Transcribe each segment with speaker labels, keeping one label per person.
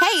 Speaker 1: Hey,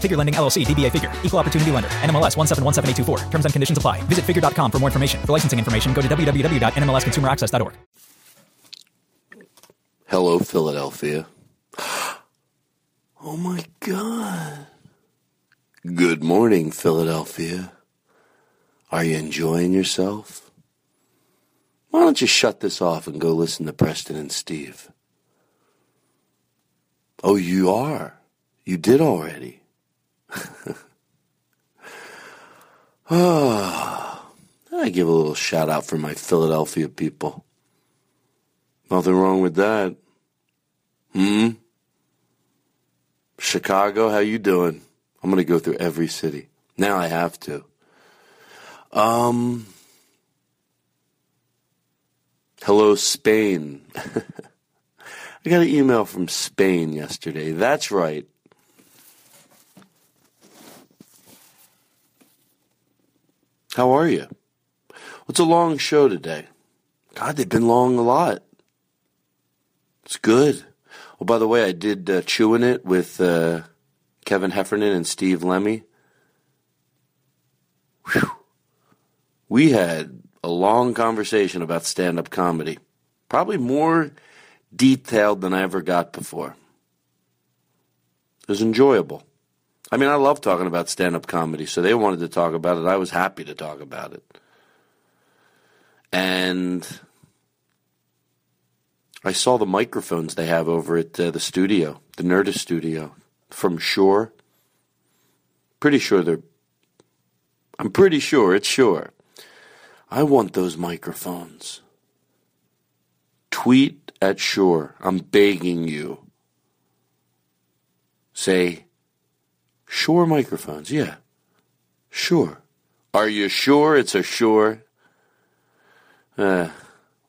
Speaker 2: Figure Lending LLC, DBA Figure, Equal Opportunity Lender, NMLS 1717824. Terms and conditions apply. Visit figure.com for more information. For licensing information, go to www.nmlsconsumeraccess.org.
Speaker 3: Hello, Philadelphia. Oh my God. Good morning, Philadelphia. Are you enjoying yourself? Why don't you shut this off and go listen to Preston and Steve? Oh, you are. You did already. Ah, I give a little shout out for my Philadelphia people. Nothing wrong with that. Hmm. Chicago, how you doing? I'm gonna go through every city. Now I have to. Um Hello Spain. I got an email from Spain yesterday. That's right. How are you? It's a long show today. God, they've been long a lot. It's good. Oh, by the way, I did uh, chewing it with uh, Kevin Heffernan and Steve Lemmy. Whew. We had a long conversation about stand-up comedy, probably more detailed than I ever got before. It was enjoyable. I mean, I love talking about stand up comedy, so they wanted to talk about it. I was happy to talk about it. And I saw the microphones they have over at uh, the studio, the Nerdist studio from Shore. Pretty sure they're. I'm pretty sure it's Shore. I want those microphones. Tweet at Shore. I'm begging you. Say, Sure microphones, yeah. Sure. Are you sure it's a sure? Uh,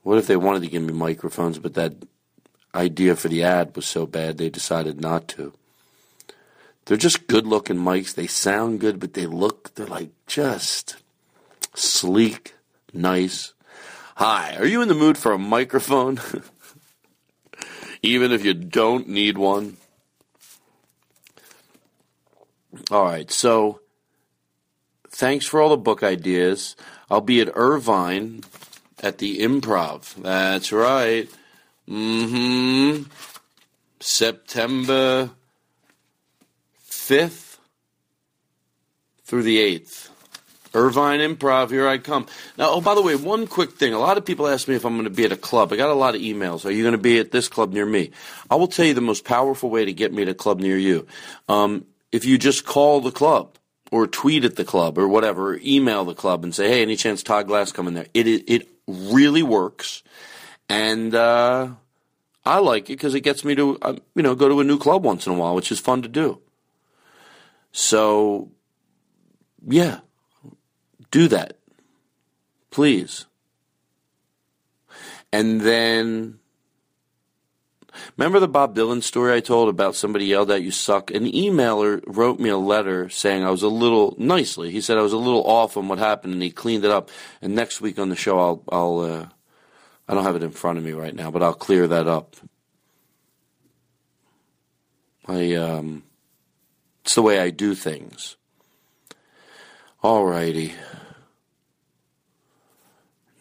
Speaker 3: what if they wanted to give me microphones, but that idea for the ad was so bad they decided not to? They're just good looking mics. They sound good, but they look, they're like just sleek, nice. Hi, are you in the mood for a microphone? Even if you don't need one? All right. So thanks for all the book ideas. I'll be at Irvine at the improv. That's right. Mm hmm. September 5th through the 8th. Irvine Improv, here I come. Now, oh, by the way, one quick thing. A lot of people ask me if I'm going to be at a club. I got a lot of emails. Are you going to be at this club near me? I will tell you the most powerful way to get me at a club near you. Um, if you just call the club or tweet at the club or whatever, or email the club and say, "Hey, any chance Todd Glass coming there?" It it, it really works, and uh, I like it because it gets me to uh, you know go to a new club once in a while, which is fun to do. So, yeah, do that, please, and then. Remember the Bob Dylan story I told about somebody yelled at you suck? An emailer wrote me a letter saying I was a little nicely. He said I was a little off on what happened, and he cleaned it up. And next week on the show, I'll I'll uh,
Speaker 2: I don't have it in front of me right now, but I'll clear that up. I um, it's the way I do things. All righty.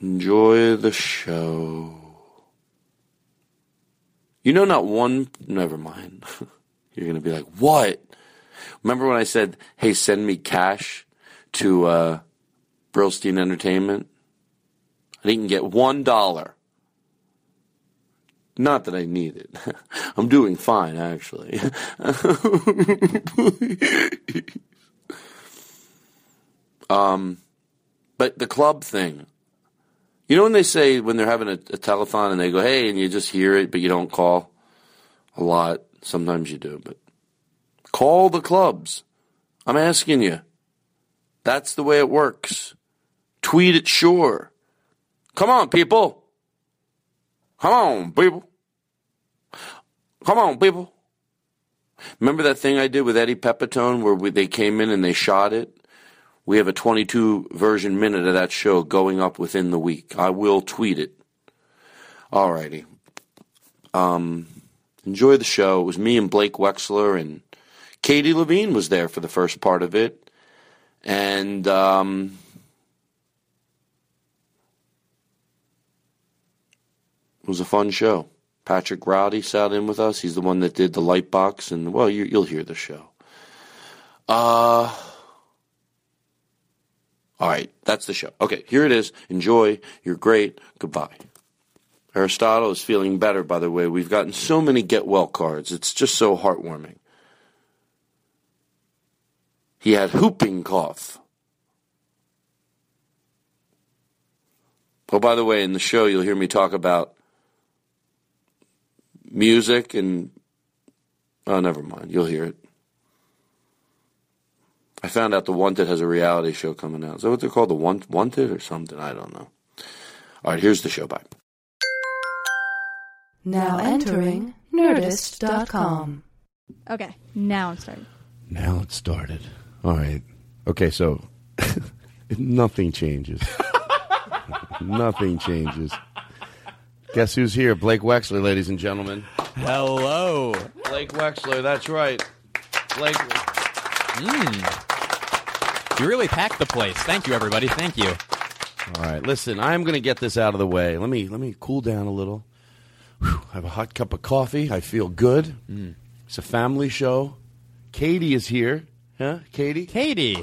Speaker 2: Enjoy the show. You know, not one. Never mind. You're gonna be like, what? Remember when I said, "Hey, send me cash to uh, Brillstein Entertainment"? I didn't get one dollar. Not that I need it. I'm doing fine, actually. um, but the club thing. You know when they say when they're having a, a telethon and they go, "Hey," and you just hear it, but you don't call. A lot. Sometimes you do, but call the clubs. I'm asking you. That's the way it works. Tweet it, sure. Come on, people. Come on, people. Come on, people. Remember that thing I did with Eddie Pepitone where we, they came in and they shot it? We have a 22 version minute of that show going up within the week. I will tweet it. Alrighty. Um, enjoy the show. It was me and Blake Wexler and Katie Levine was there for the first part of it. And um, it was a fun show. Patrick Rowdy sat in with us. He's the one that did the light box, and well, you, you'll hear the show. Uh, all right, that's the show. Okay, here it is. Enjoy. You're great. Goodbye. Aristotle is feeling better, by the way. We've gotten so many get well cards. It's just so heartwarming. He had whooping cough. Oh, by the way, in the show, you'll hear me talk about music and. Oh, never mind. You'll hear it. I found out The Wanted has a reality show coming out. Is that what they're called? The Want- Wanted or something? I don't know. All right, here's the show. Bye.
Speaker 4: Now entering Nerdist.com.
Speaker 5: Okay, now I'm starting.
Speaker 3: Now it started. All right. Okay, so nothing changes. nothing changes. Guess who's here? Blake Wexler, ladies and gentlemen.
Speaker 6: Hello.
Speaker 2: Blake Wexler, that's right. Blake.
Speaker 6: Mm. You really packed the place. Thank you, everybody. Thank you.
Speaker 3: All right, listen, I'm going to get this out of the way. Let me let me cool down a little. Whew, I have a hot cup of coffee. I feel good.
Speaker 6: Mm.
Speaker 3: It's a family show. Katie is here. Huh? Katie?
Speaker 6: Katie.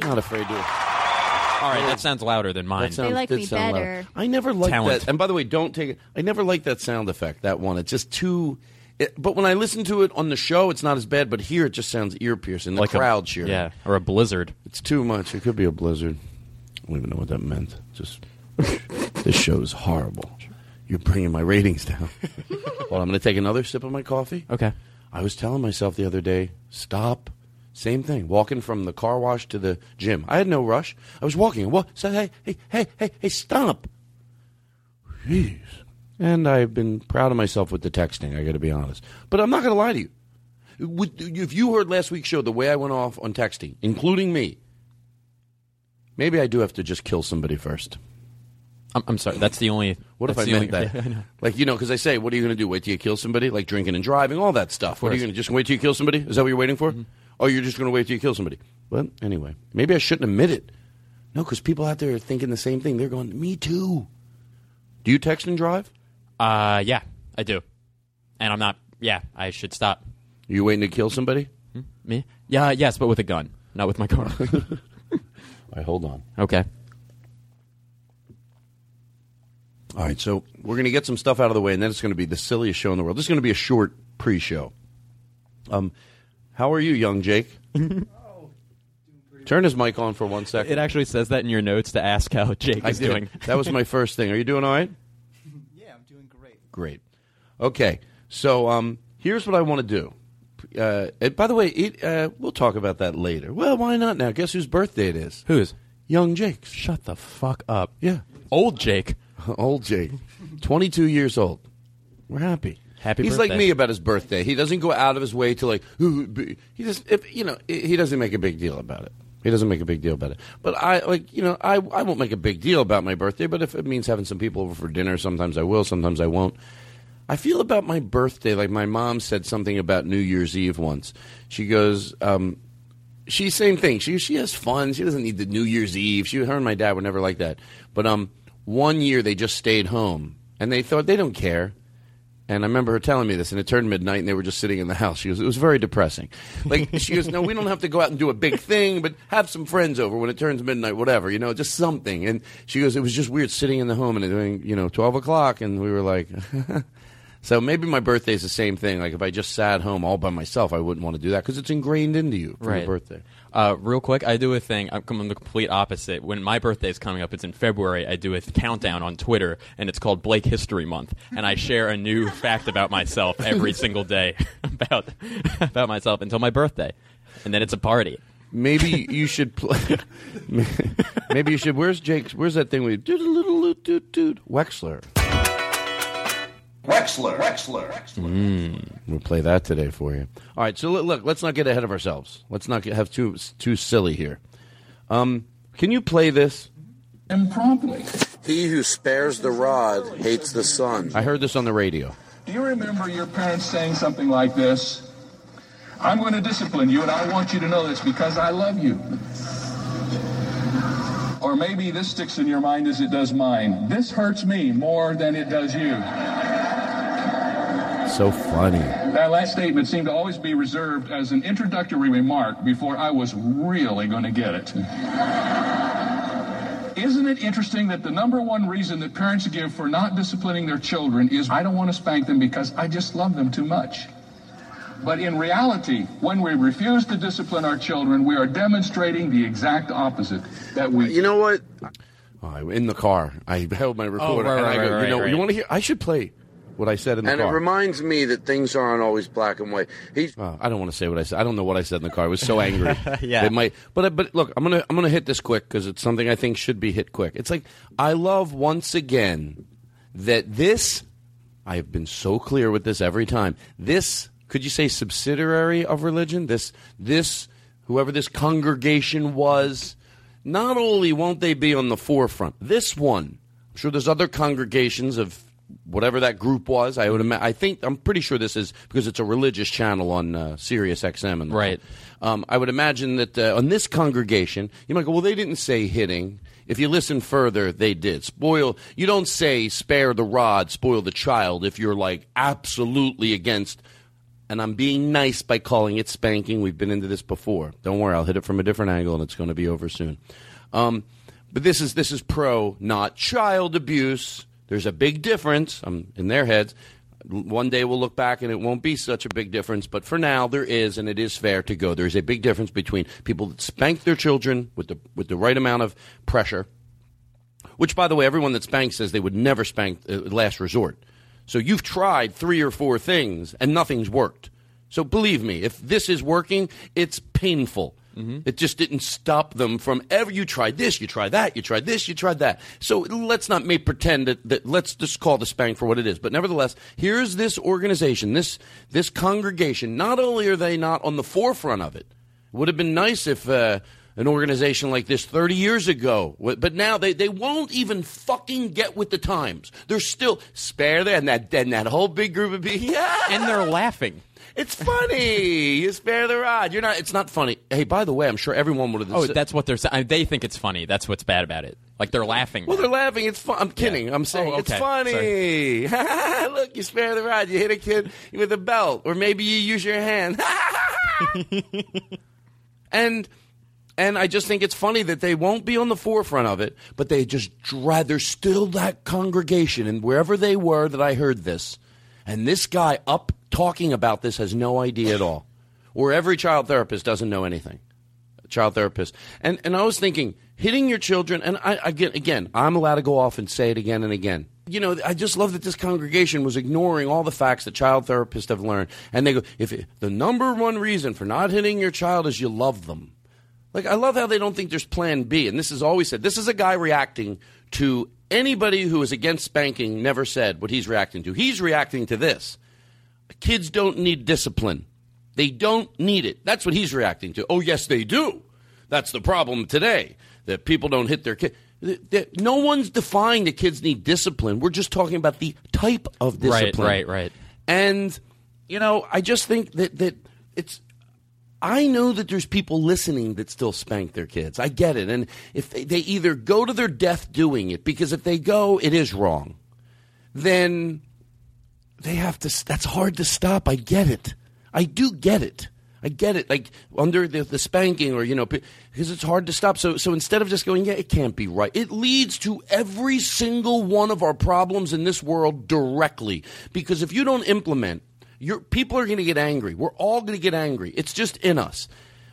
Speaker 3: Not afraid to.
Speaker 6: All right, that sounds louder than mine.
Speaker 3: That sounds,
Speaker 5: like
Speaker 3: did
Speaker 5: me
Speaker 3: sound loud.
Speaker 5: better.
Speaker 3: I never liked
Speaker 6: Talent.
Speaker 3: that. And by the way, don't take it. I never liked that sound effect. That one. It's just too. It, but when I listen to it on the show, it's not as bad. But here, it just sounds ear piercing. The
Speaker 6: like
Speaker 3: crowd
Speaker 6: a,
Speaker 3: cheering.
Speaker 6: Yeah, or a blizzard.
Speaker 3: it's too much. It could be a blizzard. I don't even know what that meant. Just this show is horrible. You're bringing my ratings down. well, I'm going to take another sip of my coffee.
Speaker 6: Okay.
Speaker 3: I was telling myself the other day, stop. Same thing. Walking from the car wash to the gym. I had no rush. I was walking. What? Said, hey, hey, hey, hey, hey, stop. Jeez. And I've been proud of myself with the texting. I got to be honest. But I'm not going to lie to you. Would- If you heard last week's show, the way I went off on texting, including me, maybe I do have to just kill somebody first.
Speaker 6: I'm, I'm sorry. That's the only.
Speaker 3: What if I
Speaker 6: that's the
Speaker 3: meant
Speaker 6: only-
Speaker 3: that?
Speaker 6: Yeah, I know.
Speaker 3: like, you know, because I say, what are you going to do? Wait till you kill somebody? Like drinking and driving, all that stuff. What are
Speaker 6: course.
Speaker 3: you
Speaker 6: Mm-hmm.
Speaker 3: going to just wait till you kill somebody? Is that what you're waiting for? Oh, you're just going to wait till you kill somebody. Well, anyway, maybe I shouldn't admit it. No, because people out there are thinking the same thing. They're going, me too. Do you text and drive?
Speaker 6: Uh, yeah, I do. And I'm not. Yeah, I should stop. Hmm?
Speaker 3: Are you waiting to kill somebody?
Speaker 6: Me? Yeah, yes, but with a gun, not with my car.
Speaker 3: I hold on.
Speaker 6: okay.
Speaker 3: All right, so we're going to get some stuff out of the way, and then it's going to be the silliest show in the world. This is going to be a short pre-show. Um, how are you, young Jake? Turn his mic on for one second.
Speaker 6: It actually says that in your notes to ask how Jake
Speaker 3: I
Speaker 6: is
Speaker 3: did it.
Speaker 6: doing.
Speaker 3: That was my first thing. Are you doing all right? yeah, I'm doing great. Great. Okay. So um, here's what I want to do. Uh, and by the way, it, uh, we'll talk about that later. Well, why not now? Guess whose birthday it is?
Speaker 6: Who is?
Speaker 3: Young Jake's.
Speaker 6: Shut the fuck up.
Speaker 3: Yeah.
Speaker 6: Old Jake.
Speaker 3: Old Jake. 22 years old. We're happy.
Speaker 6: Happy
Speaker 3: He's like
Speaker 6: birthday.
Speaker 3: me about his birthday. He doesn't go out of his way to like. "Ooh, be-" He just, if, you know, he doesn't make a big deal about it. He doesn't make a big deal about it. But I like you know I I won't make a big deal about my birthday. But if it means having some people over for dinner, sometimes I will, sometimes I won't. I feel about my birthday like my mom said something about New Year's Eve once. She goes, um, she same thing. She she has fun. She doesn't need the New Year's Eve. She her and my dad were never like that. But um, one year they just stayed home and they thought they don't care. And I remember her telling me this, and it turned midnight, and they were just sitting in the house. She goes, it was very depressing. Like she goes, no, we don't have to go out and do a big thing, but have some friends over when it turns midnight, whatever, you know, just something. And she goes, it was just weird sitting in the home and it doing, you know, twelve o'clock, and we were like. So maybe my birthday is the same thing. Like if I just sat home all by myself, I wouldn't want to do that because it's ingrained into you for your birthday.
Speaker 6: Uh, real quick, I do a thing. I'm coming the complete opposite. When my birthday is coming up, it's in February. I do a countdown on Twitter, and it's called Blake History Month. And I share a new fact about myself every single day about about myself until my birthday, and then it's a party.
Speaker 3: Maybe you should play. maybe you should. Where's Jake's? Where's that thing we did a little doot doot Wexler?
Speaker 7: Wexler. Wexler.
Speaker 3: We'll play that today for you. All right. So l- look, let's not get ahead of ourselves. Let's not get, have too too silly here. Um, can you play this?
Speaker 7: Improperly.
Speaker 2: He who spares the rod hates the sun.
Speaker 3: I heard this on the radio.
Speaker 7: Do you remember your parents saying something like this? I'm going to discipline you, and I want you to know this because I love you. Or maybe this sticks in your mind as it does mine. This hurts me more than it does you.
Speaker 3: So funny.
Speaker 7: That last statement seemed to always be reserved as an introductory remark before I was really going to get it. Isn't it interesting that the number one reason that parents give for not disciplining their children is I don't want to spank them because I just love them too much? But in reality, when we refuse to discipline our children, we are demonstrating the exact opposite that we
Speaker 2: You know what?
Speaker 3: Oh, I- in the car, I held my recorder
Speaker 6: Oh, right,
Speaker 3: and I
Speaker 6: right,
Speaker 3: go,
Speaker 6: right,
Speaker 3: you know,
Speaker 6: right,
Speaker 3: you
Speaker 6: right.
Speaker 3: want to hear? I should play what I said in the
Speaker 2: And it
Speaker 3: car.
Speaker 2: reminds me that things aren't always black and white. He's
Speaker 3: Oh, I don't want to say what I said. I don't know what I said in the car. I was so angry.
Speaker 6: Yeah.
Speaker 3: It might, but but look, I'm gonna I'm gonna hit this quick because it's something I think should be hit quick. It's like I love once again that this. I have been so clear with this every time. This could you say subsidiary of religion? This this whoever this congregation was. Not only won't they be on the forefront, this one. I'm sure there's other congregations of whatever that group was. I would imagine. I think I'm pretty sure this is because it's a religious channel on uh, Sirius XM, and
Speaker 6: Right.
Speaker 3: Um, I would imagine that uh, on this congregation, you might go, well, they didn't say hitting. If you listen further, they did. Spoil. You don't say spare the rod, spoil the child. If you're like absolutely against. And I'm being nice by calling it spanking. We've been into this before. Don't worry, I'll hit it from a different angle, and it's going to be over soon. Um, but this is this is pro, not child abuse. There's a big difference um, in their heads. L- One day we'll look back and it won't be such a big difference, but for now there is, and it is fair to go. There is a big difference between people that spank their children with the with the right amount of pressure, which, by the way, everyone that spanks says they would never spank uh, last resort. So you've tried three or four things and nothing's worked. So believe me, if this is working, it's painful. It just didn't stop them from ever. You tried this, you tried that, you tried this, you tried that. So let's not make pretend that, that let's just call the spank for what it is. But nevertheless, here's this organization, this this congregation. Not only are they not on the forefront of it, would have been nice if uh, an organization like this 30 years ago, w- but now they, they won't even fucking get with the times. They're still spare there, and that then that whole big group of people. Yeah,
Speaker 6: And they're laughing.
Speaker 3: it's funny. you spare the rod. You're not. It's not funny. Hey, by the way, I'm sure everyone would have.
Speaker 6: Oh, that's what they're saying. They think it's funny. That's what's bad about it. Like they're laughing.
Speaker 3: Well, they're laughing. It's fun. I'm kidding. I'm saying
Speaker 6: Oh,
Speaker 3: it's
Speaker 6: okay.
Speaker 3: funny. Look, you spare the rod. You hit a kid with a belt, or maybe you use your hand. and and I just think it's funny that they won't be on the forefront of it, but they just dread. There's still that congregation, and wherever they were that I heard this, and this guy up talking about this has no idea at all, or every child therapist doesn't know anything child therapist. And and I was thinking, hitting your children. And I again, again, I'm allowed to go off and say it again and again. You know, I just love that this congregation was ignoring all the facts that child therapists have learned. And they go, if it- the number one reason for not hitting your child is you love them. Like I love how they don't think there's plan B. And this is always said. This is a guy reacting to anybody who is against spanking never said what he's reacting to. He's reacting to this. Kids don't need discipline. They don't need it. That's what he's reacting to. Oh, yes, they do. That's the problem today that people don't hit their kid. th- th- No one's defining that kids need discipline. We're just talking about the type of
Speaker 6: Right,
Speaker 3: discipline.
Speaker 6: right, right.
Speaker 3: And you know, I just think that that it's. I know that there's people listening that still spank their kids. I get it, and if they, they either go to their death doing it, because if they go, it is wrong. Then they have to. That's hard to stop. I get it. I do get it. I get it. Like under the, the spanking, or you know, pe- because it's hard to stop. So, so instead of just going, yeah, it can't be right. It leads to every single one of our problems in this world directly. Because if you don't implement, your people are going to get angry. We're all going to get angry. It's just in us.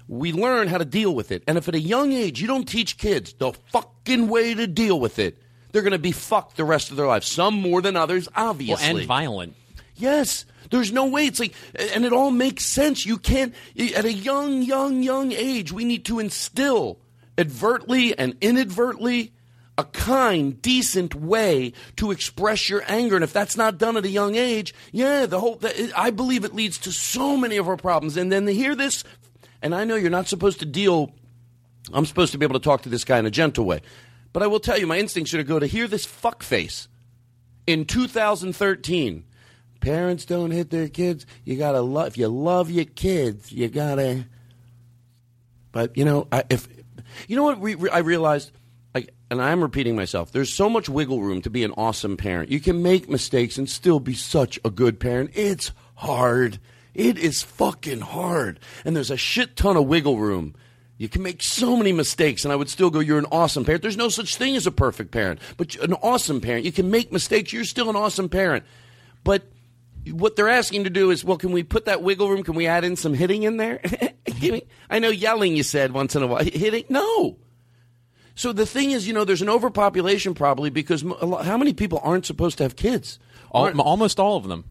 Speaker 3: We learn how to deal with it. And if at a young age you don't teach kids the fucking way to deal with it, they're going to be fucked the rest of their life. Some more than others,
Speaker 6: Well,
Speaker 3: obviously.
Speaker 6: and violent.
Speaker 3: Yes. There's no way. It's like, and it all makes sense. You can't, at a young, young, young age, we need to instill advertly and inadvertently a kind, decent way to express your anger. And if that's not done at a young age, yeah, the whole, the, I believe it leads to so many of our problems. And then to hear this, and I know you're not supposed to deal I'm supposed to be able to talk to this guy in a gentle way. But I will tell you, my instincts are to go to hear this fuckface in 2013. Parents don't hit their kids. You gotta love. If you love your kids, you gotta. But you know, I, if you know what re- re- I realized, like, and I'm repeating myself. There's so much wiggle room to be an awesome parent. You can make mistakes and still be such a good parent. It's hard. It is fucking hard. And there's a shit ton of wiggle room. You can make so many mistakes, and I would still go, You're an awesome parent. There's no such thing as a perfect parent, but an awesome parent. You can make mistakes. You're still an awesome parent. But what they're asking to do is, well, can we put that wiggle room? Can we add in some hitting in there? Give me- I know yelling, you said once in a while. Hitting? No. So the thing is, you know, there's an overpopulation probably because m- a lo- how many people aren't supposed to have kids?
Speaker 6: Al-
Speaker 3: Aren't-
Speaker 6: almost all of them.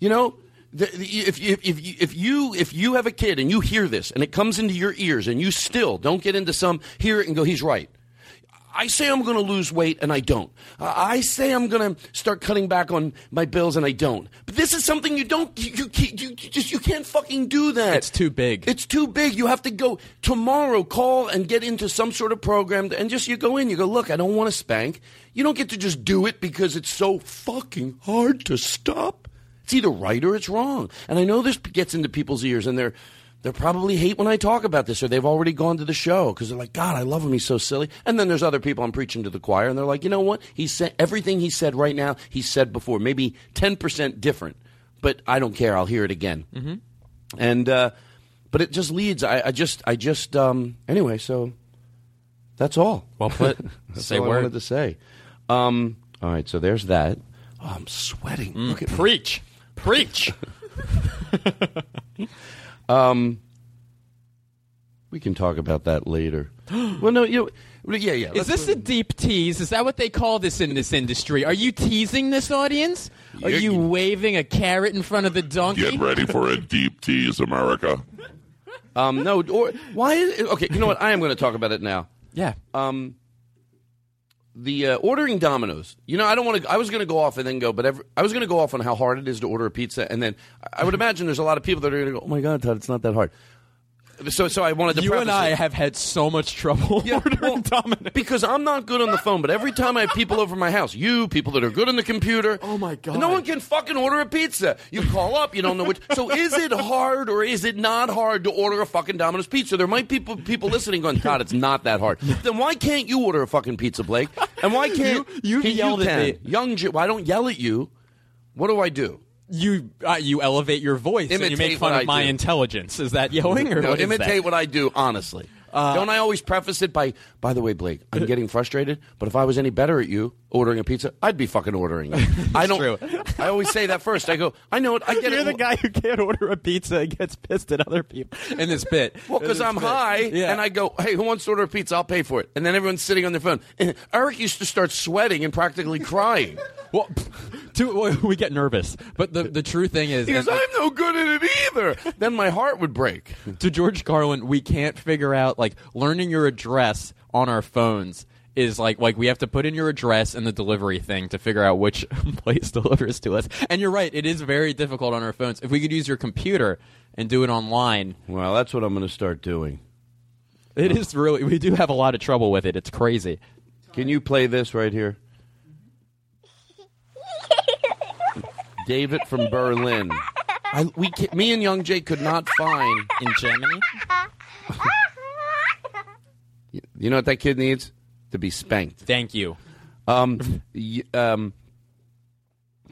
Speaker 3: you know, the, the, if, if, if, you- if, you, if you have a kid and you hear this and it comes into your ears and you still don't get into some, hear it and go, he's right. I say I'm going to lose weight and I don't. I I say I'm going to start cutting back on my bills and I don't. But this is something you don't, you, you, can't- you, you just, you can't fucking do that.
Speaker 6: It's too big.
Speaker 3: It's too big. You have to go tomorrow, call and get into some sort of program and just you go in, you go, look, I don't want to spank. You don't get to just do it because it's so fucking hard to stop. It's either right or it's wrong. And I know this gets into people's ears and they're they are probably hate when I talk about this or they've already gone to the show because they're like, God, I love him. He's so silly. And then there's other people I'm preaching to the choir and they're like, you know what? He said everything he said right now, he said before, maybe 10% different, but I don't care. I'll hear it again and uh, but it just leads. I, I just, I just. Um, anyway, so that's all.
Speaker 6: Well put.
Speaker 3: that's
Speaker 6: Say
Speaker 3: all
Speaker 6: word.
Speaker 3: I wanted to say. Um, all right, so there's that. Oh, I'm sweating. Look at me.
Speaker 6: Preach. Preach.
Speaker 3: Um, we can talk about that later. well, no, you. Yeah, yeah.
Speaker 6: Is
Speaker 3: let's-
Speaker 6: this a deep tease? Is that what they call this in this industry? Are you teasing this audience? Are
Speaker 3: Yeah,
Speaker 6: you
Speaker 3: you-
Speaker 6: waving a carrot in front of the donkey?
Speaker 8: Get ready for a deep tease, America.
Speaker 3: Um, no. Or why is it? Okay, you know what? I am going to talk about it now.
Speaker 6: Yeah.
Speaker 3: um, the uh, ordering Domino's. You know, I don't want to. I was going to go off and then go, but every, I was going to go off on how hard it is to order a pizza, and then I- I would imagine there's a lot of people that are going to go, "Oh my god, Todd, it's not that hard." So, so I wanted to.
Speaker 6: you
Speaker 3: preface
Speaker 6: and I
Speaker 3: it.
Speaker 6: have had so much trouble
Speaker 3: Yeah,
Speaker 6: ordering
Speaker 3: well,
Speaker 6: Domino's.
Speaker 3: because I'm not good on the phone, but every time I have people over my house, you people that are good on the computer,
Speaker 6: Oh, my God.
Speaker 3: no one can fucking order a pizza. You call up, you don't know which. So is it hard or is it not hard to order a fucking Domino's pizza? There might be people, people listening going, God, it's not that hard. Then why can't you order a fucking pizza, Blake? And why can't
Speaker 6: You- you've
Speaker 3: can-
Speaker 6: yelled at
Speaker 3: can.
Speaker 6: me.
Speaker 3: young? Ju- Why don't yell at you? What do I do?
Speaker 6: You uh, you elevate your voice and you
Speaker 3: Imitate
Speaker 6: make fun
Speaker 3: what
Speaker 6: of
Speaker 3: I
Speaker 6: my
Speaker 3: do.
Speaker 6: intelligence. Is that yelling or
Speaker 3: No,
Speaker 6: what is
Speaker 3: imitate
Speaker 6: that?
Speaker 3: what I do, honestly. Uh, Don't I always preface it by, by the way, Blake, I'm getting frustrated, but if I was any better at you ordering a pizza, I'd be fucking ordering it. I don't.
Speaker 6: true.
Speaker 3: I always say that first. I go, I know it. I get
Speaker 6: You're
Speaker 3: it.
Speaker 6: the guy who can't order a pizza and gets pissed at other people in this bit.
Speaker 3: Well, because
Speaker 6: In this
Speaker 3: I'm
Speaker 6: bit.
Speaker 3: high,
Speaker 6: Yeah.
Speaker 3: and I go, hey, who wants to order a pizza? I'll pay for it. And then everyone's sitting on their phone. Eric used to start sweating and practically crying.
Speaker 6: Well, pff, too, well, we get nervous, but the the true thing is,
Speaker 3: He goes,
Speaker 6: and-
Speaker 3: I'm no good at it either. Then my heart would break.
Speaker 6: to George Carlin, we can't figure out like learning your address on our phones is like like we have to put in your address and the delivery thing to figure out which place delivers to us. And you're right, it is very difficult on our phones. If we could use your computer and do it online,
Speaker 3: Well, that's what I'm going to start doing.
Speaker 6: It is really. We do have a lot of trouble with it. It's crazy.
Speaker 3: Can you play this right here? David from Berlin. I, we, ca- me and Young Jay could not find
Speaker 6: in Germany.
Speaker 3: you know what that kid needs to be spanked.
Speaker 6: Thank you.
Speaker 3: Um, y- um,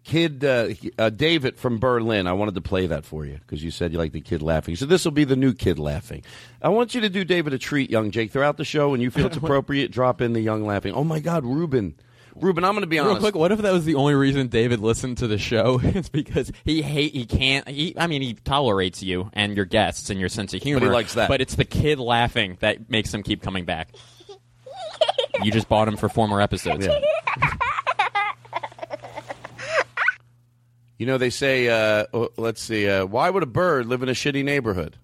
Speaker 3: kid uh, he- uh, David from Berlin. I wanted to play that for you because you said you like the kid laughing. So this will be the new kid laughing. I want you to do David a treat, young Jake, throughout the show. When you feel it's appropriate, drop in the young laughing. Oh my God, Ruben. Ruben, I'm going to be
Speaker 6: Real
Speaker 3: honest.
Speaker 6: quick, what if that was the only reason David listened to the show? it's because he hate he can't. He, I mean, he tolerates you and your guests and your sense of humor.
Speaker 3: likes that.
Speaker 6: But it's the kid laughing that makes him keep coming back. you just bought him for four more episodes.
Speaker 3: You know, they say, uh, oh, let's see, uh, why would a bird live in a shitty neighborhood?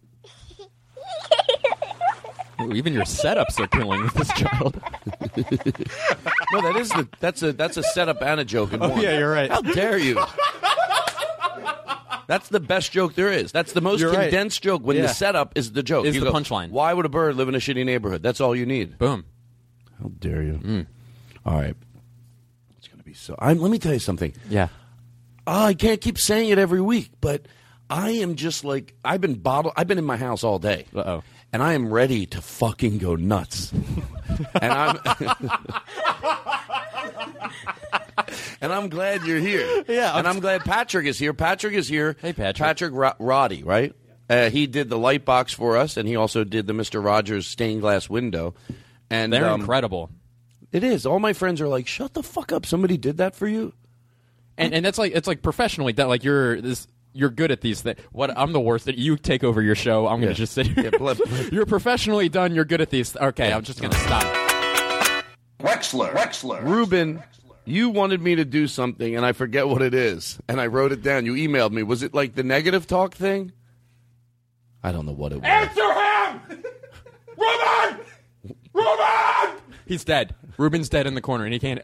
Speaker 6: Ooh, even your setups are killing with this child.
Speaker 3: no, that is the that's a that's a setup and a joke in
Speaker 6: Oh,
Speaker 3: one.
Speaker 6: yeah, you're right.
Speaker 3: How dare you? That's the best joke there is. That's the most
Speaker 6: You're right.
Speaker 3: condensed joke when
Speaker 6: Yeah.
Speaker 3: the setup is the joke.
Speaker 6: Is
Speaker 3: You
Speaker 6: the
Speaker 3: go,
Speaker 6: punchline.
Speaker 3: Why would a bird live in a shitty neighborhood? That's all you need.
Speaker 6: Boom.
Speaker 3: How dare you? All right. It's going to be so. I'm, let me tell you something.
Speaker 6: Yeah.
Speaker 3: Ah, I can't keep saying it every week, but I am just like I've been bottled. I've been in my house all day.
Speaker 6: Uh-oh.
Speaker 3: And I am ready to fucking go nuts. and I'm And I'm glad you're here.
Speaker 6: Yeah, I'm
Speaker 3: And I'm glad Patrick is here. Patrick is here.
Speaker 6: Hey, Patrick.
Speaker 3: Patrick Ro- Roddy, right? Uh, he did the light box for us, and he also did the Mister Rogers stained glass window. And
Speaker 6: They're
Speaker 3: um,
Speaker 6: incredible.
Speaker 3: It is. All my friends are like, "Shut the fuck up! Somebody did that for you."
Speaker 6: and and that's like it's like professionally done. Like you're this. You're good at these things. What I'm the worst at. You take over your show. I'm
Speaker 3: Yeah.
Speaker 6: gonna just sit here.
Speaker 3: Yeah, blip, blip.
Speaker 6: You're professionally done. You're good at these. Okay, I'm just gonna stop.
Speaker 7: Wexler, Wexler.
Speaker 3: Ruben, you wanted me to do something, and I forget what it is. And I wrote it down. You emailed me. Was it like the negative talk thing? I don't know what it was.
Speaker 6: He's dead. Ruben's dead in the corner, and he can't.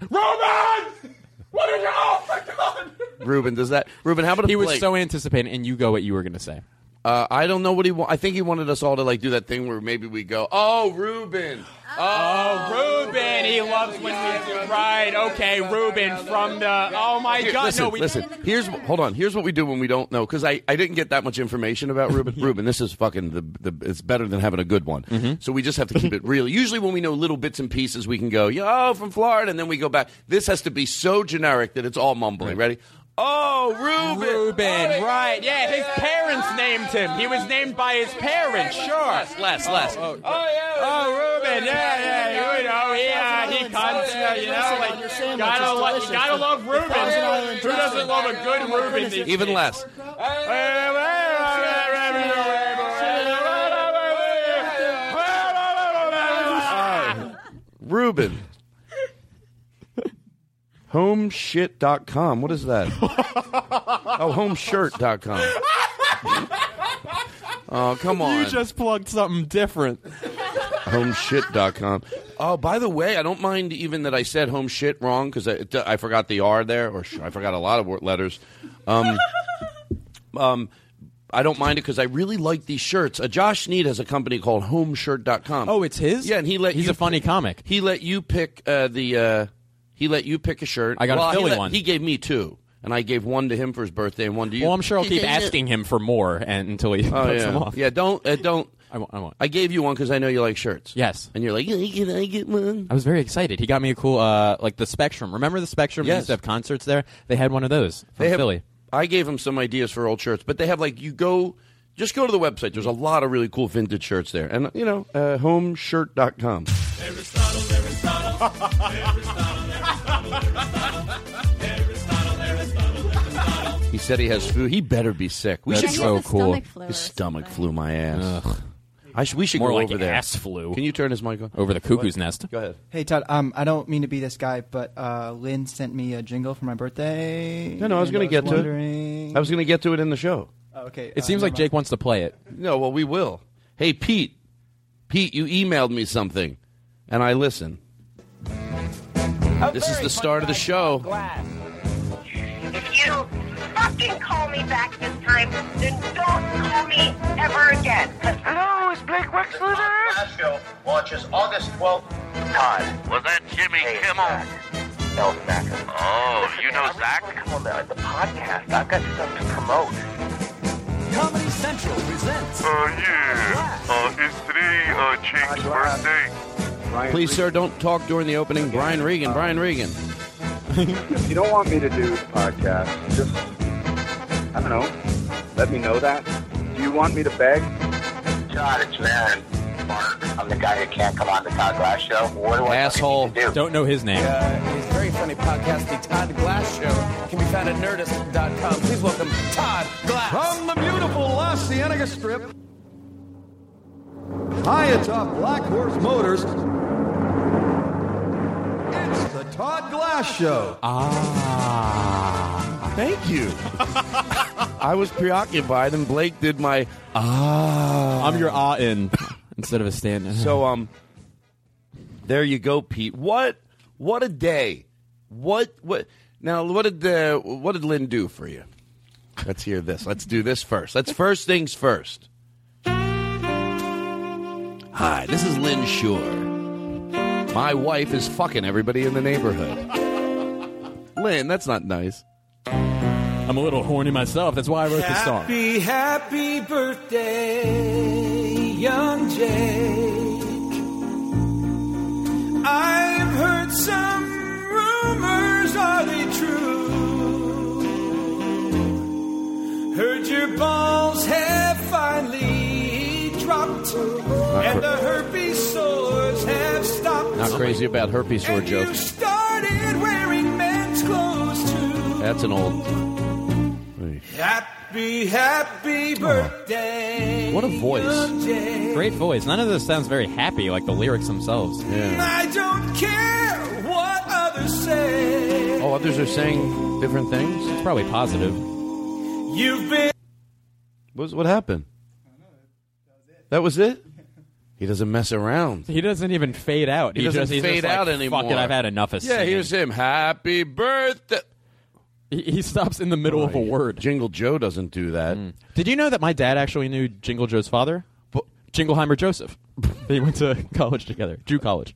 Speaker 3: Ruben, does that? Ruben, how about a
Speaker 6: He was
Speaker 3: plate?
Speaker 6: so anticipating, and you go what you were gonna say.
Speaker 3: Uh, I don't know what he. Wa- I think he wanted us all to like do that thing where maybe we go, "Oh, Ruben."
Speaker 6: Oh, Ruben! He loves when we right. Okay, Ruben from the. Oh my
Speaker 3: Here, listen, listen. Here's wh- hold on. Here's what we do when we don't know because I, I didn't get that much information about Ruben. Ruben, this is fucking the, the it's better than having a good one. So we just have to keep it real. Usually when we know little bits and pieces, we can go yo from Florida, and then we go back. This has to be so generic that it's all mumbling. Ready? Oh, Ruben.
Speaker 6: Ruben, right? Yeah, his parents named him. He was named by his parents. Sure.
Speaker 3: Less, less.
Speaker 6: Oh, yeah. Oh, Ruben. Yeah, yeah. You know, he, uh, he comes, uh, you know, like, gotta, lo- you gotta love Ruben. Who doesn't love a good Ruben? these
Speaker 3: Even
Speaker 6: days?
Speaker 3: less. Ruben. Homeshit.com. What is that? oh, homeshirt.com. Oh, come on.
Speaker 6: plugged something different.
Speaker 3: homeshit.com. Oh, by the way, I don't mind even that I said home shit wrong because I, I forgot the R there, or sh- I forgot a lot of wor- letters. Um, um, I don't mind it because I really like these shirts. Uh, Josh Need has a company called homeshirt.com.
Speaker 6: Oh, it's his?
Speaker 3: Yeah, and he let
Speaker 6: He's
Speaker 3: you
Speaker 6: a funny comic.
Speaker 3: He let you pick uh, the. Uh, he let you pick a shirt.
Speaker 6: I got a
Speaker 3: well, he
Speaker 6: Philly
Speaker 3: let-
Speaker 6: one.
Speaker 3: He gave me two, and I gave one to him for his birthday and one to you.
Speaker 6: Well, I'm sure I'll keep asking him for more and, until he
Speaker 3: Oh,
Speaker 6: puts
Speaker 3: yeah.
Speaker 6: them off.
Speaker 3: yeah, don't uh, don't.
Speaker 6: I won't- I won't.
Speaker 3: gave you one because I know you like shirts.
Speaker 6: Yes.
Speaker 3: and you're like, "Yeah, can I get one?
Speaker 6: I was very excited. He got me a cool, uh, like the Spectrum. Remember the Spectrum? They
Speaker 3: Yes.
Speaker 6: used to have concerts there. They had one of those from
Speaker 3: They have-
Speaker 6: Philly.
Speaker 3: I gave him some ideas for old shirts, but they have like you go. Just go to the website. There's a lot of really cool vintage shirts there. And, you know, uh, homeshirt.com. He said he has flu. He better be sick. We
Speaker 6: That's
Speaker 3: should
Speaker 6: so
Speaker 3: go.
Speaker 5: has a
Speaker 6: cool.
Speaker 5: stomach flu
Speaker 3: His
Speaker 5: or
Speaker 3: stomach flew my ass. I sh- we should
Speaker 6: More
Speaker 3: go
Speaker 6: like
Speaker 3: over there.
Speaker 6: ass flu.
Speaker 3: Can you turn his mic on?
Speaker 6: Over the cuckoo's nest.
Speaker 3: Go ahead.
Speaker 9: Hey Todd, um, I don't mean to be this guy, but uh, Lynn sent me a jingle for my birthday.
Speaker 3: No, no, I was
Speaker 9: and
Speaker 3: going to get to
Speaker 9: wondering-
Speaker 3: it. I was going to get to it in the show.
Speaker 9: Oh, okay.
Speaker 6: It seems like Jake wants to play it.
Speaker 3: No, well, we will. Hey, Pete. Pete, you emailed me something, and I listen. This is the start of the show.
Speaker 10: If you don't fucking call me back this time, then don't call me ever again. Hello, it's Blake Wexler there?
Speaker 4: show launches August 12th. Todd. Was that Jimmy Kimmel? No, Zach. Oh, you know Zach? Come on, man. The podcast. I've got stuff to promote.
Speaker 8: Comedy Central presents.
Speaker 4: Oh,
Speaker 11: Uh, yeah. Uh, it's today, uh, Jake's birthday.
Speaker 3: Please, sir, don't talk during the opening. Brian Regan. Brian Regan.
Speaker 9: if you don't want me to do the podcast, just I don't know. Let me know that. Do you want me to beg?
Speaker 4: Todd, it's Marin. Mark. I'm the guy who can't come on the Todd Glass show. What do I
Speaker 6: Asshole. Don't know his name.
Speaker 8: His very funny podcast, The Todd Glass Show, can be found at nerdist.com. Please welcome Todd Glass.
Speaker 12: From the beautiful Los Cienega Strip, high atop Black Horse Motors, it's the Todd Glass Show.
Speaker 3: Ah. Thank you. I was preoccupied, and Blake did my ah.
Speaker 6: I'm your ah in instead of a stand.
Speaker 3: So um, there you go, Pete. What what a day. What what now? What did uh, what did Lynn do for you? Let's hear this. Let's do this first. Let's first things first. Hi, this is Lynn Shore. My wife is fucking everybody in the neighborhood. Lynn, that's not nice.
Speaker 6: I'm a little horny myself. That's why I wrote this song.
Speaker 8: Happy, happy birthday, young Jake. I've heard some rumors, are they true? Heard your balls have finally dropped too, and the herpes sores have stopped.
Speaker 3: Not crazy about herpes sore
Speaker 8: You
Speaker 3: jokes.
Speaker 8: started wearing men's clothes too.
Speaker 3: That's an old.
Speaker 8: Happy, happy birthday.
Speaker 6: What a voice.
Speaker 8: Jay.
Speaker 6: Great voice. None of this sounds very happy, like the lyrics themselves. Yeah.
Speaker 8: I don't care what others say.
Speaker 3: Oh, others are saying different things. It's
Speaker 6: probably positive.
Speaker 8: You've been.
Speaker 3: What, what happened? That was it. He doesn't mess around.
Speaker 6: He doesn't even fade out.
Speaker 3: He, doesn't
Speaker 6: just, he's
Speaker 3: fade
Speaker 6: just like,
Speaker 3: out anymore.
Speaker 6: Fuck it, I've had enough of
Speaker 3: Yeah,
Speaker 6: singing.
Speaker 3: here's him. Happy birthday.
Speaker 6: He, he stops in the middle of a word. Mm.
Speaker 3: Jingle Joe doesn't do that.
Speaker 6: Did you know that my dad actually knew Jingle Joe's father? Jingleheimer Joseph. they went to college together. Jew college.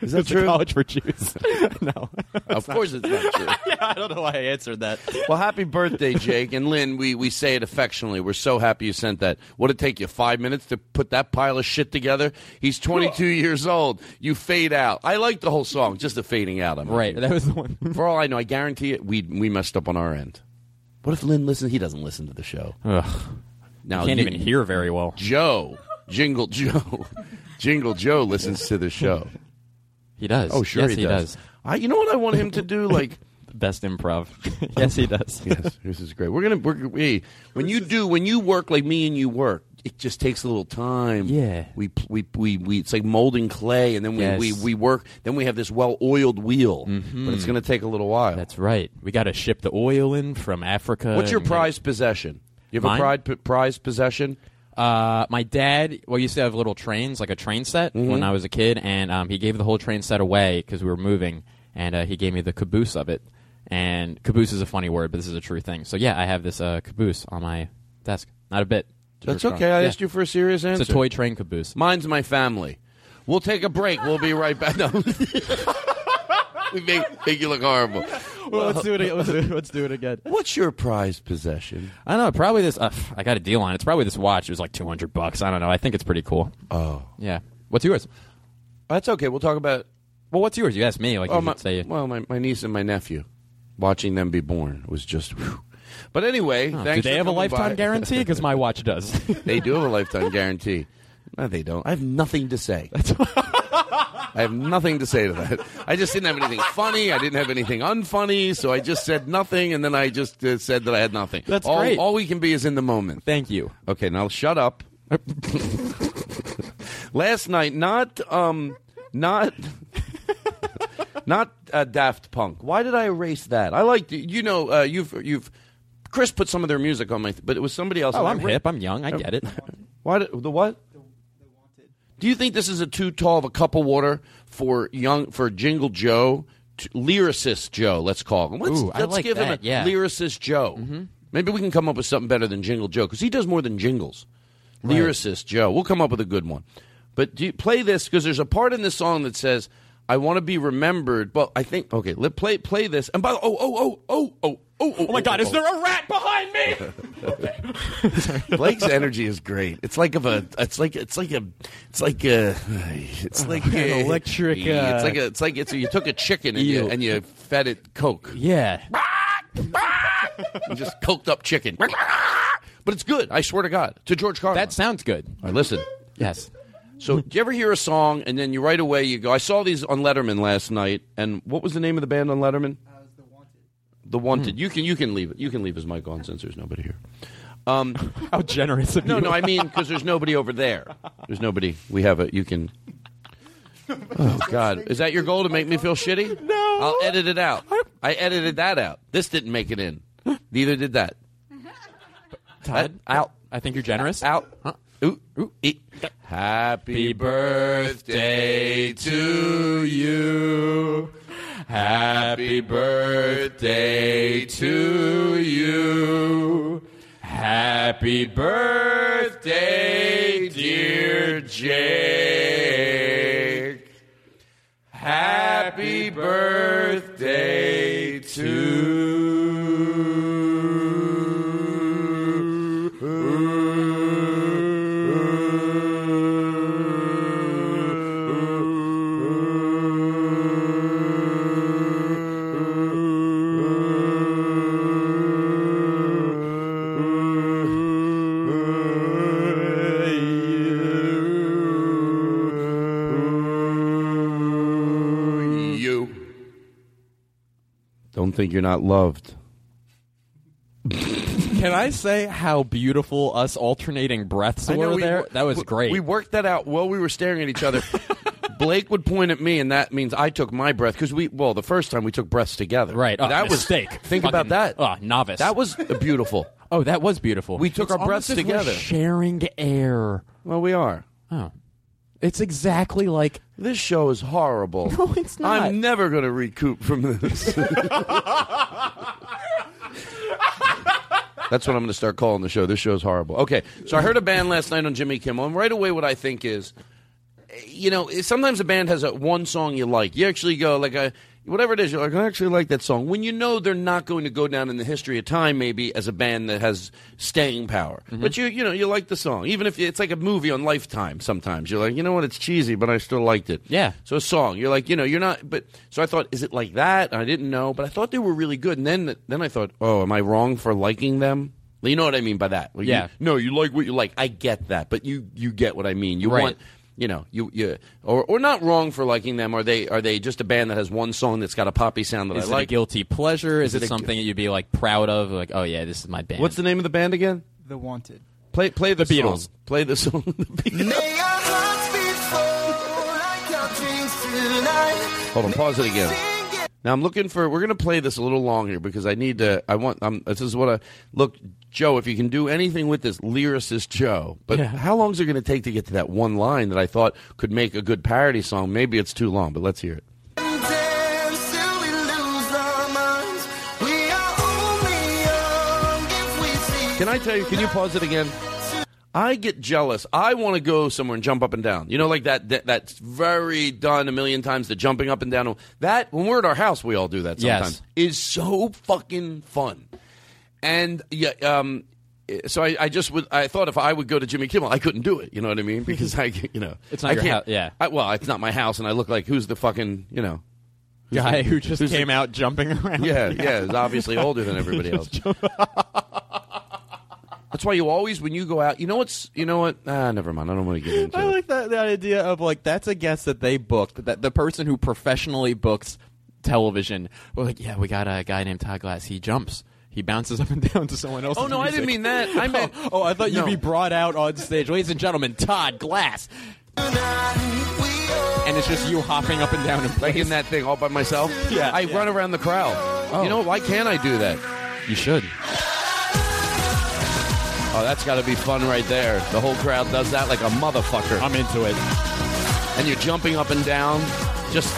Speaker 6: Is
Speaker 3: that true?
Speaker 6: college for Jews. no.
Speaker 3: Of course it's not true.
Speaker 6: yeah, I don't know why I answered that.
Speaker 3: Well, happy birthday, Jake and Lynn. We we say it affectionately. We're so happy you sent that. Would it take you five minutes to put that pile of shit together? He's 22 years old. You fade out. I like the whole song, just the fading out. I'm
Speaker 6: Right, that was the one.
Speaker 3: For all I know, I guarantee it. We we messed up on our end. What if Lynn listens? He doesn't listen to the show.
Speaker 6: Ugh.
Speaker 3: Now
Speaker 6: Can't
Speaker 3: you-
Speaker 6: even hear very well.
Speaker 3: Joe, Jingle Joe, Jingle Joe listens to the show.
Speaker 6: He does.
Speaker 3: Oh, sure
Speaker 6: Yes,
Speaker 3: he,
Speaker 6: he
Speaker 3: does.
Speaker 6: does.
Speaker 3: I, you know what I want him to do? Like
Speaker 6: best improv. yes, he does.
Speaker 3: yes, this is great. We're gonna. We're, we when you do when you work like me and you work, it just takes a little time.
Speaker 6: Yeah.
Speaker 3: we pl- we we, we it's like molding clay, and then we,
Speaker 6: Yes.
Speaker 3: we, we work. Then we have this well oiled wheel, but it's
Speaker 6: Mhm.
Speaker 3: gonna take a little while.
Speaker 6: That's right. We got to ship the oil in from Africa.
Speaker 3: What's your
Speaker 6: and-
Speaker 3: prized possession? You have
Speaker 6: Mine?
Speaker 3: a pride, p- prized possession.
Speaker 6: Uh, my dad, well, used to have little trains, like a train set,
Speaker 3: Mhm.
Speaker 6: when I was a kid, and um, he gave the whole train set away because we were moving, and uh, he gave me the caboose of it. And caboose is a funny word, but this is a true thing. So yeah, I have this uh, caboose on my desk. Not a bit.
Speaker 3: That's okay. I asked you for a serious answer.
Speaker 6: It's a toy train caboose.
Speaker 3: Mine's my family. We'll take a break. We'll be right back. No. we make, make you look horrible.
Speaker 6: Well, let's do it again. Let's do it- let's do it again.
Speaker 3: What's your prized possession?
Speaker 6: I don't know. Probably this. Uh, pff, I got a deal on it. It's probably this watch. It was like two hundred bucks. I don't know. I think it's pretty cool.
Speaker 3: Oh,
Speaker 6: yeah. What's yours?
Speaker 3: That's okay. We'll talk about.
Speaker 6: Well, what's yours? You asked me. Like
Speaker 3: Oh,
Speaker 6: you
Speaker 3: my-
Speaker 6: should say.
Speaker 3: Well, my, my niece and my nephew, watching them be born was just. whew. But anyway,
Speaker 6: Oh,
Speaker 3: thanks
Speaker 6: do they
Speaker 3: for
Speaker 6: have a
Speaker 3: coming
Speaker 6: lifetime
Speaker 3: by.
Speaker 6: guarantee? Because my watch does.
Speaker 3: they do have a lifetime guarantee. No, they don't. I have nothing to say. I have nothing to say to that. I just didn't have anything funny. I didn't have anything unfunny, so I just said nothing, and then I just uh, said that I had nothing.
Speaker 6: That's
Speaker 3: all,
Speaker 6: great.
Speaker 3: All we can be is in the moment.
Speaker 6: Thank you.
Speaker 3: Okay, now shut up. Last night, not um, not not uh, Daft Punk. Why did I erase that? I liked you know uh, you've you've Chris put some of their music on my, th- but it was somebody else.
Speaker 6: Oh,
Speaker 3: and I
Speaker 6: I'm
Speaker 3: re-
Speaker 6: hip. I'm young. I get it.
Speaker 3: Why did, the what? Do you think this is a too tall of a cup of water for young for Jingle Joe t- lyricist Joe. Let's call him. Let's,
Speaker 6: Ooh, I
Speaker 3: let's
Speaker 6: like
Speaker 3: give him
Speaker 6: that,
Speaker 3: a
Speaker 6: yeah. Mm-hmm.
Speaker 3: lyricist Joe. Maybe we can come up with something better than Jingle Joe because he does more than jingles.
Speaker 13: Right.
Speaker 3: Lyricist Joe. We'll come up with a good one. But do you play this because there's a part in this song that says, "I want to be remembered." Well, I think okay. Let play play this. And by the oh oh oh oh oh oh oh my
Speaker 6: God, is there a rat behind me?
Speaker 3: Blake's energy is great. It's like of a. It's like it's like a. It's like a. It's like
Speaker 13: An
Speaker 3: a-
Speaker 13: electric, uh,
Speaker 3: It's like a, it's like it's you took a chicken and you
Speaker 13: Ew.
Speaker 3: and you fed it Coke.
Speaker 13: Yeah.
Speaker 3: You just coked up chicken. But it's good. I swear to God. To George Carlin. That
Speaker 6: sounds good.
Speaker 3: I listen.
Speaker 6: Yes.
Speaker 3: So do you ever hear a song and then you right away you go? I saw these on Letterman last night. And what was the name of the band on Letterman? The
Speaker 6: Hmm.
Speaker 3: Wanted. You can you can leave it. You can leave his mic on since there's nobody here. Um,
Speaker 6: How generous of
Speaker 3: no,
Speaker 6: you.
Speaker 3: No, I mean because there's nobody over there. There's nobody. We have a. You can. Oh God, is that your goal to make me feel shitty? No, I'll edit it out. I edited that out. This didn't make it in. Neither did that.
Speaker 6: Todd,
Speaker 3: out.
Speaker 6: I think you're generous.
Speaker 3: Out. Ooh, ooh, ee. Happy birthday to you. Happy birthday to you. Happy birthday, dear Jake. Happy birthday to. you. Don't think you're not loved.
Speaker 6: Can I say how beautiful us alternating breaths
Speaker 3: I know
Speaker 6: were
Speaker 3: we-
Speaker 6: there? That was
Speaker 3: we-
Speaker 6: great.
Speaker 3: We worked that out while we were staring at each other. Blake would point at me, and that means I took my breath because we. Well, the first time we took breaths together, right?
Speaker 6: Oh,
Speaker 3: that
Speaker 6: mistake.
Speaker 3: was think
Speaker 6: Fucking-
Speaker 3: about that.
Speaker 6: oh, novice.
Speaker 3: That was beautiful.
Speaker 6: oh, that was beautiful.
Speaker 3: We took
Speaker 6: It's
Speaker 3: our
Speaker 6: almost
Speaker 3: breaths
Speaker 6: as we're
Speaker 3: together.
Speaker 6: sharing air.
Speaker 3: Well, we are.
Speaker 6: Oh, it's exactly like
Speaker 3: this show is horrible.
Speaker 6: No, it's not.
Speaker 3: I'm never going to recoup from this. That's what I'm going to start calling the show. This show is horrible. Okay, so I heard a band last night on Jimmy Kimmel, and right away, what I think is, you know, sometimes a band has a one song you like. You actually go like a whatever it is. You're like, I actually like that song. When you know they're not going to go down in the history of time, maybe as a band that has staying power.
Speaker 6: Mm-hmm.
Speaker 3: But you, you know, you like the song, even if it's like a movie on Lifetime. Sometimes you're like, you know what, it's cheesy, but I still liked it.
Speaker 6: Yeah.
Speaker 3: So a song, you're like, you know, you're not. But so I thought, is it like that? And I didn't know, but I thought they were really good. And then, then I thought, oh, am I wrong for liking them? You know what I mean by that? Like, you-
Speaker 6: Yeah.
Speaker 3: no, you like what you like. I get that, but you you get what I mean. You
Speaker 6: Right.
Speaker 3: want you know you you or or not wrong for liking them. Are they are they just a band that has one song that's got a poppy sound that
Speaker 6: is
Speaker 3: I
Speaker 6: it
Speaker 3: like?
Speaker 6: a guilty pleasure? Is,
Speaker 3: Is it
Speaker 6: it,
Speaker 3: a gu-
Speaker 6: something that you'd be like proud of? Like, oh yeah, this is my band.
Speaker 3: What's the name of the band again?
Speaker 9: The Wanted.
Speaker 3: Play play the,
Speaker 6: The
Speaker 3: song.
Speaker 6: Beatles.
Speaker 3: Play the song. The Beatles. Hold on, pause it again. Now I'm looking for. We're gonna play this a little long here because I need to. I want. Um, this is what I look, Joe. If you can do anything with this lyricist Joe, but how long is it gonna take to get to that one line that I thought could make a good parody song? Maybe it's too long, but let's hear it. Can I tell you? Can you pause it again? I get jealous. I want to go somewhere and jump up and down. You know, like that, that that's very done a million times. The jumping up and down. That when we're at our house, we all do that
Speaker 6: Yes.
Speaker 3: sometimes. Is so fucking fun. And yeah, um, so I, I just would. I thought if I would go to Jimmy Kimmel, I couldn't do it. You know what I mean? Because I, you know,
Speaker 6: It's not
Speaker 3: I
Speaker 6: your
Speaker 3: can't-
Speaker 6: hou- yeah.
Speaker 3: I, well, it's not my house, and I look like who's the fucking you know who's
Speaker 6: guy
Speaker 3: the-
Speaker 6: who just
Speaker 3: who's the-
Speaker 6: came out jumping around?
Speaker 3: Yeah, yeah, is obviously older than everybody else. That's why you always, when you go out, you know what's, you know what? Ah, never mind. I don't want to get into
Speaker 6: I
Speaker 3: it.
Speaker 6: like that, that idea of like that's a guest that they booked that the person who professionally books television. Well, like yeah, we got a guy named Todd Glass. He jumps. He bounces up and down to someone else.
Speaker 3: Oh, no, I didn't mean that. I meant-
Speaker 6: oh, I thought you'd
Speaker 3: No.
Speaker 6: be brought out on stage, ladies and gentlemen. Todd Glass, and it's just you hopping up and down. In
Speaker 3: Like in that thing all by myself?
Speaker 6: Yeah,
Speaker 3: I
Speaker 6: yeah.
Speaker 3: run around the crowd. You know, why can't I do that?
Speaker 6: You should.
Speaker 3: Oh, that's got to be fun right there. The whole crowd does that like a motherfucker.
Speaker 6: I'm into it.
Speaker 3: And you're jumping up and down just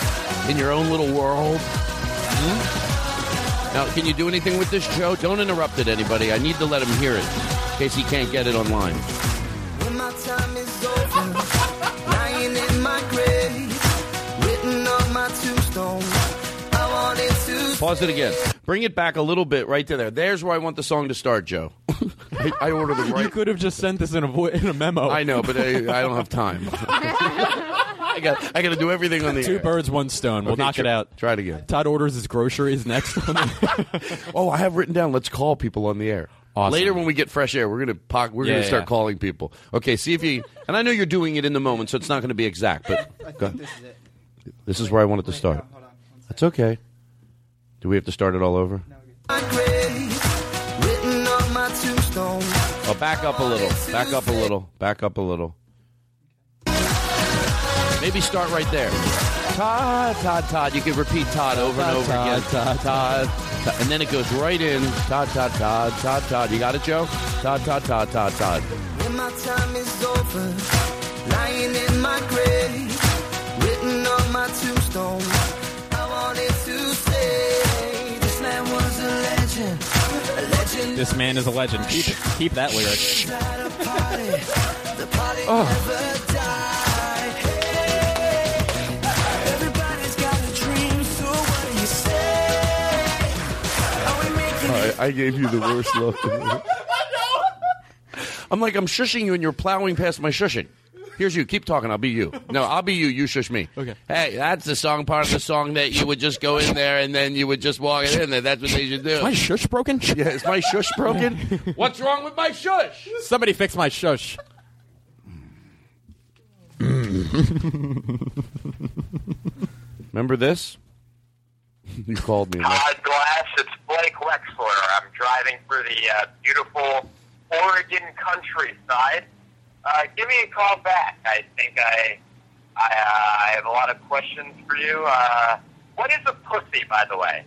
Speaker 3: in your own little world.
Speaker 6: Hmm?
Speaker 3: Now, can you do anything with this, Joe? Don't interrupt it, anybody. I need to let him hear it in case he can't get it online.
Speaker 14: When my time is over, lying in my grave, written on my tombstone, I wanted to.
Speaker 3: Pause it again. Bring it back a little bit right to there. There's where I want the song to start, Joe. I, I ordered the right. You
Speaker 6: could have just sent this in a vo- in a memo.
Speaker 3: I know, but I, I don't have time. I got I got to do everything on the
Speaker 6: Two
Speaker 3: air.
Speaker 6: birds, one stone. We'll
Speaker 3: Okay,
Speaker 6: knock
Speaker 3: tr-
Speaker 6: it out.
Speaker 3: Try it again.
Speaker 6: Todd orders his groceries next. on the-
Speaker 3: Oh, I have written down. Let's call people on the air.
Speaker 6: Awesome.
Speaker 3: Later, when we get fresh air, we're gonna po- we're
Speaker 6: Yeah,
Speaker 3: gonna start
Speaker 6: yeah.
Speaker 3: calling people. Okay, see if you. And I know you're doing it in the moment, so it's not gonna be exact. But go-
Speaker 9: This is it.
Speaker 3: this is where I want it to start. That's okay. Do we have to start it all over?
Speaker 14: My grave, written on my tombstone.
Speaker 3: Oh, back up a little. Back up a little. Back up a little. Maybe start right there. Todd, Todd, Todd. You can repeat Todd over
Speaker 6: Todd,
Speaker 3: and over
Speaker 6: Todd,
Speaker 3: again. Todd, Todd, Todd. And then it goes right in. Todd, Todd, Todd, Todd, Todd. You got it, Joe? Todd, Todd, Todd, Todd, Todd.
Speaker 14: When my time is over, lying in my grave, written on my tombstone, I wanted to say this man was a legend, a legend.
Speaker 6: this man is a legend. Keep it. Keep that lyric.
Speaker 14: At a party, the party
Speaker 6: Oh.
Speaker 14: never died. Hey, everybody's got a dream, so what do you say? Are we making
Speaker 3: I, I gave you the worst look. I'm like, I'm shushing you and you're plowing past my shushing. Here's you. Keep talking. I'll be you. No, I'll be you. You shush me. Okay. Hey, that's the song part of the song that you would just go in there and then you would just walk it in there. That's what they should do.
Speaker 6: Is my shush broken?
Speaker 3: Yeah, is my shush broken? What's wrong with my shush?
Speaker 6: Somebody fix my shush.
Speaker 3: Remember this? you called me.
Speaker 15: Todd Glass, it's Blake Wexler. I'm driving through the uh, beautiful Oregon countryside. Uh, give me a call back. I think I I, uh, I have a lot of questions for you. Uh, what is a pussy, by the way?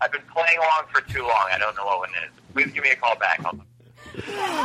Speaker 15: I've been playing along for too long. I don't know what one is. Please give me a call back. I'll-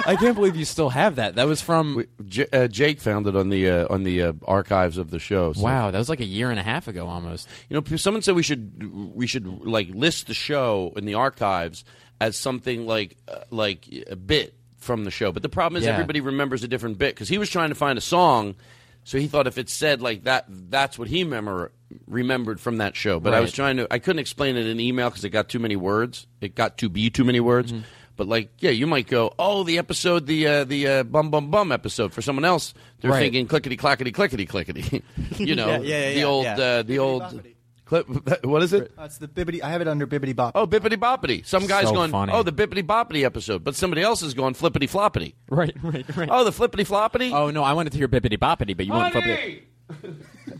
Speaker 6: I can't believe you still have that. That was from.
Speaker 3: J- uh, Jake found it on the uh, on the uh, archives of the show. so-
Speaker 6: Wow, that was like a year and a half ago almost.
Speaker 3: You know, someone said we should we should like list the show in the archives as something like uh, like a bit from the show. But the problem is
Speaker 6: Yeah.
Speaker 3: everybody remembers a different bit because he was trying to find a song, so he thought if it said like that, that's what he memor- remembered from that show. But I was
Speaker 6: Right.
Speaker 3: trying to I couldn't explain it in email because it got too many words. It got to be too many words.
Speaker 6: Mm-hmm.
Speaker 3: But like, yeah, you might go, oh, the episode, the uh, the uh, bum bum bum episode for someone else. They're
Speaker 6: Right.
Speaker 3: thinking clickety clackety clickety clickety, you know,
Speaker 9: Yeah, yeah, yeah,
Speaker 3: the
Speaker 9: yeah,
Speaker 3: old
Speaker 9: yeah.
Speaker 3: Uh, the old clip. What is it?
Speaker 9: Uh, it's the bibbity. I have it under bibbity bop.
Speaker 3: Oh, bippity boppity. Some guy's
Speaker 9: So
Speaker 3: going,
Speaker 9: funny.
Speaker 3: oh, the bippity boppity episode, but somebody else is going flippity floppity.
Speaker 6: Right, right, right.
Speaker 3: Oh, the flippity floppity.
Speaker 6: Oh no, I wanted to hear bippity boppity, but you want flippity.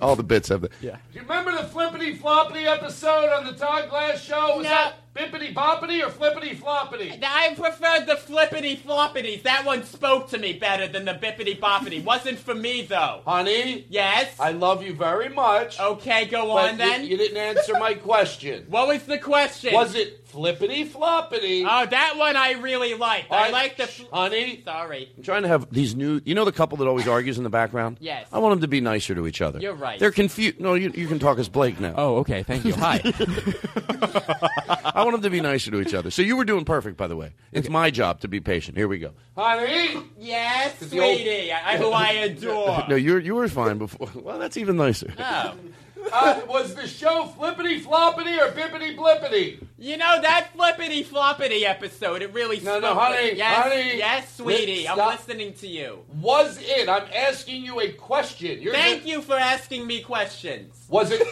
Speaker 3: All the bits have the. Yeah.
Speaker 2: Do you remember the flippity floppity episode on the Todd Glass show? Was that bippity boppity or flippity floppity?
Speaker 13: I preferred the flippity floppities. That one spoke to me better than the bippity boppity. Wasn't for me though.
Speaker 2: Honey?
Speaker 13: Yes?
Speaker 2: I love you very much.
Speaker 13: Okay, go
Speaker 2: But
Speaker 13: on
Speaker 2: you-
Speaker 13: then.
Speaker 2: You didn't answer my question.
Speaker 13: What was the question?
Speaker 2: Was it flippity floppity?
Speaker 13: Oh, that one I really liked. I,
Speaker 2: I-
Speaker 13: like the. Fl-
Speaker 2: honey?
Speaker 13: Sorry.
Speaker 3: I'm trying to have these new. You know the couple that always argues in the background?
Speaker 13: Yes.
Speaker 3: I want them to be nicer to each other.
Speaker 13: You're right.
Speaker 3: They're confused. No, you, you can talk as Blake now.
Speaker 6: Oh, okay. Thank you. Hi.
Speaker 3: I want them to be nicer to each other. So you were doing perfect, by the way. It's my job to be patient. Here we go.
Speaker 2: Honey?
Speaker 13: Yes,
Speaker 2: The old-
Speaker 13: sweetie, I, who I adore.
Speaker 3: Uh, No, you you were fine before. Well, that's even nicer.
Speaker 13: Oh.
Speaker 2: Uh, was the show flippity floppity or bippity blippity?
Speaker 13: You know that flippity floppity episode. It really.
Speaker 2: No,
Speaker 13: spoke
Speaker 2: no,
Speaker 13: to-
Speaker 2: honey,
Speaker 13: Yes,
Speaker 2: honey.
Speaker 13: yes, sweetie. I'm
Speaker 2: Stop.
Speaker 13: listening to you.
Speaker 2: Was it? I'm asking you a question. You're
Speaker 13: Thank
Speaker 2: ju-
Speaker 13: you for asking me questions.
Speaker 2: Was it?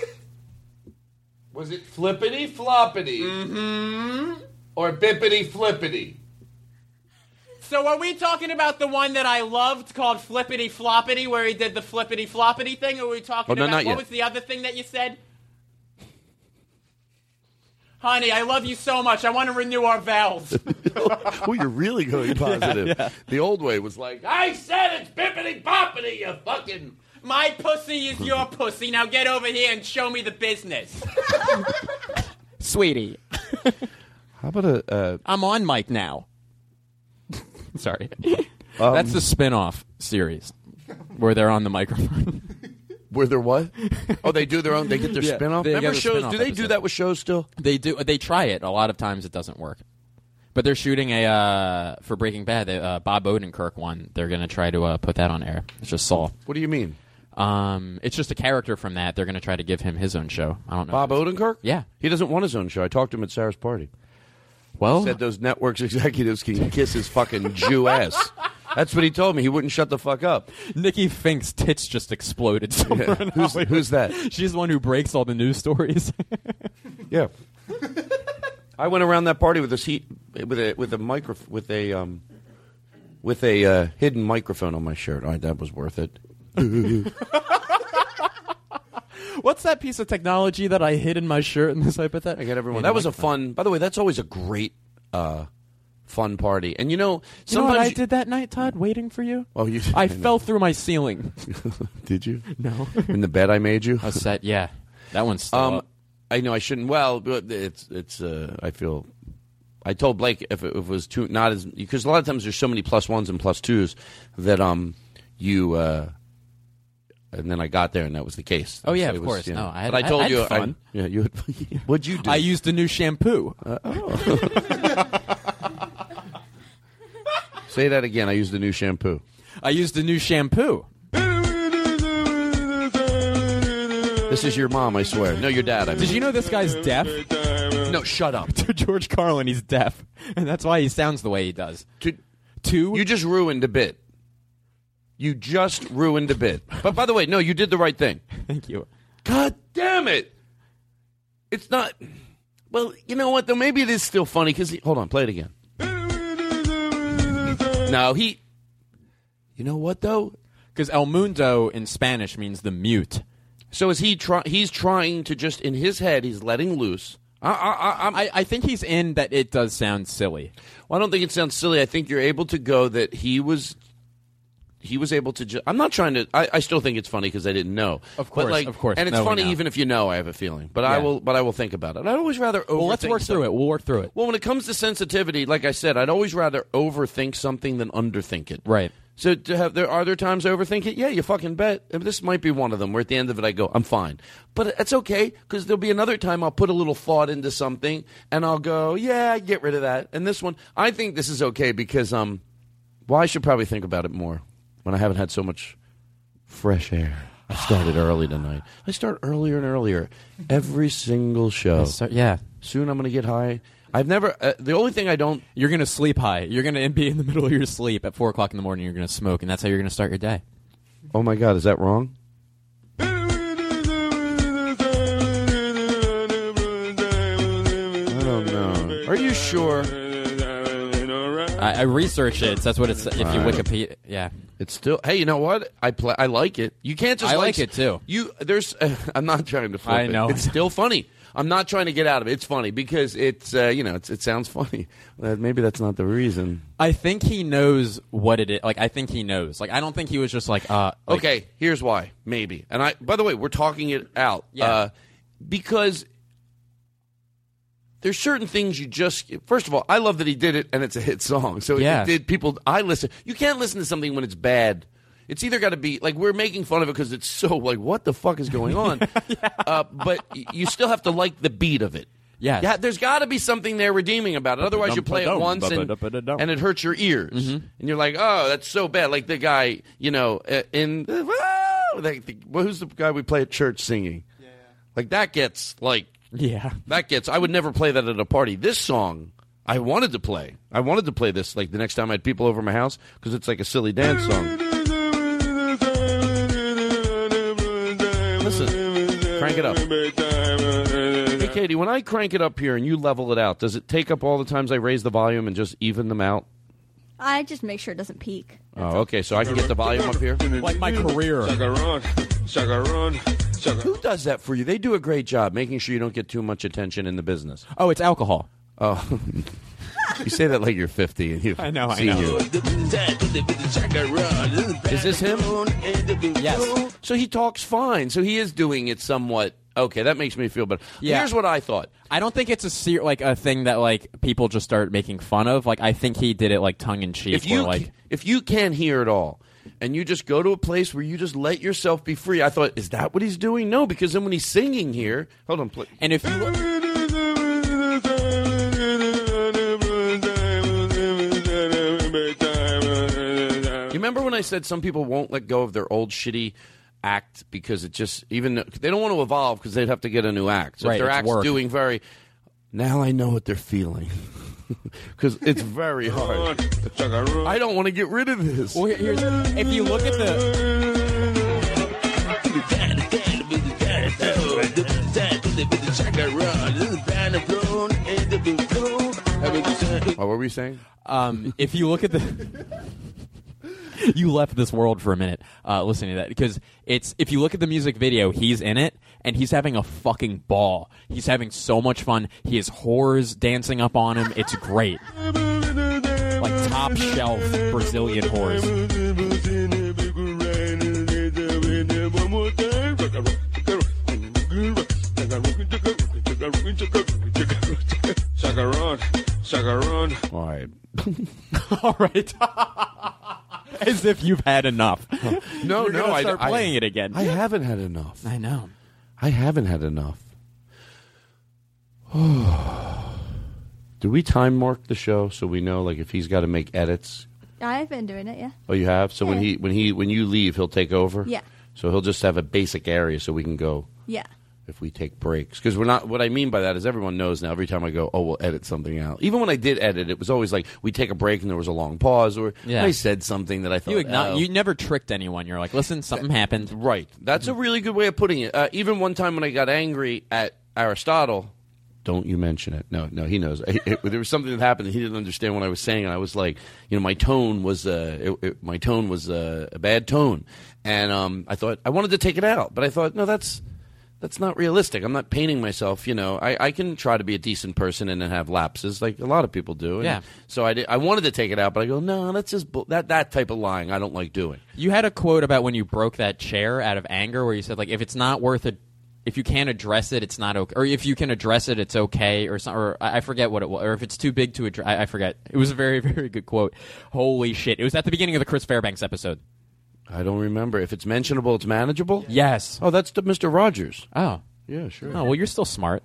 Speaker 2: was it flippity floppity?
Speaker 13: Mm-hmm.
Speaker 2: Or bippity flippity?
Speaker 13: So are we talking about the one that I loved called Flippity Floppity, where he did the flippity floppity thing? Or are we talking
Speaker 3: Oh, no,
Speaker 13: about
Speaker 3: not
Speaker 13: what
Speaker 3: yet.
Speaker 13: was the other thing that you said? Honey, I love you so much. I want to renew our vows.
Speaker 3: oh, you're really going positive. The old way was like,
Speaker 2: I said it's bippity boppity, you fucking.
Speaker 13: My pussy is your pussy. Now get over here and show me the business.
Speaker 6: Sweetie.
Speaker 3: How about a? Uh,
Speaker 6: I'm on mic now.
Speaker 3: Um,
Speaker 6: Sorry. That's the spin off series where they're on the microphone.
Speaker 3: Where they're what? Oh, they do their own. They get their
Speaker 6: Yeah,
Speaker 3: spin-off.
Speaker 6: they get
Speaker 3: Remember
Speaker 6: their
Speaker 3: shows?
Speaker 6: spin-off
Speaker 3: do they do
Speaker 6: episode.
Speaker 3: that with shows still?
Speaker 6: They do. They try it. A lot of times it doesn't work. But they're shooting a uh, for Breaking Bad. They, uh, Bob Odenkirk one. They're going to try to uh, put that on air. It's just Saul.
Speaker 3: What do you mean?
Speaker 6: Um, it's just a character from that. They're going to try to give him his own show. I don't know.
Speaker 3: Bob Odenkirk?
Speaker 6: Yeah.
Speaker 3: He doesn't want his own show. I talked to him at Sarah's party.
Speaker 6: Well,
Speaker 3: said those networks executives can kiss his fucking Jew ass. That's what he told me. He wouldn't shut the fuck up.
Speaker 6: Nikki Fink's tits just exploded. somewhere in
Speaker 3: Who's,
Speaker 6: Hollywood.
Speaker 3: who's that?
Speaker 6: She's the one who breaks all the news stories.
Speaker 3: Yeah. I went around that party with a seat with a with a micro with a um with a uh, hidden microphone on my shirt. All right, that was worth it.
Speaker 6: What's that piece of technology that I hid in my shirt in this hypothetical? I
Speaker 3: get everyone. that was a fun. By the way, that's always a great uh fun party. And you know,
Speaker 6: You know what
Speaker 3: sometimes
Speaker 6: I
Speaker 3: you-
Speaker 6: did that night, Todd, waiting for you?
Speaker 3: Oh, you
Speaker 6: I
Speaker 3: know.
Speaker 6: fell through my ceiling.
Speaker 3: Did you?
Speaker 6: No.
Speaker 3: In the bed I made you?
Speaker 6: A set, yeah. That one's still
Speaker 3: um,
Speaker 6: up.
Speaker 3: I know I shouldn't. Well, but it's it's. Uh, I feel. I told Blake if it, if it was too not as because a lot of times there's so many plus ones and plus twos that um you uh and then I got there and that was the case.
Speaker 6: Oh, yeah,
Speaker 3: So
Speaker 6: of
Speaker 3: it was,
Speaker 6: course.
Speaker 3: you
Speaker 6: No,
Speaker 3: know.
Speaker 6: I had-
Speaker 3: but I
Speaker 6: I-
Speaker 3: told
Speaker 6: I had
Speaker 3: you
Speaker 6: fun.
Speaker 3: I, yeah, you had, what'd you do?
Speaker 6: I used a new shampoo.
Speaker 3: Uh, oh. Say that again. I used a new shampoo.
Speaker 6: I used a new shampoo.
Speaker 3: This is your mom, I swear. No, your dad. I mean.
Speaker 6: Did you know this guy's deaf?
Speaker 3: No, shut up.
Speaker 6: to George Carlin, he's deaf, and that's why he sounds the way he does.
Speaker 3: To,
Speaker 6: Two.
Speaker 3: You just ruined a bit. You just ruined a bit. But by the way, no, you did the right thing.
Speaker 6: Thank you.
Speaker 3: God damn it! It's not. Well, you know what? Though maybe it is still funny because hold on, play it again. No, he. You know what though?
Speaker 6: Because El Mundo in Spanish means the mute.
Speaker 3: So is he try? He's trying to just in his head. He's letting loose. I, I, I,
Speaker 6: I, I think he's in that it does sound silly.
Speaker 3: Well, I don't think it sounds silly. I think you're able to go that he was. He was able to. Ju- I'm not trying to. I, I still think it's funny because I didn't know.
Speaker 6: Of
Speaker 3: But,
Speaker 6: course,
Speaker 3: like-
Speaker 6: of course.
Speaker 3: And it's
Speaker 6: No, we
Speaker 3: funny
Speaker 6: know.
Speaker 3: even if you know. I have a feeling, but I
Speaker 6: Yeah.
Speaker 3: will. But I will think about it. I'd always rather.
Speaker 6: Well, let's
Speaker 3: overthink
Speaker 6: work
Speaker 3: something.
Speaker 6: through it. We'll work through it.
Speaker 3: Well, when it comes to sensitivity, like I said, I'd always rather overthink something than underthink it.
Speaker 6: Right.
Speaker 3: So to have there are there times I overthink it. Yeah, you fucking bet. I mean, this might be one of them. Where at the end of it, I go, I'm fine, but that's okay because there'll be another time I'll put a little thought into something and I'll go, yeah, get rid of that. And this one, I think this is okay because um, well, I should probably think about it more when I haven't had so much fresh air. I started early tonight. I start earlier and earlier every single show.
Speaker 6: Yes, sir. Yeah.
Speaker 3: Soon I'm going to get high. I've never. Uh, the only thing I don't.
Speaker 6: You're gonna sleep high. You're gonna be in the middle of your sleep at four o'clock in the morning. You're gonna smoke, and that's how you're gonna start your day.
Speaker 3: Oh my God, is that wrong? I don't know. Are you sure?
Speaker 6: I, I research it. So that's what it's. If you
Speaker 3: Right.
Speaker 6: Wikipedia, yeah.
Speaker 3: It's still. Hey, you know what? I play. I like it. You can't just.
Speaker 6: I like it, too.
Speaker 3: You there's. I'm not trying to. Flip
Speaker 6: I
Speaker 3: it.
Speaker 6: know.
Speaker 3: It's still funny. I'm not trying to get out of it. It's funny because it's. Uh, you know, it's, it sounds funny. Uh, maybe that's not the reason.
Speaker 6: I think he knows what it is. Like I think he knows. Like I don't think he was just like, uh, like,
Speaker 3: okay, here's why. Maybe. And I by the way, we're talking it out.
Speaker 6: Yeah.
Speaker 3: Uh, because there's certain things you just first of all, I love that he did it and it's a hit song. So
Speaker 6: Yeah.
Speaker 3: it did people I listen. You can't listen to something when it's bad. It's either got to be like we're making fun of it because it's so like what the fuck is going on, uh, but y- you still have to like the beat of it.
Speaker 6: Yes.
Speaker 3: yeah. There's got to be something there redeeming about it. Otherwise, you play it once and, and it hurts your ears, and you're like, oh, that's so bad. Like the guy, you know, uh, in like the, well, who's the guy we play at church singing? Yeah, like that gets like
Speaker 6: Yeah.
Speaker 3: that gets. I would never play that at a party. This song I wanted to play. I wanted to play this like the next time I had people over my house because it's like a silly dance song. Listen, crank it up. Hey, Katie, when I crank it up here and you level it out, does it take up all the times I raise the volume and just even them out?
Speaker 5: I just make sure it doesn't peak.
Speaker 3: Oh, okay. So I can get the volume up here.
Speaker 6: Like my career.
Speaker 3: Who does that for you? They do a great job making sure you don't get too much attention in the business.
Speaker 6: Oh, it's alcohol.
Speaker 3: Oh, you say that like you're 50 and you.
Speaker 6: I know, I
Speaker 3: senior.
Speaker 6: know.
Speaker 3: Is this him?
Speaker 6: Yes.
Speaker 3: So he talks fine. So he is doing it somewhat. Okay, that makes me feel better.
Speaker 6: Yeah.
Speaker 3: Here's what I thought.
Speaker 6: I don't think it's a ser- like a thing that like people just start making fun of. Like I think he did it like tongue in cheek.
Speaker 3: If you
Speaker 6: like
Speaker 3: if you can hear it all, and you just go to a place where you just let yourself be free. I thought, is that what he's doing? No, because then when he's singing here, hold on, play.
Speaker 6: And if you
Speaker 3: You remember when I said some people won't let go of their old shitty act because it just even they don't want to evolve because they'd have to get a new act. So
Speaker 6: Right,
Speaker 3: if their
Speaker 6: it's
Speaker 3: act's
Speaker 6: work.
Speaker 3: doing very now I know what they're feeling because it's very hard. I don't want to get rid of this.
Speaker 6: Well, here- here's if you look at the
Speaker 3: what were we saying?
Speaker 6: Um, if you look at the you left this world for a minute uh, listening to that because it's if you look at the music video, he's in it and he's having a fucking ball. He's having so much fun. He has whores dancing up on him. It's great, like top shelf Brazilian whores.
Speaker 11: Shakaron, shakaron.
Speaker 3: All right.
Speaker 6: All right. As if you've had enough.
Speaker 3: No,
Speaker 6: You're
Speaker 3: no,
Speaker 6: gonna
Speaker 3: I-
Speaker 6: start
Speaker 3: I-
Speaker 6: playing it again.
Speaker 3: I haven't had enough.
Speaker 6: I know.
Speaker 3: I haven't had enough. Do we time mark the show so we know, like, if he's got to make edits?
Speaker 5: I've been doing it, yeah.
Speaker 3: Oh, you have. So when
Speaker 5: Yeah.
Speaker 3: he when he when you leave, he'll take over.
Speaker 5: Yeah.
Speaker 3: So he'll just have a basic area so we can go
Speaker 5: Yeah.
Speaker 3: if we take breaks because we're not. What I mean by that is everyone knows now. Every time I go, oh, we'll edit something out. Even when I did edit, it was always like we take a break and there was a long pause or
Speaker 6: Yeah.
Speaker 3: I said something that I thought
Speaker 6: You igno-
Speaker 3: oh.
Speaker 6: you never tricked anyone. You're like, listen, something happened.
Speaker 3: Right. That's a really good way of putting it. Uh, even one time when I got angry at Aristotle, don't you mention it. No, no, he knows. It- it- there was something that happened that he didn't understand what I was saying, and I was like, you know, my tone was uh, it, it- my tone was uh, a bad tone, and um, I thought I wanted to take it out, but I thought, no, that's that's not realistic. I'm not painting myself. You know, I, I can try to be a decent person and then have lapses, like a lot of people do. And
Speaker 6: Yeah.
Speaker 3: So I, did, I wanted to take it out, but I go, no, that's just bull- that that type of lying. I don't like doing.
Speaker 6: You had a quote about when you broke that chair out of anger, where you said like, if it's not worth it, if you can't address it, it's not okay, or if you can address it, it's okay, or some, or I I forget what it was, or if it's too big to address, I, I forget. It was a very very good quote. Holy shit! It was at the beginning of the Chris Fairbanks episode.
Speaker 3: I don't remember. If it's mentionable, it's manageable?
Speaker 6: Yes.
Speaker 3: Oh, that's the Mr. Rogers.
Speaker 6: Oh.
Speaker 3: Yeah, sure.
Speaker 6: Oh well, you're still smart.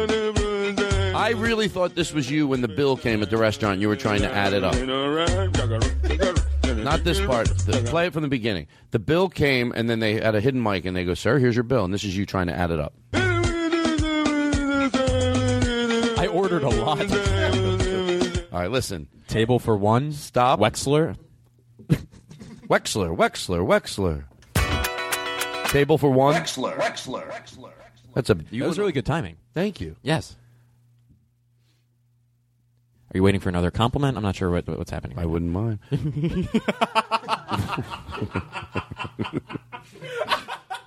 Speaker 3: I really thought this was you when the bill came at the restaurant. You were trying to add it up. Not this part. The, play it from the beginning. The bill came, and then they had a hidden mic, and they go, Sir, here's your bill. And this is you trying to add it up.
Speaker 6: I ordered a lot.
Speaker 3: All right, listen.
Speaker 6: Table for one.
Speaker 3: Stop.
Speaker 6: Wexler.
Speaker 3: Wexler, Wexler, Wexler. Table for one.
Speaker 11: Wexler.
Speaker 3: That's a.
Speaker 6: That was really good timing.
Speaker 3: Thank you.
Speaker 6: Yes. Are you waiting for another compliment? I'm not sure what, what's happening.
Speaker 3: I wouldn't mind.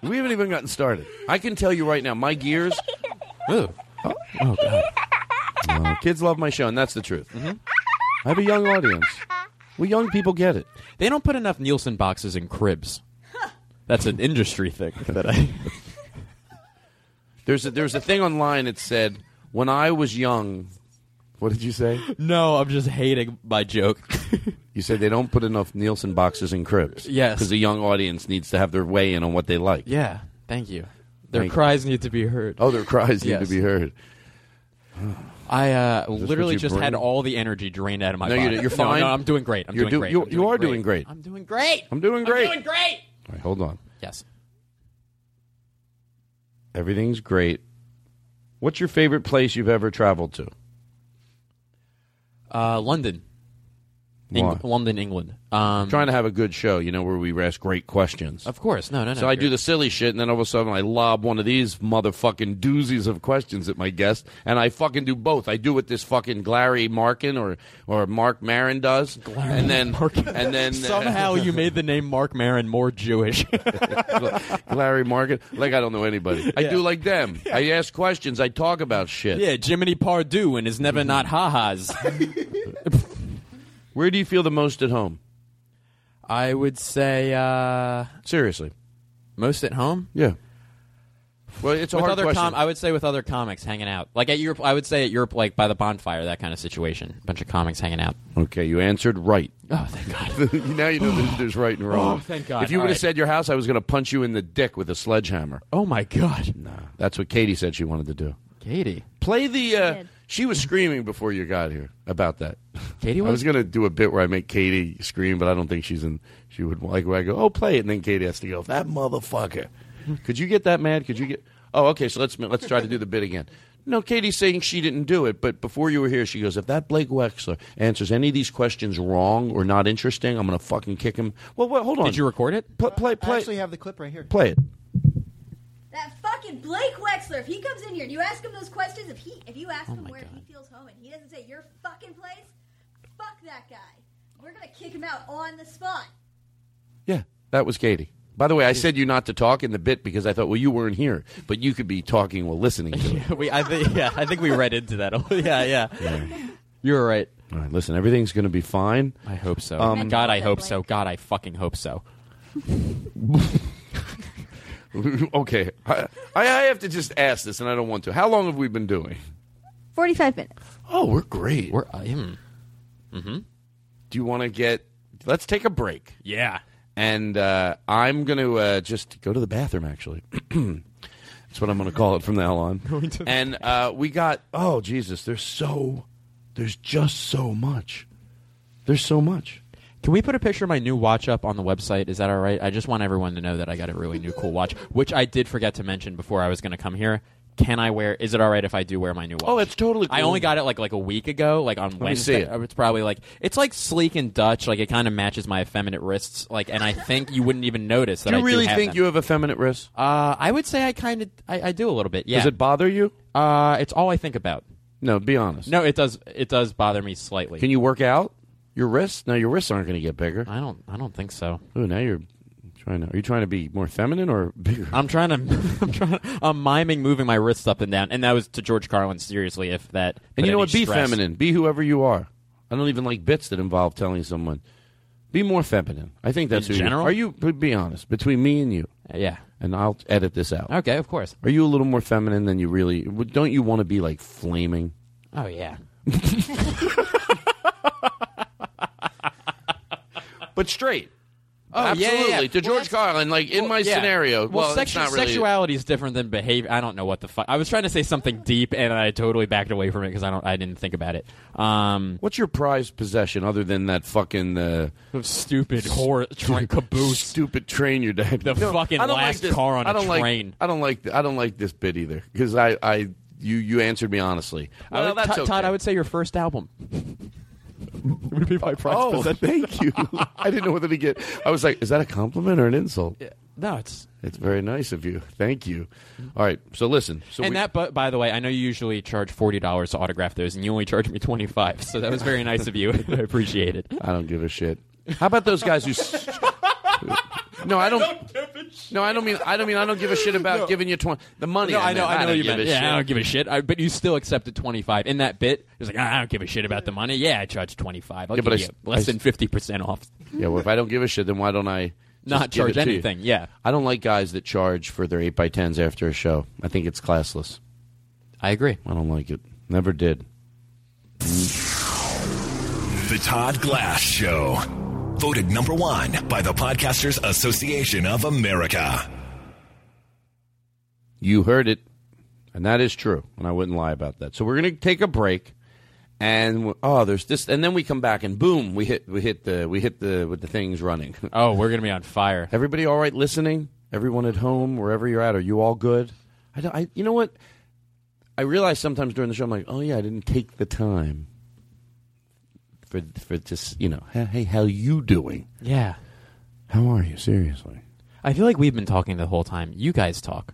Speaker 3: we haven't even gotten started. I can tell you right now, my gears. Ooh. Oh, oh, God. No, kids love my show, and that's the truth.
Speaker 6: Mm-hmm.
Speaker 3: I have a young audience. Well, young people get it.
Speaker 6: They don't put enough Nielsen boxes in cribs. That's an industry thing that I.
Speaker 3: There's a, there's a thing online that said, "When I was young." What did you say?
Speaker 6: No, I'm just hating my joke.
Speaker 3: You said they don't put enough Nielsen boxes in cribs.
Speaker 6: Yes.
Speaker 3: because the young audience needs to have their way in on what they like.
Speaker 6: yeah, thank you. Their
Speaker 3: Thank you.
Speaker 6: cries need to be heard.
Speaker 3: Oh, their cries need
Speaker 6: Yes.
Speaker 3: to be heard.
Speaker 6: I uh,
Speaker 3: this
Speaker 6: literally
Speaker 3: what you
Speaker 6: just had
Speaker 3: bring?
Speaker 6: all the energy drained out of my
Speaker 3: No, you
Speaker 6: body.
Speaker 3: didn't. You're
Speaker 6: No,
Speaker 3: fine.
Speaker 6: No, I'm doing great. I'm
Speaker 3: You're
Speaker 6: doing
Speaker 3: do-
Speaker 6: great.
Speaker 3: you-
Speaker 6: I'm
Speaker 3: you are doing great.
Speaker 6: I'm doing great.
Speaker 3: I'm doing great.
Speaker 6: I'm doing great.
Speaker 3: All right, hold on.
Speaker 6: Yes.
Speaker 3: Everything's great. What's your favorite place you've ever traveled to?
Speaker 6: Uh, London. Eng-
Speaker 3: Why?
Speaker 6: London, England. Um,
Speaker 3: trying to have a good show, you know, where we ask great questions.
Speaker 6: Of course. No, no, no.
Speaker 3: so I
Speaker 6: You're-
Speaker 3: do the silly shit, and then all of a sudden I lob one of these motherfucking doozies of questions at my guest, and I fucking do both. I do what this fucking Glary Markin or or Mark Marin does, and then and then uh,
Speaker 6: Somehow you made the name Mark Marin more Jewish.
Speaker 3: Glary Markin. Like I don't know anybody. I
Speaker 6: Yeah.
Speaker 3: do like them. I ask questions. I talk about shit.
Speaker 6: yeah, Jiminy Pardue and his never not ha-has.
Speaker 3: Where do you feel the most at home?
Speaker 6: I would say uh,
Speaker 3: Seriously.
Speaker 6: most at home.
Speaker 3: Yeah. Well, it's a
Speaker 6: with
Speaker 3: hard
Speaker 6: other
Speaker 3: question.
Speaker 6: I would say with other comics hanging out, like at Europe. I would say at Europe, like by the bonfire, that kind of situation. A bunch of comics hanging out.
Speaker 3: Okay, you answered right.
Speaker 6: Oh, thank God.
Speaker 3: now you know there's, there's right and
Speaker 6: Oh,
Speaker 3: wrong.
Speaker 6: thank God.
Speaker 3: If you
Speaker 6: All
Speaker 3: would have
Speaker 6: right.
Speaker 3: said your house, I was going to punch you in the dick with a sledgehammer.
Speaker 6: Oh my God.
Speaker 3: Nah, that's what Katie said she wanted to do.
Speaker 6: Katie.
Speaker 3: Play the. Uh, she was screaming before you got here about that.
Speaker 6: Katie
Speaker 3: I
Speaker 6: was?
Speaker 3: was going to do a bit where I make Katie scream, but I don't think she's in. She would like where I go, oh, play it, and then Katie has to go, that motherfucker. Could you get that mad? Could you get? Oh, okay. So let's let's try to do the bit again. No, Katie's saying she didn't do it, but before you were here, she goes, if that Blake Wexler answers any of these questions wrong or not interesting, I'm going to fucking kick him. Well, wait, hold on.
Speaker 6: Did you record it?
Speaker 3: Play, play,
Speaker 9: I
Speaker 3: play,
Speaker 9: actually have the clip right here.
Speaker 3: play it.
Speaker 16: That fucking Blake Wexler. If he comes in here and you ask him those questions, if he if you ask
Speaker 3: Oh
Speaker 16: him
Speaker 3: my
Speaker 16: where he feels home and he doesn't say your fucking place, fuck that guy. We're gonna kick him out on the spot.
Speaker 3: Yeah, that was Katie. By the way, I said you not to talk in the bit because I thought, well, you weren't here, but you could be talking while listening to it.
Speaker 6: we, I think, yeah, I think we read into that. yeah, yeah, You were right.
Speaker 3: All right, listen, everything's going to be fine.
Speaker 6: I hope so.
Speaker 3: Um,
Speaker 6: God, I hope so. God, I fucking hope so.
Speaker 3: okay, I, I I have to just ask this, and I don't want to. How long have we been doing?
Speaker 5: Forty-five minutes.
Speaker 3: Oh, we're great. We're
Speaker 6: Mm-hmm.
Speaker 3: Do you want to get? Let's take a break.
Speaker 6: Yeah.
Speaker 3: And uh, I'm going to uh, just go to the bathroom. Actually, that's what I'm going to call it from now on. and uh, we got. Oh Jesus, there's so, there's just so much. There's so much.
Speaker 6: Can we put a picture of my new watch up on the website? Is that all right? I just want everyone to know that I got a really new cool watch, which I did forget to mention before I was going to come here. Can I wear? Is it all right if I do wear my new watch?
Speaker 3: Oh, it's totally.
Speaker 6: I
Speaker 3: cool.
Speaker 6: only got it like like a week ago, like on
Speaker 3: me
Speaker 6: Wednesday. Uh,
Speaker 3: see it.
Speaker 6: It's probably like it's like sleek and Dutch, like it kind of matches my effeminate wrists, like, and I think you wouldn't even notice that.
Speaker 3: Do
Speaker 6: I
Speaker 3: you really
Speaker 6: have
Speaker 3: think
Speaker 6: them.
Speaker 3: you have effeminate wrists?
Speaker 6: Uh, I would say I kind of I, I do a little bit. Yeah.
Speaker 3: Does it bother you?
Speaker 6: Uh, it's all I think about.
Speaker 3: No, be honest.
Speaker 6: No, it does. It does bother me slightly.
Speaker 3: Can you work out your wrists? No, your wrists aren't going to get bigger.
Speaker 6: I don't. I don't think so.
Speaker 3: Ooh, now you're trying to. Are you trying to be more feminine or bigger?
Speaker 6: I'm trying to. I'm trying. I'm miming moving my wrists up and down, and that was to George Carlin. Seriously, if that. put
Speaker 3: and you know
Speaker 6: any
Speaker 3: what? Be
Speaker 6: stress-
Speaker 3: feminine. Be whoever you are. I don't even like bits that involve telling someone. Be more feminine. I think that's
Speaker 6: In
Speaker 3: who you-
Speaker 6: general? Uh,
Speaker 3: Are you? but Be honest between me and you.
Speaker 6: Yeah.
Speaker 3: And I'll edit this out.
Speaker 6: Okay, of course.
Speaker 3: Are you a little more feminine than you really? Don't you want to be like flaming?
Speaker 6: Oh yeah.
Speaker 3: but straight.
Speaker 6: Oh, yeah, yeah, yeah.
Speaker 3: absolutely. To
Speaker 6: Well,
Speaker 3: George Carlin, like in my
Speaker 6: Yeah.
Speaker 3: scenario.
Speaker 6: well,
Speaker 3: Well, it's
Speaker 6: sexu-
Speaker 3: not really.
Speaker 6: sexuality is different than behavior. I don't know what the fuck. I was trying to say something deep, and I totally backed away from it because I don't. I didn't think about it. Um,
Speaker 3: What's your prized possession other than that fucking uh,
Speaker 6: stupid whore train caboose?
Speaker 3: Stupid train your dad.
Speaker 6: The fucking
Speaker 3: I don't
Speaker 6: last
Speaker 3: this-
Speaker 6: car on
Speaker 3: I
Speaker 6: a
Speaker 3: don't like-
Speaker 6: train.
Speaker 3: I don't like. th- I don't like this bit either because I, I, you, you answered me honestly.
Speaker 6: I
Speaker 3: Well,
Speaker 6: would-
Speaker 3: that's
Speaker 6: Todd-
Speaker 3: okay.
Speaker 6: Todd, I would say your first album. would be my prized
Speaker 3: Oh,
Speaker 6: possession.
Speaker 3: thank you. I didn't know whether to get. I was like, is that a compliment or an insult?
Speaker 6: No, it's
Speaker 3: It's very nice of you. Thank you. All right. So listen. So
Speaker 6: and
Speaker 3: we-
Speaker 6: that, but by the way, I know you usually charge forty dollars to autograph those, and you only charged me twenty five. So that was very nice of you. I appreciate it.
Speaker 3: I don't give a shit. How about those guys who? s- no, I don't. No, I don't mean. I don't mean. I don't give a shit about giving you twenty. The money.
Speaker 6: No, I know,
Speaker 3: meant.
Speaker 6: I know
Speaker 3: don't
Speaker 6: you
Speaker 3: give
Speaker 6: meant.
Speaker 3: a
Speaker 6: Yeah,
Speaker 3: shit.
Speaker 6: I don't give a shit. I, but you still accepted twenty five in that bit. It's like "Ah, I don't give a shit about the money. Yeah, I charged twenty five. I'll
Speaker 3: Yeah,
Speaker 6: give
Speaker 3: but I
Speaker 6: you
Speaker 3: s- I
Speaker 6: less
Speaker 3: s-
Speaker 6: than fifty percent off.
Speaker 3: Yeah, well, if I don't give a shit, then why don't I just
Speaker 6: Not
Speaker 3: give it
Speaker 6: charge
Speaker 3: to you?
Speaker 6: anything, yeah.
Speaker 3: I don't like guys that charge for their eight by tens after a show. I think it's classless.
Speaker 6: I agree.
Speaker 3: I don't like it. Never did. Mm.
Speaker 17: The Todd Glass Show. Voted number one by the Podcasters Association of America.
Speaker 3: You heard it, and that is true, and I wouldn't lie about that. So we're going to take a break, and we- oh, there's this, and then we come back, and boom, we hit, we hit the, we hit the with the things running.
Speaker 6: Oh, we're gonna be on fire.
Speaker 3: Everybody, all right, listening. Everyone at home, wherever you're at, are you all good? I, don't, I you know what? I realize sometimes during the show, I'm like, oh yeah, I didn't take the time for for just you know, hey, hey, how you doing?
Speaker 6: Yeah,
Speaker 3: How are you? Seriously.
Speaker 6: I feel like we've been talking the whole time. You guys talk.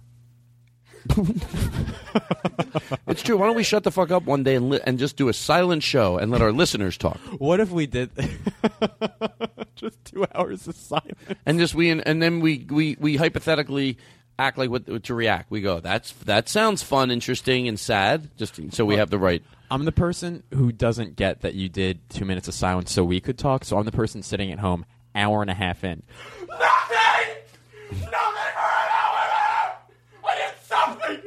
Speaker 3: It's true. Why don't we shut the fuck up one day and li- and just do a silent show and let our listeners talk?
Speaker 6: What if we did just two hours of silence?
Speaker 3: And just we and, and then we, we we hypothetically act like what to react. We go, that's that sounds fun, interesting, and sad. Just so we have the right.
Speaker 6: I'm the person who doesn't get that you did two minutes of silence so we could talk. So I'm the person sitting at home, hour and a half in.
Speaker 18: Nothing! Nothing for an hour! I did something!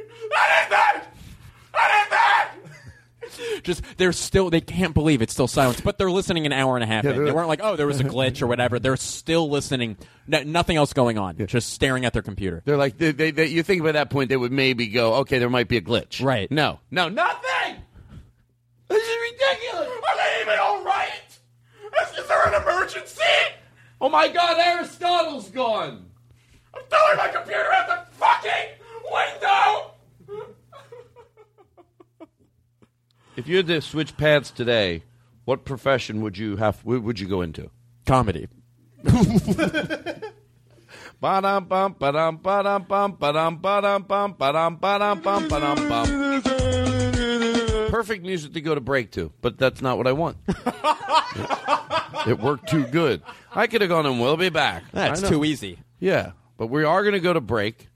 Speaker 6: Just they're still they can't believe it's still silence, but they're listening an hour and a half.
Speaker 3: Yeah,
Speaker 6: in.
Speaker 3: they're
Speaker 6: They
Speaker 3: like-
Speaker 6: weren't like, oh, there was a glitch or whatever. They're still listening. No, nothing else going on. Just staring at their computer.
Speaker 3: They're like, they, they, they, you think by that point they would maybe go, okay, there might be a glitch. Right. No. No, nothing!
Speaker 18: This is ridiculous. Are they even all right? Is, is there an emergency?
Speaker 3: Oh my God, Aristotle's gone.
Speaker 18: I'm throwing my computer out the fucking window.
Speaker 3: If you had to switch paths today, what profession would you have? Would would you go into?
Speaker 6: Comedy.
Speaker 3: Ba-dum, bum, ba-dum, ba-dum, bum, ba-dum, ba-dum, bum, ba-dum, ba-dum, bum, ba-dum, bum. Perfect music to go to break to, but that's not what I want. it worked too good. I could have gone and we'll be back.
Speaker 6: That's
Speaker 3: I know.
Speaker 6: too easy.
Speaker 3: Yeah, but we are going to go to break,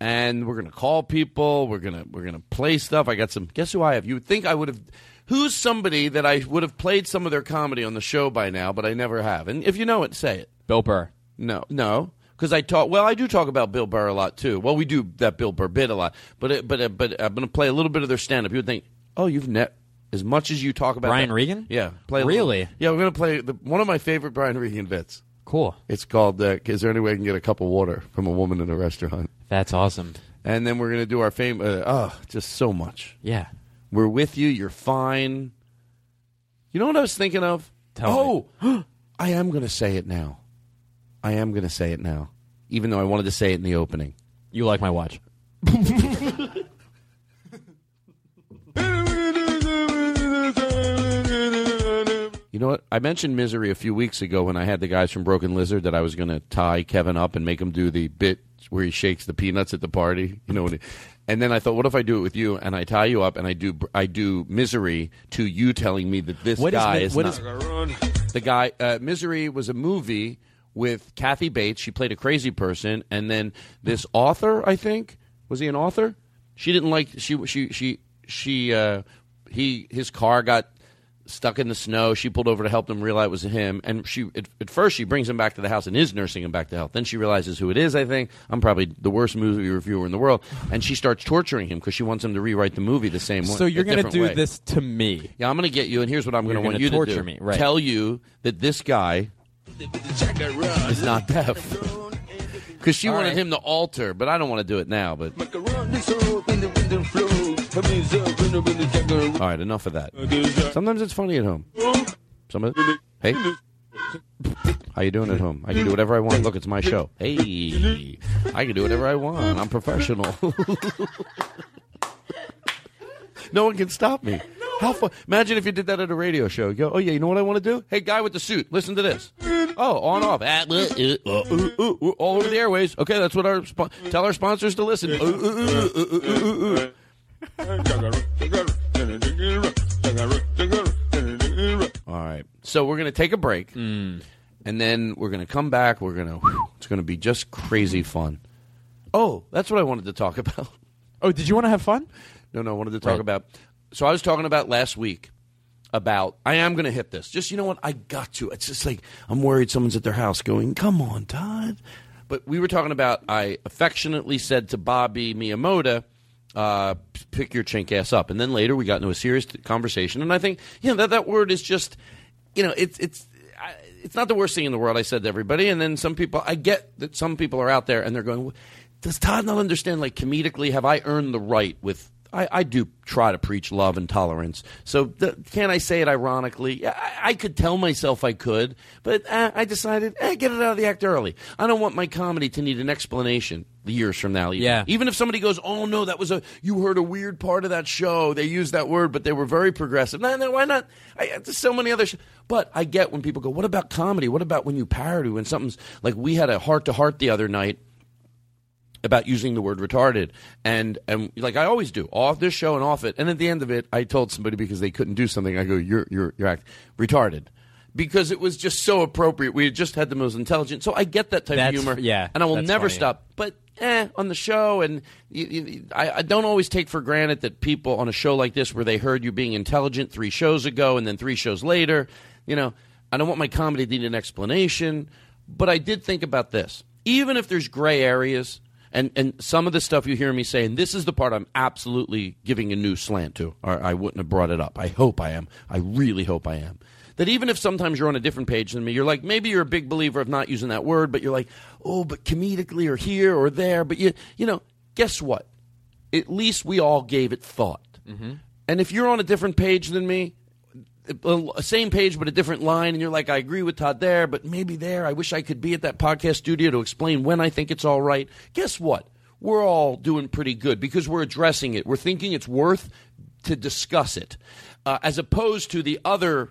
Speaker 3: and we're going to call people. We're gonna we're gonna play stuff. I got some. Guess who I have? You would think I would have. Who's somebody that I would have played some of their comedy on the show by now, but I never have. And if you know it, say it.
Speaker 6: Bill Burr.
Speaker 3: No, no, because I talk. Well, I do talk about Bill Burr a lot too. Well, we do that Bill Burr bit a lot, but it, but uh, but I'm going to play a little bit of their stand up. You would think, oh, you've net as much as you talk about
Speaker 6: Brian
Speaker 3: that-
Speaker 6: Regan?
Speaker 3: Yeah, play a little-
Speaker 6: Really?
Speaker 3: yeah, we're going to play the, one of my favorite Brian Regan bits.
Speaker 6: Cool.
Speaker 3: It's called uh, "Is there any way I can get a cup of water from a woman in a restaurant?"
Speaker 6: That's awesome.
Speaker 3: And then we're going to do our fame. Uh, oh, just so much.
Speaker 6: Yeah.
Speaker 3: we're with you. You're fine. You know what I was thinking of?
Speaker 6: Tell
Speaker 3: oh, I am going to say it now. I am going to say it now, even though I wanted to say it in the opening.
Speaker 6: You like my watch?
Speaker 3: You know what? I mentioned misery a few weeks ago when I had the guys from Broken Lizard that I was going to tie Kevin up and make him do the bit where he shakes the peanuts at the party. You know, when he, and then I thought, what if I do it with you and I tie you up and I do I do misery to you telling me that this
Speaker 6: What is
Speaker 3: guy
Speaker 6: mi-
Speaker 3: is,
Speaker 6: what
Speaker 3: not-
Speaker 6: is-
Speaker 3: the guy uh, misery was a movie with kathy bates she played a crazy person and then this author i think was he an author she didn't like she she she she uh he his car got stuck in the snow she pulled over to help him realize it was him and she at, at first she brings him back to the house and is nursing him back to health then she realizes who it is i think i'm probably the worst movie reviewer in the world and she starts torturing him because she wants him to rewrite the movie the same way
Speaker 6: So you're
Speaker 3: a
Speaker 6: going to
Speaker 3: different
Speaker 6: do
Speaker 3: way.
Speaker 6: this to me?
Speaker 3: Yeah, I'm going to get you, and here's what I'm going to
Speaker 6: You're
Speaker 3: want
Speaker 6: gonna
Speaker 3: you to
Speaker 6: torture
Speaker 3: do.
Speaker 6: me, right.
Speaker 3: Tell you that this guy is not deaf. Because she
Speaker 18: All
Speaker 3: wanted
Speaker 18: right.
Speaker 3: him to alter, but I don't want to do it now. But all right, enough of that. Sometimes it's funny at home. Some of hey, how you doing at home? I can do whatever I want. Look, it's my show. Hey, I can do whatever I want. I'm professional. no one can stop me. How fun! Imagine if you did that at a radio show. You go, oh yeah, you know what I want to do? Hey, guy with the suit, listen to this. Oh, on off, Ah, uh, uh, uh, ooh, ooh, ooh, all over the airways. Okay, that's what our spo- tell our sponsors to listen. Uh, Ooh, ooh, ooh, ooh, ooh, ooh, ooh. All right. So we're going to take a break.
Speaker 6: Mm.
Speaker 3: And then we're going to come back. We're going to, it's going to be just crazy fun. Oh, that's what I wanted to talk about.
Speaker 6: Oh, did you want to have fun?
Speaker 3: No, no, I wanted to talk
Speaker 6: Right.
Speaker 3: about. So I was talking about last week about, I am going to hit this. Just, you know what? I got to. It's just like, I'm worried someone's at their house going, come on, Todd. But we were talking about, I affectionately said to Bobby Miyamoto, uh, p- pick your chink ass up. And then later we got into a serious t- conversation. And I think, you know, that, that word is just, you know, it's, it's, I, it's not the worst thing in the world, I said to everybody. And then some people, I get that some people are out there and they're going, does Todd not understand? Like, comedically, have I earned the right with. I, I do try to preach love and tolerance. So, th- can I say it ironically? Yeah, I, I could tell myself I could, but uh, I decided, eh, get it out of the act early. I don't want my comedy to need an explanation years from now. Even.
Speaker 6: Yeah.
Speaker 3: Even if somebody goes, oh no, that was a you heard a weird part of that show. They used that word, but they were very progressive. No, no, why not? I, there's so many other. Sh- but I get when people go, what about comedy? What about when you parody? When something's like we had a heart to heart the other night about using the word retarded and and like I always do off this show and off it and at the end of it I told somebody because they couldn't do something I go you're you're you're act retarded because it was just so appropriate we had just had the most intelligent so I get that type
Speaker 6: That's-
Speaker 3: of humor
Speaker 6: yeah,
Speaker 3: and I will
Speaker 6: that's
Speaker 3: never
Speaker 6: funny.
Speaker 3: stop but eh on the show and you, you, I, I don't always take for granted that people on a show like this where they heard you being intelligent three shows ago and then three shows later you know I don't want my comedy to need an explanation but I did think about this even if there's gray areas And and some of the stuff you hear me say, and this is the part I'm absolutely giving a new slant to, or I wouldn't have brought it up. I hope I am. I really hope I am. That even if sometimes you're on a different page than me, you're like, maybe you're a big believer of not using that word, but you're like, oh, but comedically or here or there. But you, you know, guess what? At least we all gave it thought.
Speaker 19: Mm-hmm.
Speaker 3: And if you're on a different page than me, a same page but a different line, and you're like, I agree with Todd there, but maybe there, I wish I could be at that podcast studio to explain when I think it's all right. Guess what? We're all doing pretty good because we're addressing it. We're thinking it's worth to discuss it, uh, as opposed to the other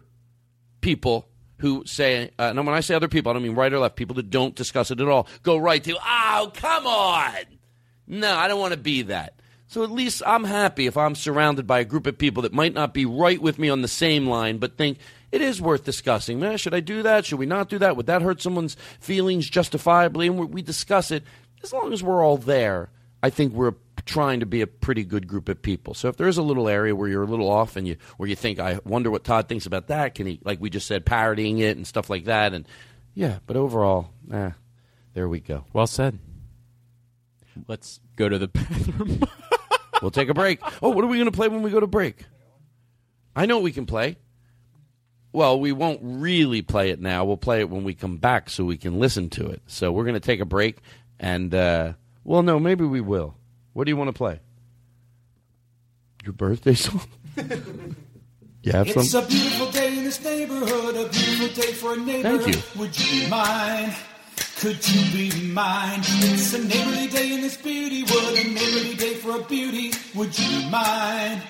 Speaker 3: people who say, uh, and when I say other people, I don't mean right or left, people that don't discuss it at all, go right to, oh, come on. No, I don't want to be that. So at least I'm happy if I'm surrounded by a group of people that might not be right with me on the same line, but think it is worth discussing. Man, should I do that? Should we not do that? Would that hurt someone's feelings justifiably? And we- we discuss it. As long as we're all there, I think we're trying to be a pretty good group of people. So if there is a little area where you're a little off and you where you think I wonder what Todd thinks about that, can he like we just said parodying it and stuff like that and yeah, but overall, eh, there we go.
Speaker 6: Well said. Let's go to the bathroom.
Speaker 3: we'll take a break. Oh, what are we going to play when we go to break? I know we can play. Well, we won't really play it now. We'll play it when we come back so we can listen to it. So we're going to take a break and, uh, well, no, maybe we will. What do you want to play? Your birthday song? you have
Speaker 20: it's
Speaker 3: some?
Speaker 20: a beautiful day in this neighborhood, a beautiful day for a neighbor.
Speaker 3: Thank you.
Speaker 20: Would you be mine? Could you be mine? It's a neighborly day in this beauty wood, a neighborly day for a beauty. Would you be mine?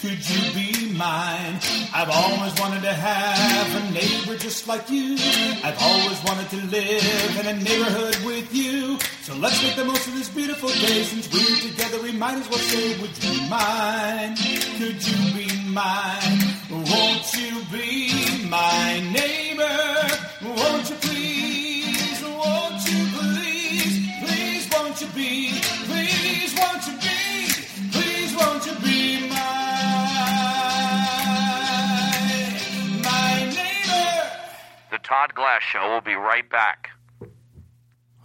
Speaker 20: Could you be mine? I've always wanted to have a neighbor just like you. I've always wanted to live in a neighborhood with you. So let's make the most of this beautiful day since we're together. We might as well say, Would you be mine? Could you be mine? Won't you be my neighbor? Won't you please? Won't you please? Please won't you be? Please won't you be? Please won't you be my my neighbor?
Speaker 21: The Todd Glass Show will be right back.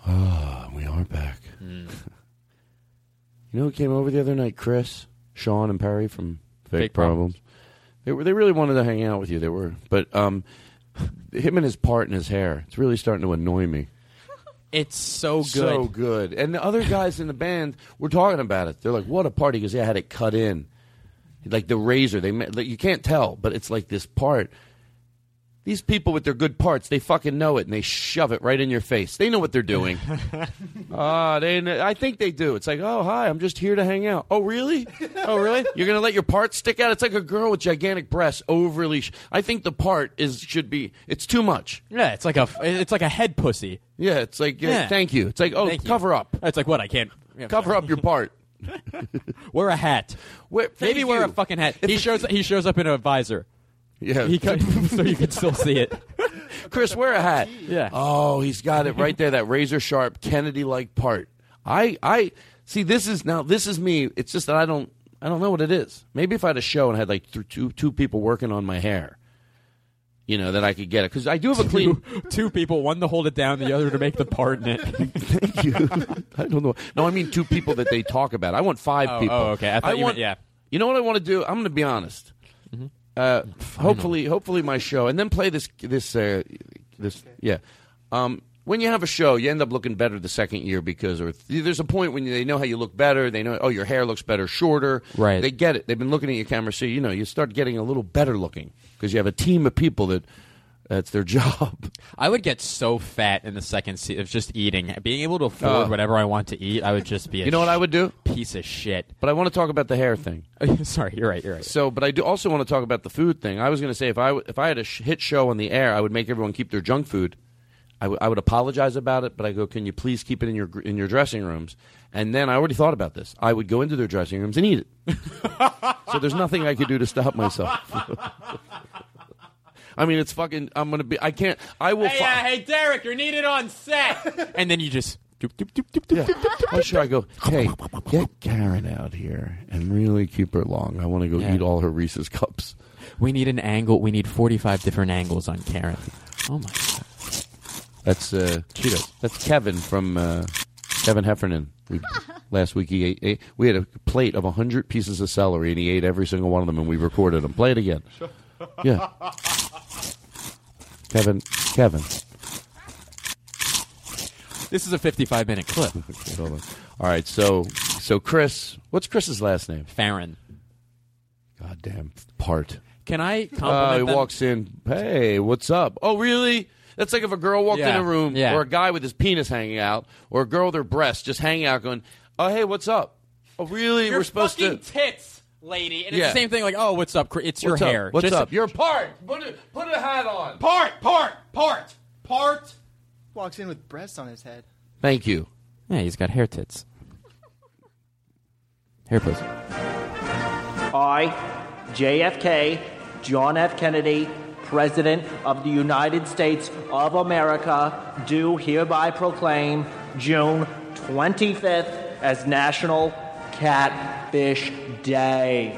Speaker 3: Ah, we are back.
Speaker 13: Hmm.
Speaker 3: you know who came over the other night? Chris, Sean, and Perry from Fake,
Speaker 6: Fake
Speaker 3: Problems. They were they really wanted to hang out with you. They were, but um, him and his part in his hair. It's really starting to annoy me.
Speaker 6: It's so good.
Speaker 3: So good. And the other guys in the band were talking about it. They're like, "What a party!" Because they had it cut in, like the razor. They ma- like, you can't tell, but it's like this part. These people with their good parts, they fucking know it, and they shove it right in your face. They know what they're doing. Ah, they. kn- I think they do. It's like, oh hi, I'm just here to hang out. Oh really? Oh really? You're gonna let your part stick out? It's like a girl with gigantic breasts, overly. Sh- I think the part is should be. It's too much.
Speaker 6: Yeah, it's like a it's like a head pussy.
Speaker 3: Yeah, it's like uh,
Speaker 6: Yeah.
Speaker 3: thank you. It's like oh
Speaker 6: Thank you.
Speaker 3: cover up.
Speaker 6: It's like what I can't
Speaker 3: cover up your part.
Speaker 6: wear a hat. Maybe wear a fucking hat. He shows he shows up in a visor.
Speaker 3: Yeah,
Speaker 6: he co- so you can still see it.
Speaker 3: Chris, wear a hat.
Speaker 6: Yeah.
Speaker 3: Oh, he's got it right there. That razor sharp Kennedy like part. I I see. This is now. This is me. It's just that I don't. I don't know what it is. Maybe if I had a show and had like th- two two people working on my hair, you know, that I could get it because I do have a clean.
Speaker 6: Two people, one to hold it down, the other to make the part in it.
Speaker 3: Thank you. I don't know. No, I mean two people that they talk about. I want five
Speaker 6: Oh,
Speaker 3: people.
Speaker 6: oh, okay. I thought you
Speaker 3: want,
Speaker 6: meant- yeah.
Speaker 3: You know what I want to do? I'm going to be honest. Uh, hopefully, hopefully my show, and then play this this uh, this yeah. Um, when you have a show, you end up looking better the second year because, or th- there's a point when they know how you look better. They know, oh, your hair looks better, shorter.
Speaker 6: Right.
Speaker 3: They get it. They've been looking at your camera, so you know you start getting a little better looking because you have a team of people that that's their job.
Speaker 6: I would get so fat in the second season of just eating, being able to afford
Speaker 3: Oh.
Speaker 6: whatever I want to eat. I would just be. A
Speaker 3: You know what I would do?
Speaker 6: Piece of shit.
Speaker 3: But I want to talk about the hair thing.
Speaker 6: Sorry, you're right. You're right.
Speaker 3: So, but I do also want to talk about the food thing. I was going to say if I w- if I had a sh- hit show on the air, I would make everyone keep their junk food. I w- I would apologize about it, but I go, can you please keep it in your gr- in your dressing rooms? And then I already thought about this. I would go into their dressing rooms and eat it. so there's nothing I could do to stop myself. I mean, it's fucking. I'm gonna be. I can't. I will.
Speaker 13: Hey, uh, hey, Derek, you're needed on set.
Speaker 6: And then you just.
Speaker 3: Yeah. Oh, sure. I go, hey, get Karen out here and really keep her long. I want to go eat all her Reese's cups.
Speaker 6: We need an angle. We need 45 different angles on Karen. Oh my god.
Speaker 3: That's uh, Cheeto. That's uh, Kevin from uh, Kevin Heffernan. We, last week he ate, ate- We had a plate of hundred pieces of celery, and he ate every single one of them, and we recorded them. Play it again. Yeah, Kevin. Kevin.
Speaker 6: This is a 55 minute clip.
Speaker 3: Hold on. All right. So, so Chris. What's Chris's last name?
Speaker 6: Farron.
Speaker 3: Goddamn part.
Speaker 6: Can I
Speaker 3: Uh,
Speaker 6: compliment
Speaker 3: he
Speaker 6: them?
Speaker 3: walks in. Hey, what's up? Oh, really? That's like if a girl walked in
Speaker 6: Yeah,
Speaker 3: a room,
Speaker 6: yeah.
Speaker 3: or a guy with his penis hanging out, or a girl with her breasts just hanging out, going, "Oh, hey, what's up? Oh, really?
Speaker 13: You're
Speaker 3: We're supposed to."
Speaker 13: fucking tits, lady. And
Speaker 6: It's
Speaker 3: Yeah.
Speaker 6: the same thing like, oh, what's up? Chris? It's your
Speaker 3: What's up?
Speaker 6: hair.
Speaker 3: What's
Speaker 6: Just-
Speaker 3: up? You're part.
Speaker 13: Put a, put a hat on. Part, part, part, part.
Speaker 9: Walks in with breasts on his head.
Speaker 3: Thank you.
Speaker 6: Yeah, he's got hair tits. Hair pussy.
Speaker 19: I, JFK, John F. Kennedy, President of the United States of America, do hereby proclaim June 25th as National Catfish Day.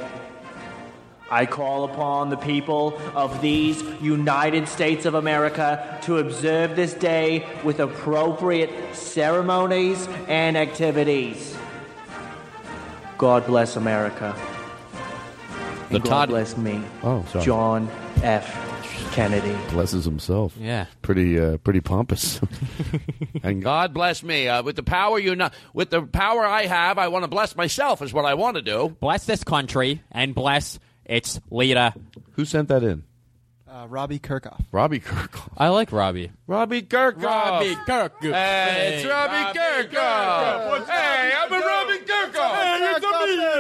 Speaker 19: I call upon the people of these United States of America to observe this day with appropriate ceremonies and activities. God bless America. And
Speaker 3: The
Speaker 19: God
Speaker 3: Todd-
Speaker 19: bless me.
Speaker 3: Oh, sorry.
Speaker 19: John F. Kennedy.
Speaker 3: Blesses himself.
Speaker 19: Yeah.
Speaker 3: Pretty, uh, pretty pompous. and God bless me uh, with the power you know, with the power I have. I want to bless myself is what I want to do.
Speaker 6: Bless this country and bless its leader.
Speaker 3: Who sent that in?
Speaker 9: Uh, Robbie Kirkhoff.
Speaker 3: Robbie Kirkhoff.
Speaker 6: I like Robbie.
Speaker 3: Robbie Kirkhoff.
Speaker 6: Robbie Kirkhoff.
Speaker 3: Hey, it's Robbie Kirkhoff. Hey, I'm a Robbie Kirkhoff. Hey, it's a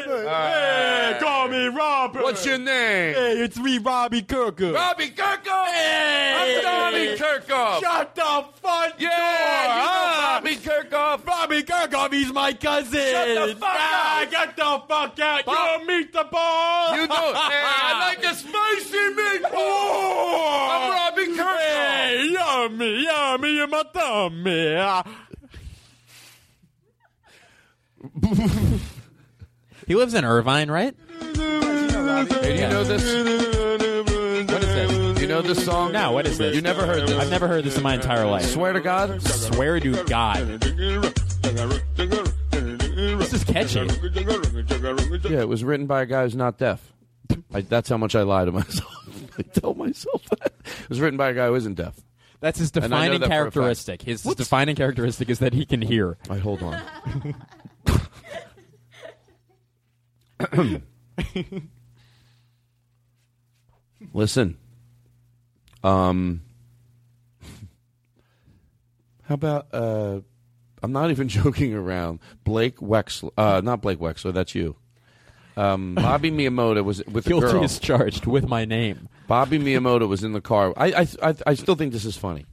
Speaker 3: me. Hey, call me Robert. What's your name? Hey,
Speaker 6: it's me, Robbie Kirkhoff.
Speaker 3: Robbie Kirkhoff. Hey, I'm Robbie Kirkhoff.
Speaker 6: Shut the front Ah.
Speaker 3: yeah, door. Robbie Kirkhoff.
Speaker 6: Robbie Kirkhoff, he's my cousin.
Speaker 3: Shut the fuck
Speaker 6: Ah,
Speaker 3: up.
Speaker 6: Get the fuck out. You're a meatball.
Speaker 3: You know, hey, I like a spicy meatball. I'm Robbie Kirkhoff.
Speaker 6: Oh. Hey, yummy, yummy in my tummy. he lives in Irvine, right?
Speaker 3: Hey, do you know this? What is
Speaker 6: this?
Speaker 3: Do you know this song?
Speaker 6: No, what is this?
Speaker 3: You never heard this?
Speaker 6: I've never heard this in my entire life.
Speaker 3: Swear to God.
Speaker 6: Swear to God. This is catchy.
Speaker 3: Yeah, it was written by a guy who's not deaf. I, that's how much I lie to myself. I tell myself that. It was written by a guy who isn't deaf.
Speaker 6: That's his
Speaker 3: And I know
Speaker 6: defining
Speaker 3: that for a fact.
Speaker 6: characteristic. His defining characteristic is that he can hear.
Speaker 3: I hold on. Listen. Um How about uh I'm not even joking around. Blake Wexler uh not Blake Wexler, that's you. Um Bobby Miyamoto was with a
Speaker 6: Guilty
Speaker 3: girl.
Speaker 6: is charged with my name.
Speaker 3: Bobby Miyamoto was in the car. I I I, I still think this is funny.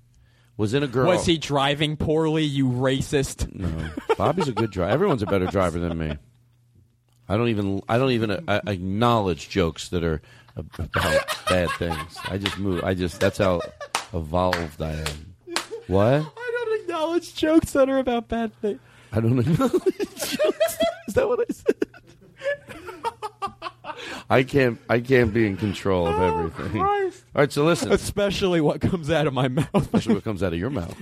Speaker 3: Was in a girl.
Speaker 6: Was he driving poorly, you racist?
Speaker 3: No. Bobby's a good driver. Everyone's a better driver than me. I don't even I don't even uh, acknowledge jokes that are about bad things. I just move. I just that's how evolved I am. What?
Speaker 6: I don't acknowledge jokes that are about bad things.
Speaker 3: I don't acknowledge jokes. Is that what I said? I can't I can't be in control of everything. All
Speaker 6: Oh, Christ.
Speaker 3: right, so listen.
Speaker 6: Especially what comes out of my mouth.
Speaker 3: Especially what comes out of your mouth.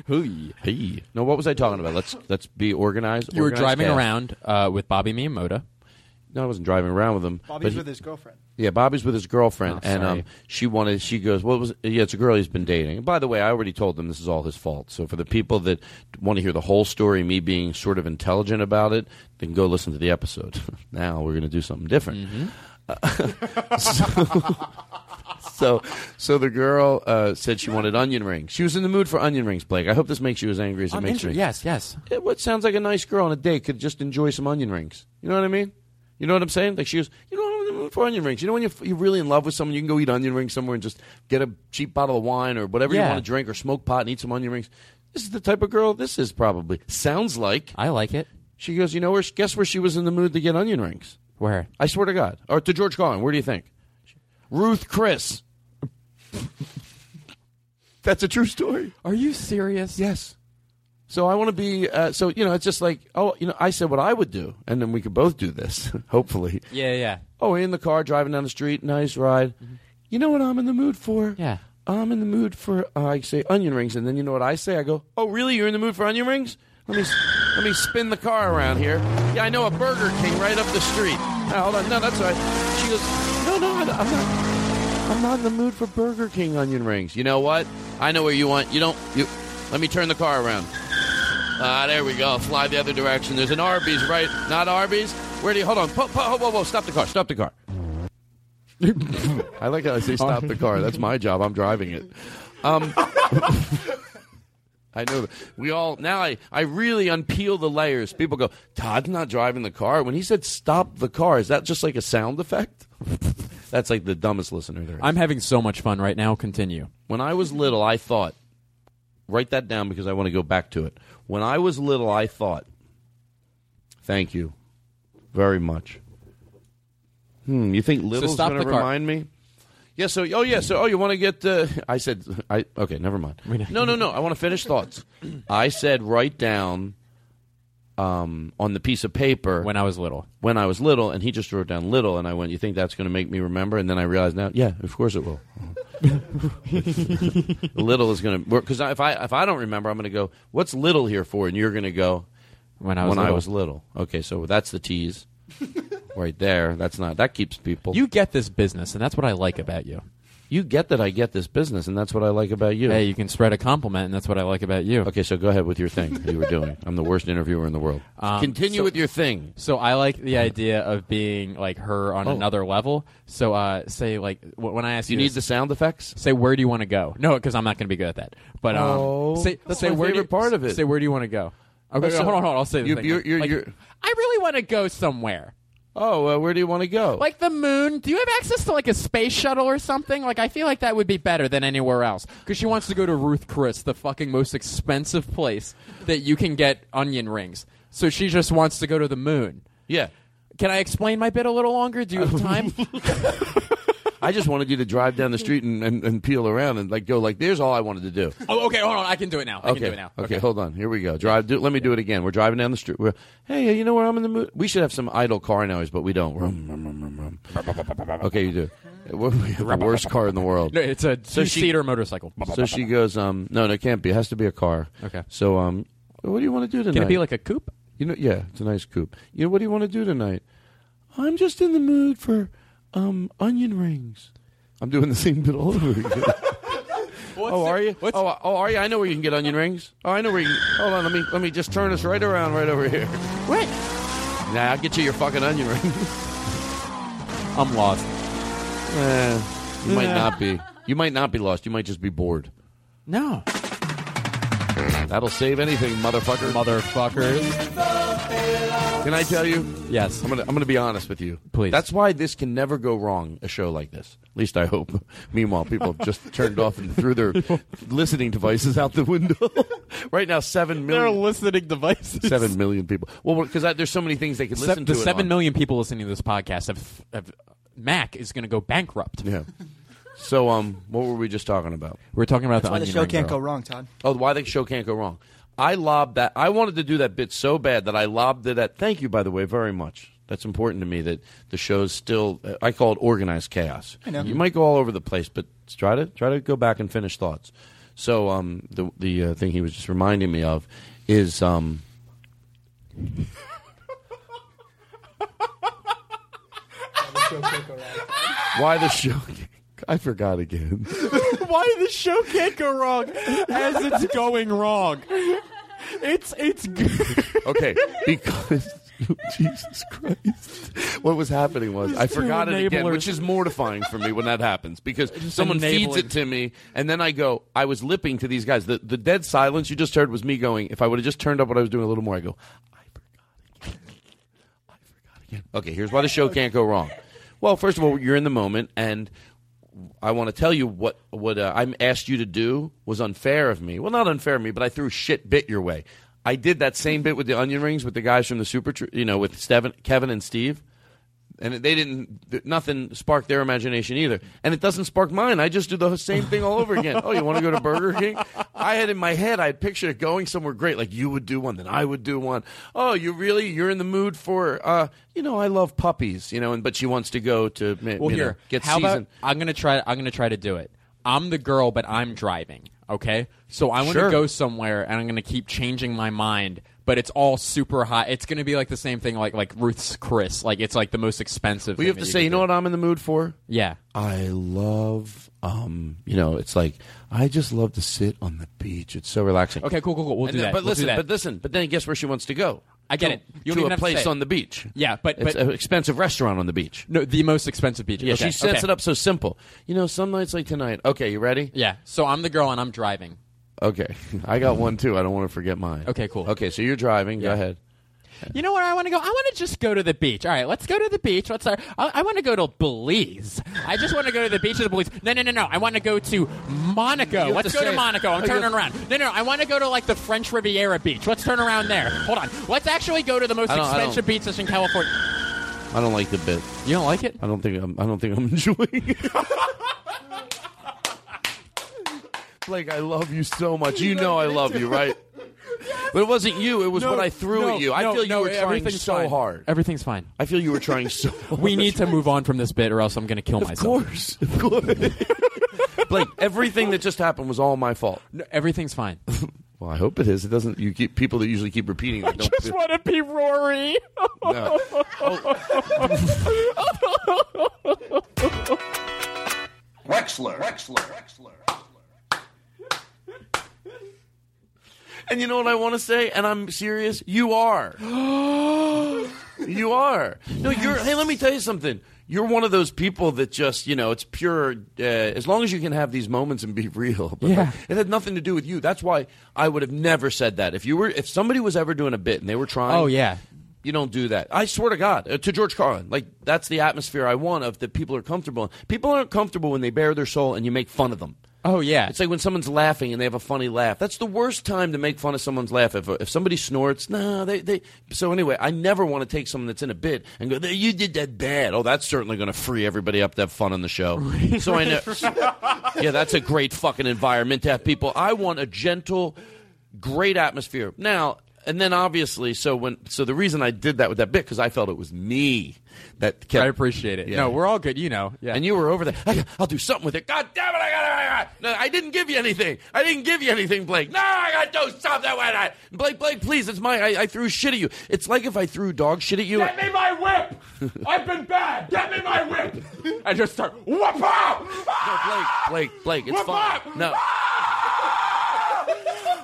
Speaker 3: Hey. No, what was I talking about? Let's let's be organized.
Speaker 6: You were
Speaker 3: organized
Speaker 6: driving
Speaker 3: cast.
Speaker 6: around uh, with Bobby Miyamoto.
Speaker 3: No, I wasn't driving around with him.
Speaker 9: Bobby's
Speaker 3: but he-
Speaker 9: with his girlfriend.
Speaker 3: Yeah, Bobby's with his girlfriend,
Speaker 6: Oh,
Speaker 3: and
Speaker 6: sorry.
Speaker 3: um, she wanted. She goes, "What was? Yeah, it's a girl he's been dating." And by the way, I already told them this is all his fault. So for the people that want to hear the whole story, me being sort of intelligent about it, they can go listen to the episode. now we're going to do something different. Uh, so, so, so the girl uh, said she wanted onion rings. She was in the mood for onion rings, Blake. I hope this makes you as angry as it
Speaker 6: I'm
Speaker 3: makes
Speaker 6: inter-
Speaker 3: me.
Speaker 6: Yes, yes.
Speaker 3: It, what sounds like a nice girl on a date could just enjoy some onion rings. You know what I mean? You know what I'm saying? Like she was, you know, I'm in the mood for onion rings. You know when you're, you're really in love with someone, you can go eat onion rings somewhere and just get a cheap bottle of wine or whatever you
Speaker 6: Yeah.
Speaker 3: want to drink or smoke pot and eat some onion rings. This is the type of girl this is probably. Sounds like.
Speaker 6: I like it.
Speaker 3: She goes, you know where? Guess where she was in the mood to get onion rings?
Speaker 6: Where?
Speaker 3: I swear to God. Or to George Carlin. Where do you think? Ruth Chris. That's a true story.
Speaker 6: Are you serious?
Speaker 3: Yes. So I want to be. Uh, so you know, it's just like, oh, you know, I said what I would do, and then we could both do this, hopefully.
Speaker 6: Yeah, yeah.
Speaker 3: Oh, we're in the car driving down the street, nice ride. You know what I'm in the mood for?
Speaker 6: Yeah.
Speaker 3: I'm in the mood for. Uh, I say onion rings, and then you know what I say? I go, oh, really? You're in the mood for onion rings? Let me. s- Let me spin the car around here. Yeah, I know a Burger King right up the street. Now, hold on. No, that's all right. She goes, no, no, I- I'm not. I'm not in the mood for Burger King onion rings. You know what? I know where you want. You don't. You. Let me turn the car around. Ah, there we go. Fly the other direction. There's an Arby's right. Not Arby's. Where do you? Hold on. Po, po, whoa, whoa, whoa! Stop the car. Stop the car. I like how I say stop the car. That's my job. I'm driving it. Um, I know. that. We all now. I I really unpeel the layers. People go. Todd's not driving the car. When he said stop the car, is that just like a sound effect? That's like the dumbest listener there.
Speaker 6: I'm having so much fun right now. Continue.
Speaker 3: When I was little, I thought, write that down because I want to go back to it. When I was little, I thought, thank you very much. Hmm, you think little's
Speaker 6: stop
Speaker 3: going to
Speaker 6: the car.
Speaker 3: remind me? Yeah, so, oh, yeah, so, oh, you want to get, uh, I said, I okay, never mind. No, no, no, I want to finish thoughts. I said, write down um, on the piece of paper. When
Speaker 6: I was little.
Speaker 3: When I was little, and he just wrote down little, and I went, you think that's going to make me remember? And then I realized now, yeah, of course it will. little is going to work because if I if I don't remember, I'm going to go. What's little here for? And you're going to go.
Speaker 6: When I was
Speaker 3: when I
Speaker 6: little.
Speaker 3: was little. Okay, so that's the tease, right there. That's not that keeps people.
Speaker 6: You get this business, and that's what I like about you.
Speaker 3: You get that I get this business, and that's what I like about you.
Speaker 6: Hey, you can spread a compliment, and that's what I like about you.
Speaker 3: Okay, so go ahead with your thing that you were doing. I'm the worst interviewer in the world.
Speaker 6: Um,
Speaker 3: Continue with your thing.
Speaker 6: So I like the idea of being like her on
Speaker 3: Oh.
Speaker 6: another level. So uh, say like w- when I ask
Speaker 3: You
Speaker 6: you,
Speaker 3: need
Speaker 6: this-
Speaker 3: the sound effects.
Speaker 6: Say where do you want to go? No, because I'm not going to be good at that. But um,
Speaker 3: Oh,
Speaker 6: say
Speaker 3: that's
Speaker 6: say
Speaker 3: my
Speaker 6: where do you,
Speaker 3: favorite part of it.
Speaker 6: Say where do you want to go? Okay,
Speaker 3: Oh, so-
Speaker 6: hold on, hold on. I'll say the
Speaker 3: You-
Speaker 6: thing.
Speaker 3: you're- you're-
Speaker 6: Like,
Speaker 3: you're-
Speaker 6: I really want to go somewhere.
Speaker 3: Oh, uh, where do you want to go?
Speaker 6: Like the moon. Do you have access to like a space shuttle or something? Like I feel like that would be better than anywhere else. Because she wants to go to Ruth Chris, the fucking most expensive place that you can get onion rings. So she just wants to go to the moon.
Speaker 3: Yeah.
Speaker 6: Can I explain my bit a little longer? Do you have time?
Speaker 3: I just wanted you to drive down the street and, and, and peel around and like go like. There's all I wanted to do.
Speaker 6: oh, okay. Hold on. I can do it now. I can do it now.
Speaker 3: Okay, hold on. Here we go. Drive. Do, let me do it again. We're driving down the street. We're, hey, you know where I'm in the mood? We should have some idle car noise, but we don't. Vroom, vroom, vroom, vroom, vroom. Okay, you do. We have the worst car in the world.
Speaker 6: No, it's a
Speaker 3: So she-
Speaker 6: two-seater motorcycle.
Speaker 3: So she goes. Um, no, no, it can't be. It has to be a car.
Speaker 6: Okay.
Speaker 3: So um, what do you want to do tonight?
Speaker 6: Can it be like a coupe?
Speaker 3: You know, yeah, it's a nice coupe. You know, what do you want to do tonight? I'm just in the mood for um onion rings. I'm doing the same bit all over again. oh, are you? Oh, oh, are you? I know where you can get onion rings. Oh, I know where you. Can, hold on, let me let me just turn us right around, right over here.
Speaker 6: What?
Speaker 3: Nah, I'll get you your fucking onion ring.
Speaker 6: I'm lost.
Speaker 3: you might
Speaker 6: Uh, Nah.
Speaker 3: not be. You might not be lost. You might just be bored.
Speaker 6: No.
Speaker 3: That'll save anything, motherfucker.
Speaker 6: Motherfucker.
Speaker 3: Can I tell you?
Speaker 6: Yes.
Speaker 3: I'm gonna I'm gonna be honest with you.
Speaker 6: Please.
Speaker 3: That's why this can never go wrong, a show like this. At least I hope. Meanwhile, people have just turned off and threw their listening devices out the window. right now, seven
Speaker 6: There are
Speaker 3: million
Speaker 6: listening devices.
Speaker 3: seven million people. Well, because there's so many things they could listen
Speaker 6: Se-
Speaker 3: to.
Speaker 6: the
Speaker 3: it
Speaker 6: seven
Speaker 3: on.
Speaker 6: million people listening to this podcast have, have Mac is going to go bankrupt.
Speaker 3: Yeah. So, um, what were we just talking about?
Speaker 6: We're talking about
Speaker 9: That's
Speaker 6: the
Speaker 9: why the
Speaker 6: onion
Speaker 9: show
Speaker 6: ring
Speaker 9: can't
Speaker 6: girl.
Speaker 9: go wrong, Todd.
Speaker 3: Oh, why the show can't go wrong. I lobbed that. I wanted to do that bit so bad that I lobbed it at. Thank you, by the way, very much. That's important to me that the show's still. I call it organized chaos.
Speaker 9: I know.
Speaker 3: You might go all over the place, but try to try to go back and finish thoughts. So, um, the the uh, thing he was just reminding me of is um. Why the show? I forgot again.
Speaker 6: Why the show can't go wrong as it's going wrong? It's it's good.
Speaker 3: Okay, because Jesus Christ, what was happening was I
Speaker 6: two
Speaker 3: forgot it again,
Speaker 6: enablers.
Speaker 3: which is mortifying for me when that happens because someone feeds
Speaker 6: enabling.
Speaker 3: it to me, and then I go, I was lipping to these guys. The the dead silence you just heard was me going. If I would have just turned up what I was doing a little more, I go, Okay, here's why the show can't go wrong. Well, first of all, you're in the moment, and I want to tell you what what uh, I asked you to do was unfair of me. Well, not unfair of me, but I threw shit bit your way. I did that same bit with the onion rings with the guys from the super, Tr- you know, with Steven, Kevin and Steve, and they didn't th- nothing sparked their imagination either, and it doesn't spark mine. I just do the same thing all over again. oh, you want to go to Burger King? I had in my head, I had pictured it going somewhere great, like you would do one, then I would do one. Oh, you really? You're in the mood for, uh, you know, I love puppies, you know, and but she wants to go to ma-
Speaker 6: Well,
Speaker 3: you know,
Speaker 6: here,
Speaker 3: get
Speaker 6: how
Speaker 3: seasoned.
Speaker 6: about I'm gonna try? I'm gonna try to do it. I'm the girl, but I'm driving. Okay, so I want to
Speaker 3: Sure.
Speaker 6: go somewhere, and I'm gonna keep changing my mind but it's all super high. It's going to be like the same thing like like Ruth's Chris. Like it's like the most expensive.
Speaker 3: Well, you have to say, you know what I'm in the mood for?
Speaker 6: Yeah.
Speaker 3: I love, um, you know, it's like I just love to sit on the beach. It's so relaxing.
Speaker 6: Okay, cool, cool, cool. We'll
Speaker 3: And
Speaker 6: do
Speaker 3: then-
Speaker 6: that.
Speaker 3: But
Speaker 6: We'll do
Speaker 3: listen,
Speaker 6: that.
Speaker 3: but listen, but then guess where she wants to go?
Speaker 6: I get
Speaker 3: To-
Speaker 6: it. You don't
Speaker 3: to
Speaker 6: even
Speaker 3: a
Speaker 6: have to
Speaker 3: place
Speaker 6: say it.
Speaker 3: on the beach.
Speaker 6: Yeah, but-
Speaker 3: it's
Speaker 6: but-
Speaker 3: an expensive restaurant on the beach.
Speaker 6: No, the most expensive beach.
Speaker 3: Yeah,
Speaker 6: Okay,
Speaker 3: she sets
Speaker 6: okay.
Speaker 3: it up so simple. You know, some nights like tonight. Okay, you ready?
Speaker 6: Yeah. So I'm the girl and I'm driving.
Speaker 3: Okay, I got one too. I don't want to forget mine.
Speaker 6: Okay, cool.
Speaker 3: Okay, so you're driving. Go
Speaker 6: Yeah.
Speaker 3: ahead.
Speaker 6: You know where I want to go? I want to just go to the beach. All right, let's go to the beach. Let's. uh, I, I want to go to Belize. I just want to go to the beach of the Belize. No, no, no, no. I want to go to Monaco.
Speaker 1: have
Speaker 6: Let's
Speaker 1: to
Speaker 6: go
Speaker 1: say
Speaker 6: to
Speaker 1: it.
Speaker 6: Monaco.
Speaker 1: Oh,
Speaker 6: I'm
Speaker 1: you
Speaker 6: turning
Speaker 1: have-
Speaker 6: around. No, no, no. I want to go to like the French Riviera beach. Let's turn around there. Hold on. Let's actually go to the most
Speaker 3: I don't- I don't-
Speaker 6: expensive beaches in California.
Speaker 3: I don't like the bit.
Speaker 6: You don't like it?
Speaker 3: I don't think I'm. I don't think I'm enjoying. it. Blake, I love you so much. You know I love you, right? But it wasn't you. It was
Speaker 6: No,
Speaker 3: what I threw
Speaker 6: no,
Speaker 3: at you. I
Speaker 6: no,
Speaker 3: feel you
Speaker 6: no,
Speaker 3: were trying
Speaker 6: everything's
Speaker 3: so
Speaker 6: fine.
Speaker 3: hard.
Speaker 6: Everything's fine.
Speaker 3: I feel you were trying so. hard.
Speaker 6: We need to move on from this bit, or else I'm going to kill myself.
Speaker 3: Of course, of course. Blake, everything that just happened was all my fault.
Speaker 6: No, everything's fine.
Speaker 3: Well, I hope it is. It doesn't. You keep people that usually keep repeating. That
Speaker 6: I
Speaker 3: don't
Speaker 6: just want to be Rory.
Speaker 3: No. Oh.
Speaker 22: Wexler. Wexler. Wexler.
Speaker 3: And you know what I want to say? And I'm serious. You are. you are. No, you're. Hey, let me tell you something. You're one of those people that just, you know, it's pure. Uh, as long as you can have these moments and be real. But
Speaker 6: Yeah.
Speaker 3: it had nothing to do with you. That's why I would have never said that. If you were, if somebody was ever doing a bit and they were trying.
Speaker 6: Oh, yeah.
Speaker 3: You don't do that. I swear to God, uh, to George Carlin, like that's the atmosphere I want of that people are comfortable. in. People aren't comfortable when they bare their soul and you make fun of them.
Speaker 6: Oh yeah,
Speaker 3: it's like when someone's laughing and they have a funny laugh. That's the worst time to make fun of someone's laugh. If if somebody snorts, nah, they they. So anyway, I never want to take someone that's in a bit and go, "You did that bad." Oh, that's certainly going to free everybody up to have fun on the show. so I know. yeah, that's a great fucking environment to have people. I want a gentle, great atmosphere. Now and then, obviously, so when so the reason I did that with that bit because I felt it was me that kept.
Speaker 6: I appreciate it.
Speaker 3: Yeah.
Speaker 6: No, we're all good. You know. Yeah.
Speaker 3: And you were over there. I, will do something with it. God damn it! I got it! I got it. No, I didn't give you anything. I didn't give you anything, Blake. No, I got to do something with it. Blake, Blake, please, it's my. I, I threw shit at you. It's like if I threw dog shit at you.
Speaker 1: Get me my whip! I've been bad! Get me my whip!
Speaker 3: I just start.
Speaker 1: Whoop up!
Speaker 3: Blake, Blake, it's
Speaker 1: Whoop
Speaker 3: fine.
Speaker 1: up!
Speaker 3: No.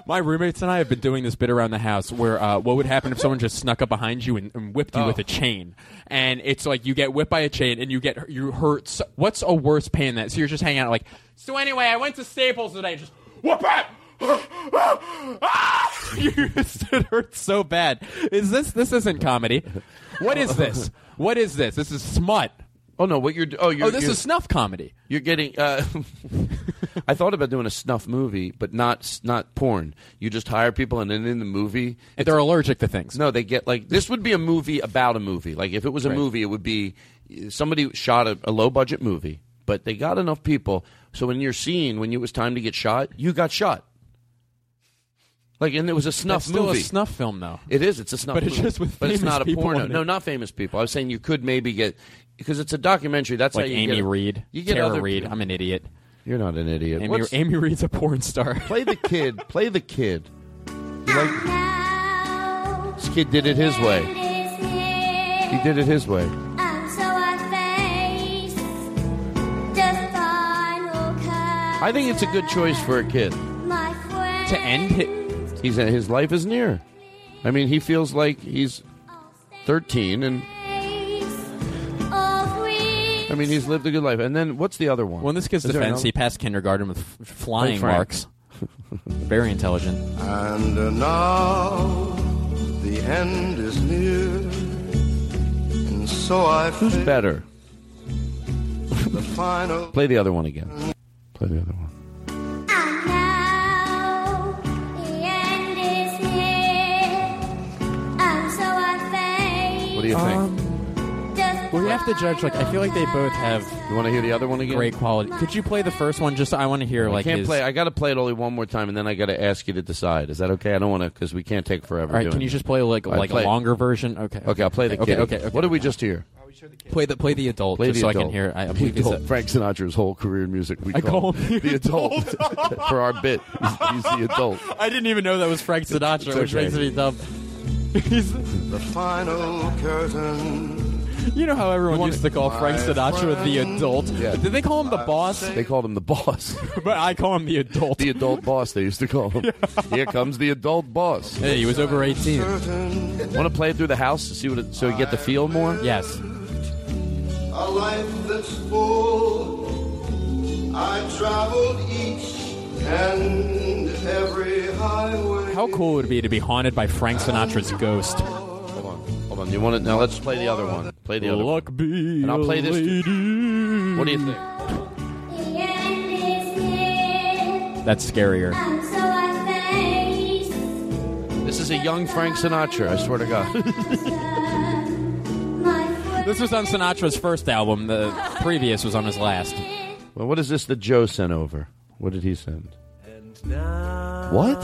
Speaker 6: My roommates and I have been doing this bit around the house where uh, what would happen if someone just snuck up behind you and, and whipped you
Speaker 3: Oh.
Speaker 6: with a chain, and it's like you get whipped by a chain and you get you hurt. So, what's a worse pain than that? So you're just hanging out like
Speaker 13: So anyway, I went to Staples today. Just whoop up!
Speaker 6: you just- it hurts so bad. Is this this isn't comedy? What is this? What is this? This is smut.
Speaker 3: Oh no! What you're do- oh you're,
Speaker 6: oh this
Speaker 3: you're-
Speaker 6: is snuff comedy.
Speaker 3: You're getting. Uh, I thought about doing a snuff movie, but not not porn. You just hire people, and then in the movie,
Speaker 6: And they're allergic to things.
Speaker 3: No, they get like this would be a movie about a movie. Like if it was a
Speaker 6: Right.
Speaker 3: movie, it would be somebody shot a, a low budget movie, but they got enough people. So when you're seen, when it was time to get shot, you got shot. Like and it was a snuff
Speaker 6: That's still
Speaker 3: movie.
Speaker 6: a snuff film though.
Speaker 3: It is. It's a snuff.
Speaker 6: But it's
Speaker 3: movie.
Speaker 6: just with
Speaker 3: But it's
Speaker 6: famous
Speaker 3: not a
Speaker 6: people
Speaker 3: porno.
Speaker 6: in it.
Speaker 3: No, not famous people. I was saying you could maybe get because it's a documentary. That's
Speaker 6: Like
Speaker 3: how you
Speaker 6: Amy
Speaker 3: get,
Speaker 6: Reid,
Speaker 3: You get
Speaker 6: Tara
Speaker 3: other
Speaker 6: Reid. I'm an idiot.
Speaker 3: You're not an idiot.
Speaker 6: Amy,
Speaker 3: What's-
Speaker 6: Amy Reed's a porn star.
Speaker 3: play the kid. Play the kid. You like- this kid did it his way. He did it his way. I think it's a good choice for a kid.
Speaker 6: to end it.
Speaker 3: He's his life is near. I mean, he feels like he's 13, and I mean he's lived a good life. And then what's the other one?
Speaker 6: Well, in this kid's
Speaker 3: Is there
Speaker 6: defense,
Speaker 3: another-
Speaker 6: he passed kindergarten with f- flying
Speaker 3: Frank.
Speaker 6: marks. Very intelligent.
Speaker 23: And uh, now the end is near, and so I
Speaker 3: Who's
Speaker 23: face
Speaker 3: better?
Speaker 23: the final.
Speaker 3: Play the other one again. Play the other one. What do you think?
Speaker 6: Um, Well, you have to judge. Like, I feel like they both have.
Speaker 3: You want to hear the other one again?
Speaker 6: Great quality. Could you play the first one? Just I want to hear
Speaker 3: I
Speaker 6: like
Speaker 3: can't
Speaker 6: his.
Speaker 3: play. I got to play it only one more time, and then I got to ask you to decide. Is that okay? I don't want to because we can't take forever.
Speaker 6: All right,
Speaker 3: doing
Speaker 6: can you
Speaker 3: it.
Speaker 6: just play like
Speaker 3: All right,
Speaker 6: like
Speaker 3: play
Speaker 6: a
Speaker 3: it.
Speaker 6: longer version? Okay.
Speaker 3: Okay, I'll play the
Speaker 6: okay,
Speaker 3: kid.
Speaker 6: Okay. okay.
Speaker 3: What did we just hear?
Speaker 6: Play the play the adult.
Speaker 3: Play
Speaker 6: just
Speaker 3: the
Speaker 6: so I
Speaker 3: adult.
Speaker 6: can hear. I, I
Speaker 3: The
Speaker 6: believe it's
Speaker 3: adult. Frank Sinatra's whole career in music. We
Speaker 6: I
Speaker 3: call
Speaker 6: call
Speaker 3: him
Speaker 6: him
Speaker 3: the adult for our bit. He's, he's the adult.
Speaker 6: I didn't even know that was Frank Sinatra,
Speaker 3: It's
Speaker 6: which
Speaker 3: okay.
Speaker 6: makes me dumb.
Speaker 23: the final curtain.
Speaker 6: You know how everyone used to call Frank
Speaker 23: My
Speaker 6: Sinatra the
Speaker 23: friend.
Speaker 6: adult? Did they call him the boss?
Speaker 3: They called him the boss.
Speaker 6: but I call him the adult.
Speaker 3: The adult boss, they used to call him. Here comes the adult boss.
Speaker 6: Hey, he was over 18.
Speaker 3: Want to play it through the house to see what it, so you get the feel more?
Speaker 6: Yes.
Speaker 23: A life that's full. I traveled each and every highway.
Speaker 6: How cool would it be to be haunted by Frank Sinatra's ghost?
Speaker 3: Hold on. Hold on. You want it? Now let's play the other one. Play the other
Speaker 6: Luck
Speaker 3: one.
Speaker 6: be
Speaker 3: And I'll play
Speaker 6: a
Speaker 3: this.
Speaker 6: lady.
Speaker 3: What do you think?
Speaker 6: That's scarier.
Speaker 3: This is a young Frank Sinatra, I swear to God.
Speaker 6: This was on Sinatra's first album. The previous was on his last.
Speaker 3: well, what is this that Joe sent over? What did he send? What?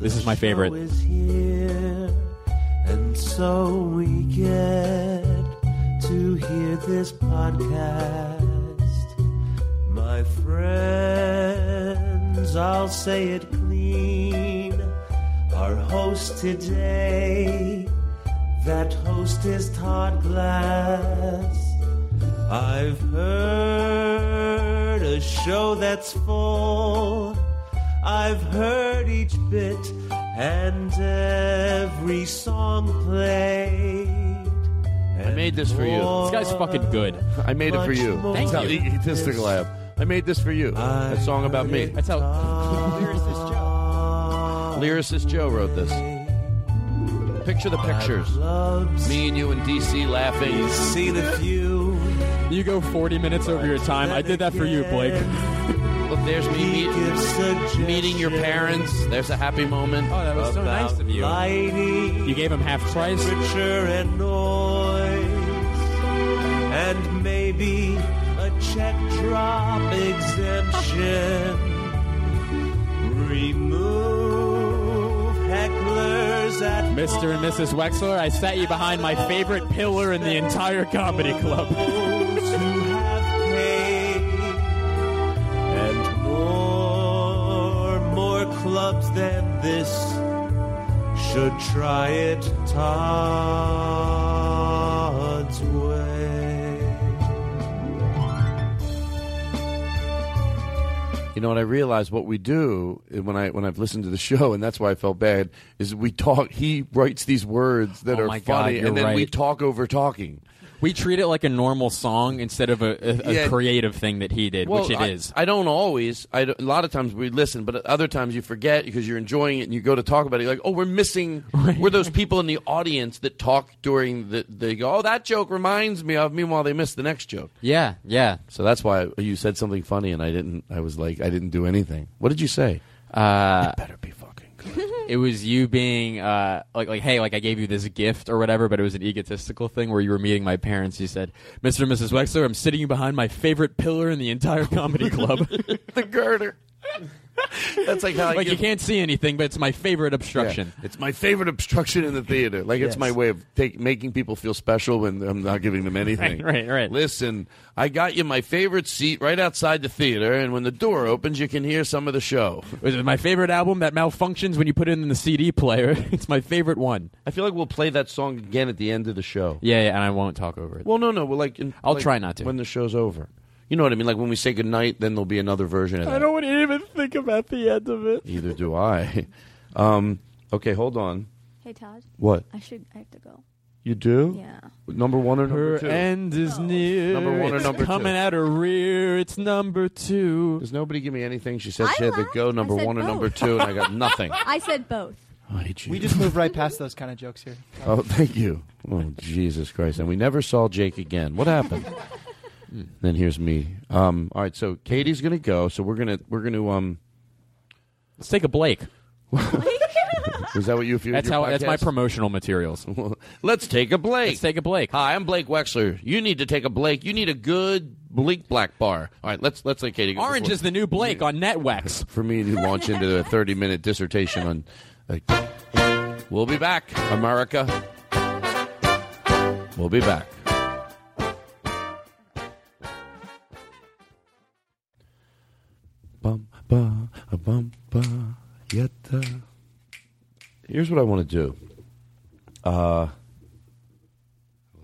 Speaker 6: This is my favorite.
Speaker 24: And so we get to hear this podcast. My friends, I'll say it clean. Our host today, that host is Todd Glass. I've heard a show that's full. I've heard each bit and every song played.
Speaker 3: I made this for you.
Speaker 24: This guy's fucking good.
Speaker 3: I made it for
Speaker 24: Much
Speaker 3: you.
Speaker 24: more
Speaker 3: That's how
Speaker 24: Thank you.
Speaker 3: egotistic I am. I made this for you. That song about me.
Speaker 6: That's how lyricist
Speaker 3: Joe. Lyricist Joe wrote this. Picture the pictures. Me and you in DC laughing.
Speaker 24: seen a few.
Speaker 6: You go 40 minutes over your time. I did that for you, Blake.
Speaker 3: Look, there's me meet, meeting your parents. There's a happy moment. Oh,
Speaker 6: that was so nice of you. You gave him half price.
Speaker 24: Temperature and noise, and maybe a check drop exemption. Remove hecklers at
Speaker 6: Mr. and Mrs. Wexler, I sat you behind my favorite pillar in the entire comedy club.
Speaker 24: those who have paid, and more, more clubs than this should try it Todd's way.
Speaker 3: You know what I realized? What we do eh, when I when I've listened to the show, and that's why I felt bad, is we talk. He writes these words that
Speaker 6: Oh
Speaker 3: are
Speaker 6: my God,
Speaker 3: funny,
Speaker 6: you're
Speaker 3: and then we
Speaker 6: right.
Speaker 3: talk over talking.
Speaker 6: We treat it like a normal song instead of a, a, a
Speaker 3: Yeah.
Speaker 6: creative thing that he did, which it is.
Speaker 3: I, I don't always. I don't- a lot of times we listen, but other times you forget because you're enjoying it and you go to talk about it. You're like, oh, we're missing. We're those people in the audience that talk during the. They go, oh, that joke reminds me of. Meanwhile, they miss the next joke.
Speaker 6: Yeah, yeah.
Speaker 3: So that's why you said something funny, and I didn't. I was like, I didn't do anything. What did you say?
Speaker 6: Uh,
Speaker 3: better be fucking
Speaker 6: good. it was you being uh, like, like, hey, like I gave you this gift or whatever, but it was an egotistical thing where you were meeting my parents. You said, Mr. and Mrs. Wexler, I'm sitting you behind my favorite pillar in the entire comedy club.
Speaker 3: the girder. That's like how I
Speaker 6: like you
Speaker 3: give-
Speaker 6: can't see anything, but it's my favorite obstruction.
Speaker 3: Yeah. It's my favorite obstruction in the theater. Like
Speaker 6: Yes.
Speaker 3: it's my way of take, making people feel special when I'm not giving them anything.
Speaker 6: Right, right, right.
Speaker 3: Listen, I got you my favorite seat right outside the theater, and when the door opens, you can hear some of the show.
Speaker 6: Was it my favorite album that malfunctions when you put it in the CD player? it's my favorite one.
Speaker 3: I feel like we'll play that song again at the end of the show.
Speaker 6: Yeah, yeah, and I won't talk over it.
Speaker 3: Well, no, no. Well, like in,
Speaker 6: I'll
Speaker 3: like,
Speaker 6: try not to.
Speaker 3: when the show's over. You know what I mean? Like when we say goodnight, then there'll be another version of that.
Speaker 6: don't want to even think about the end of it.
Speaker 3: Either do I. Um, okay, hold on.
Speaker 5: Hey, Todd.
Speaker 3: What?
Speaker 5: I should. I have to go.
Speaker 3: You do?
Speaker 5: Yeah.
Speaker 3: Number one or number
Speaker 6: Her
Speaker 3: two?
Speaker 6: end
Speaker 5: Oh.
Speaker 6: is near.
Speaker 3: Number one or
Speaker 6: It's
Speaker 3: number two?
Speaker 6: coming at her rear. It's number two.
Speaker 3: Does nobody give me anything? She said she had to go number
Speaker 5: said
Speaker 3: one or
Speaker 5: both.
Speaker 3: number two, and I got nothing.
Speaker 5: I said both.
Speaker 13: Oh,
Speaker 9: We just move right past those kind of jokes here.
Speaker 3: Oh, thank you. Oh, Jesus Christ. And we never saw Jake again. What happened? then here's me. Um, all right, so Katie's gonna go, so we're gonna we're gonna um
Speaker 6: Let's take a Blake.
Speaker 3: is that what you feel?
Speaker 6: That's how. That's my promotional materials.
Speaker 3: Let's take a Blake. Let's
Speaker 6: take a Blake.
Speaker 3: Hi, I'm Blake Wexler. You need to take a Blake. You need a good Blake black bar. All right, let's let's let Katie go.
Speaker 6: Orange is the new Blake on Netwex.
Speaker 3: for me to launch into a 30 minute dissertation on. like, we'll be back, America. We'll be back. Bum, uh, ba, a bum, ba, yetta. Here's what I want to do. Uh, a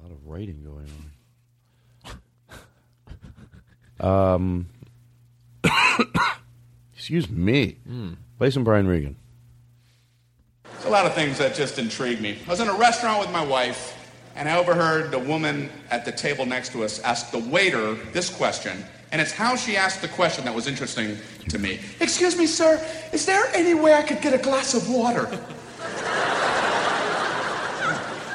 Speaker 3: lot of writing going on. um, excuse me.
Speaker 6: Hmm.
Speaker 3: Play some Brian Regan.
Speaker 4: There's a lot of things that just intrigued me. I was in a restaurant with my wife, and I overheard the woman at the table next to us ask the waiter this question. And it's how she asked the question that was interesting to me.
Speaker 8: Excuse me, sir. Is there any way I could get a glass of water?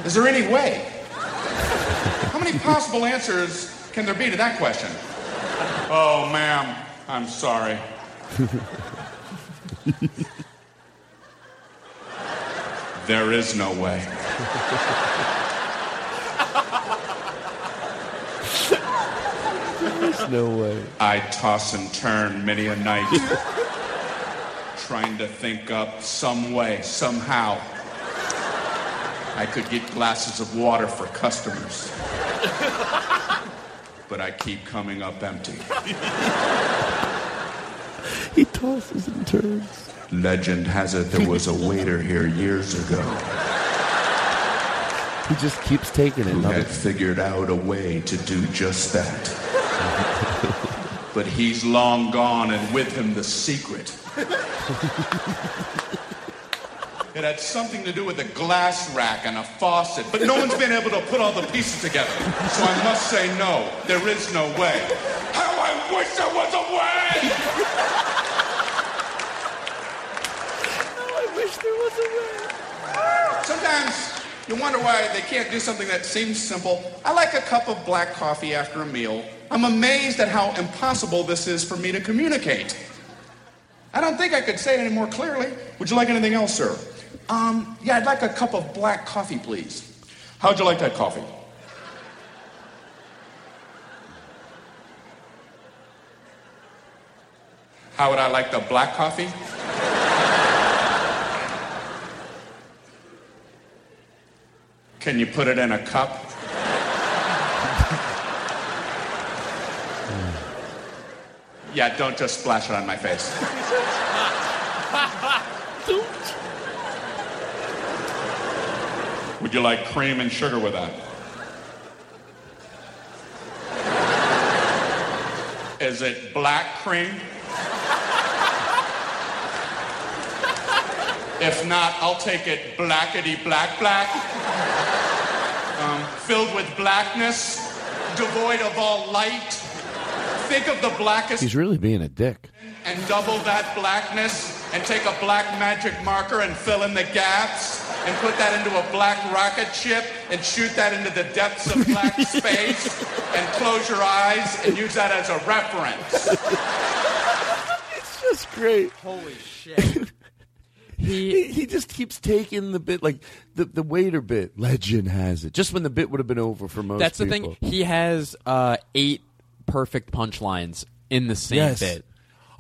Speaker 4: Is there any way? How many possible answers can there be to that question? Oh, ma'am, I'm sorry. There is no way.
Speaker 3: There's no way.
Speaker 4: I toss and turn many a night, trying to think up some way, somehow, I could get glasses of water for customers. But I keep coming up empty.
Speaker 3: He tosses and turns.
Speaker 4: Legend has it there was a waiter here years ago
Speaker 3: He just keeps taking it.
Speaker 4: who
Speaker 3: Another
Speaker 4: had figured out a way to do just that. but he's long gone, and with him the secret. It had something to do with a glass rack and a faucet, but no one's been able to put all the pieces together. So I must say no, there is no way. How I wish there was a way!
Speaker 8: I wish there was a way.
Speaker 4: Sometimes you wonder why they can't do something that seems simple. I like a cup of black coffee after a meal. I'm amazed at how impossible this is for me to communicate. I don't think I could say it any more clearly. Would you like anything else, sir? Um, yeah, I'd like a cup of black coffee, please. How'd you like that coffee? How would I like the black coffee? Can you put it in a cup? yeah, don't just splash it on my face. Would you like cream and sugar with that? Is it black cream? If not, I'll take it blackety black black. Um, filled with blackness, devoid of all light. Think of the blackest
Speaker 3: He's really being a dick.
Speaker 4: and double that blackness and take a black magic marker and fill in the gaps and put that into a black rocket ship and shoot that into the depths of black space and close your eyes and use that as a reference.
Speaker 3: It's just great.
Speaker 4: Holy shit.
Speaker 3: He, he just keeps taking the bit like the the waiter bit. Legend has it. Just when the bit would have been over for most.
Speaker 6: That's the
Speaker 3: people.
Speaker 6: thing. He has uh, eight perfect punchlines in the same
Speaker 3: Yes.
Speaker 6: bit.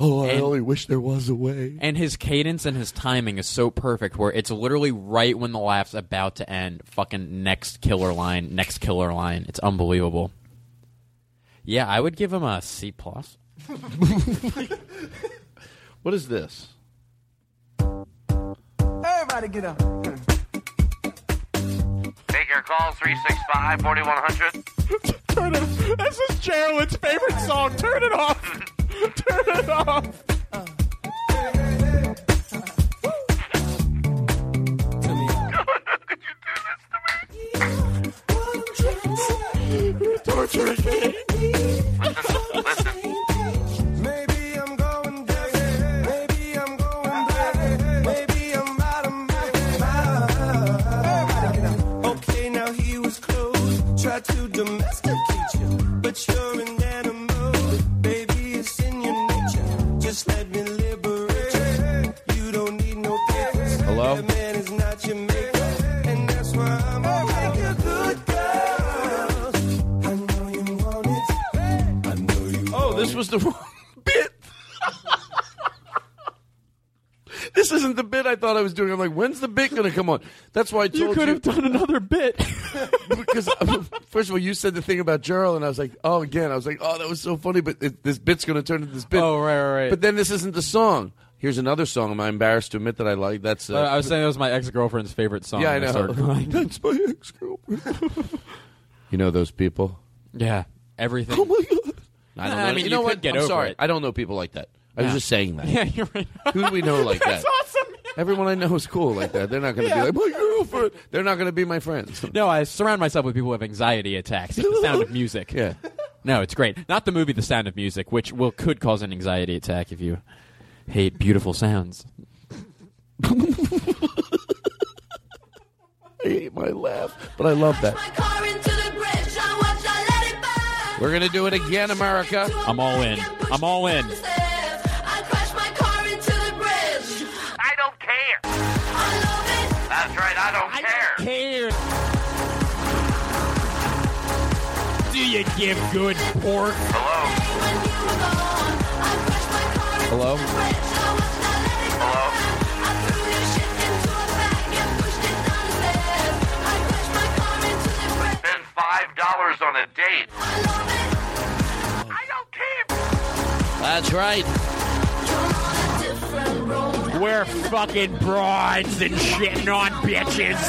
Speaker 3: Oh, I
Speaker 6: And-
Speaker 3: only wish there was a way.
Speaker 6: And his cadence and his timing is so perfect where it's literally right when the laugh's about to end. Fucking next killer line, next killer line. It's unbelievable. Yeah, I would give him a C plus.
Speaker 3: what is this?
Speaker 8: Everybody get up.
Speaker 9: Take your call 365 4100.
Speaker 8: Turn it. This is Gerald's favorite song. Turn it off. Turn it off. Torturing me. Maybe I'm going deaf. Maybe I'm going blind. Maybe I'm out of my mind. Okay, now he was close. Tried to domesticate you, but you're an animal. Baby, it's in your nature. Just let me liberate you. You don't need no papers.
Speaker 3: Hello?
Speaker 8: That man is not your maker, and that's why I'm a like a good girl. I know you want it. I know you.
Speaker 3: Oh, this was the wrong bit. this isn't the bit I thought I was doing. I'm like, when's the bit going to come on? That's why I told you.
Speaker 8: could have
Speaker 6: done another bit.
Speaker 3: because, uh, first of all, you said the thing about Gerald, and I was like, oh, again. I was like, oh, that was so funny, but it, this bit's going to turn into this bit.
Speaker 6: Oh, right, right, right.
Speaker 3: But then this isn't the song. Here's another song. Am I embarrassed to admit that I like? That's uh,
Speaker 6: But I was saying that was my ex girlfriend's favorite song.
Speaker 3: Yeah, I
Speaker 6: and
Speaker 3: know.
Speaker 6: started crying.
Speaker 3: That's my ex girlfriend. you know those people.
Speaker 6: Yeah, everything.
Speaker 3: Oh my god! I
Speaker 6: Nah,
Speaker 3: don't know.
Speaker 6: I mean,
Speaker 3: you know
Speaker 6: you could
Speaker 3: what?
Speaker 6: get
Speaker 3: I'm
Speaker 6: over
Speaker 3: sorry.
Speaker 6: it.
Speaker 3: I don't know people like that. I was
Speaker 6: Yeah.
Speaker 3: just saying that.
Speaker 6: Yeah, you're right.
Speaker 3: Who do we know like
Speaker 6: That's
Speaker 3: that? awesome. Everyone I know is cool like that. They're not going to be like my girlfriend. They're not going to be my friends.
Speaker 6: No, I surround myself with people who have anxiety attacks. It's the sound of music.
Speaker 3: Yeah.
Speaker 6: No, it's great. Not the movie The Sound of Music, which will could cause an anxiety attack if you hate beautiful sounds.
Speaker 3: I hate my laugh, but I love that.
Speaker 25: Car into the bridge, I watch, I let it burn.
Speaker 3: We're going to do it again, America.
Speaker 6: I'm all in. I'm all in.
Speaker 25: I crash my car into the bridge. I don't care. I love it. That's right, I don't care.
Speaker 6: care. Do you give good pork?
Speaker 13: Hello?
Speaker 3: Hello?
Speaker 13: Hello? Spend five dollars on a date.
Speaker 3: That's right.
Speaker 6: We're fucking broads and shitting on bitches.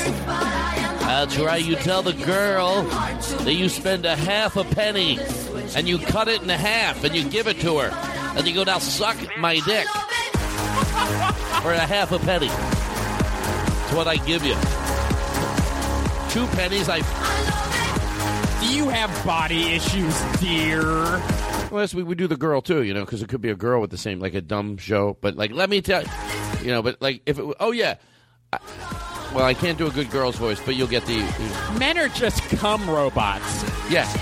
Speaker 3: That's right. You tell the girl that you spend a half a penny and you cut it in half and you give it to her. And you go, now suck my dick for a half a penny. It's what I give you. Two pennies, I.
Speaker 6: Do you have body issues, dear?
Speaker 3: Unless we, we do the girl too, you know, because it could be a girl with the same, like a dumb show. But like, let me tell you, know, but like, if it, w- oh yeah, I, well, I can't do a good girl's voice, but you'll get the.
Speaker 6: Men are just cum robots.
Speaker 3: Yes.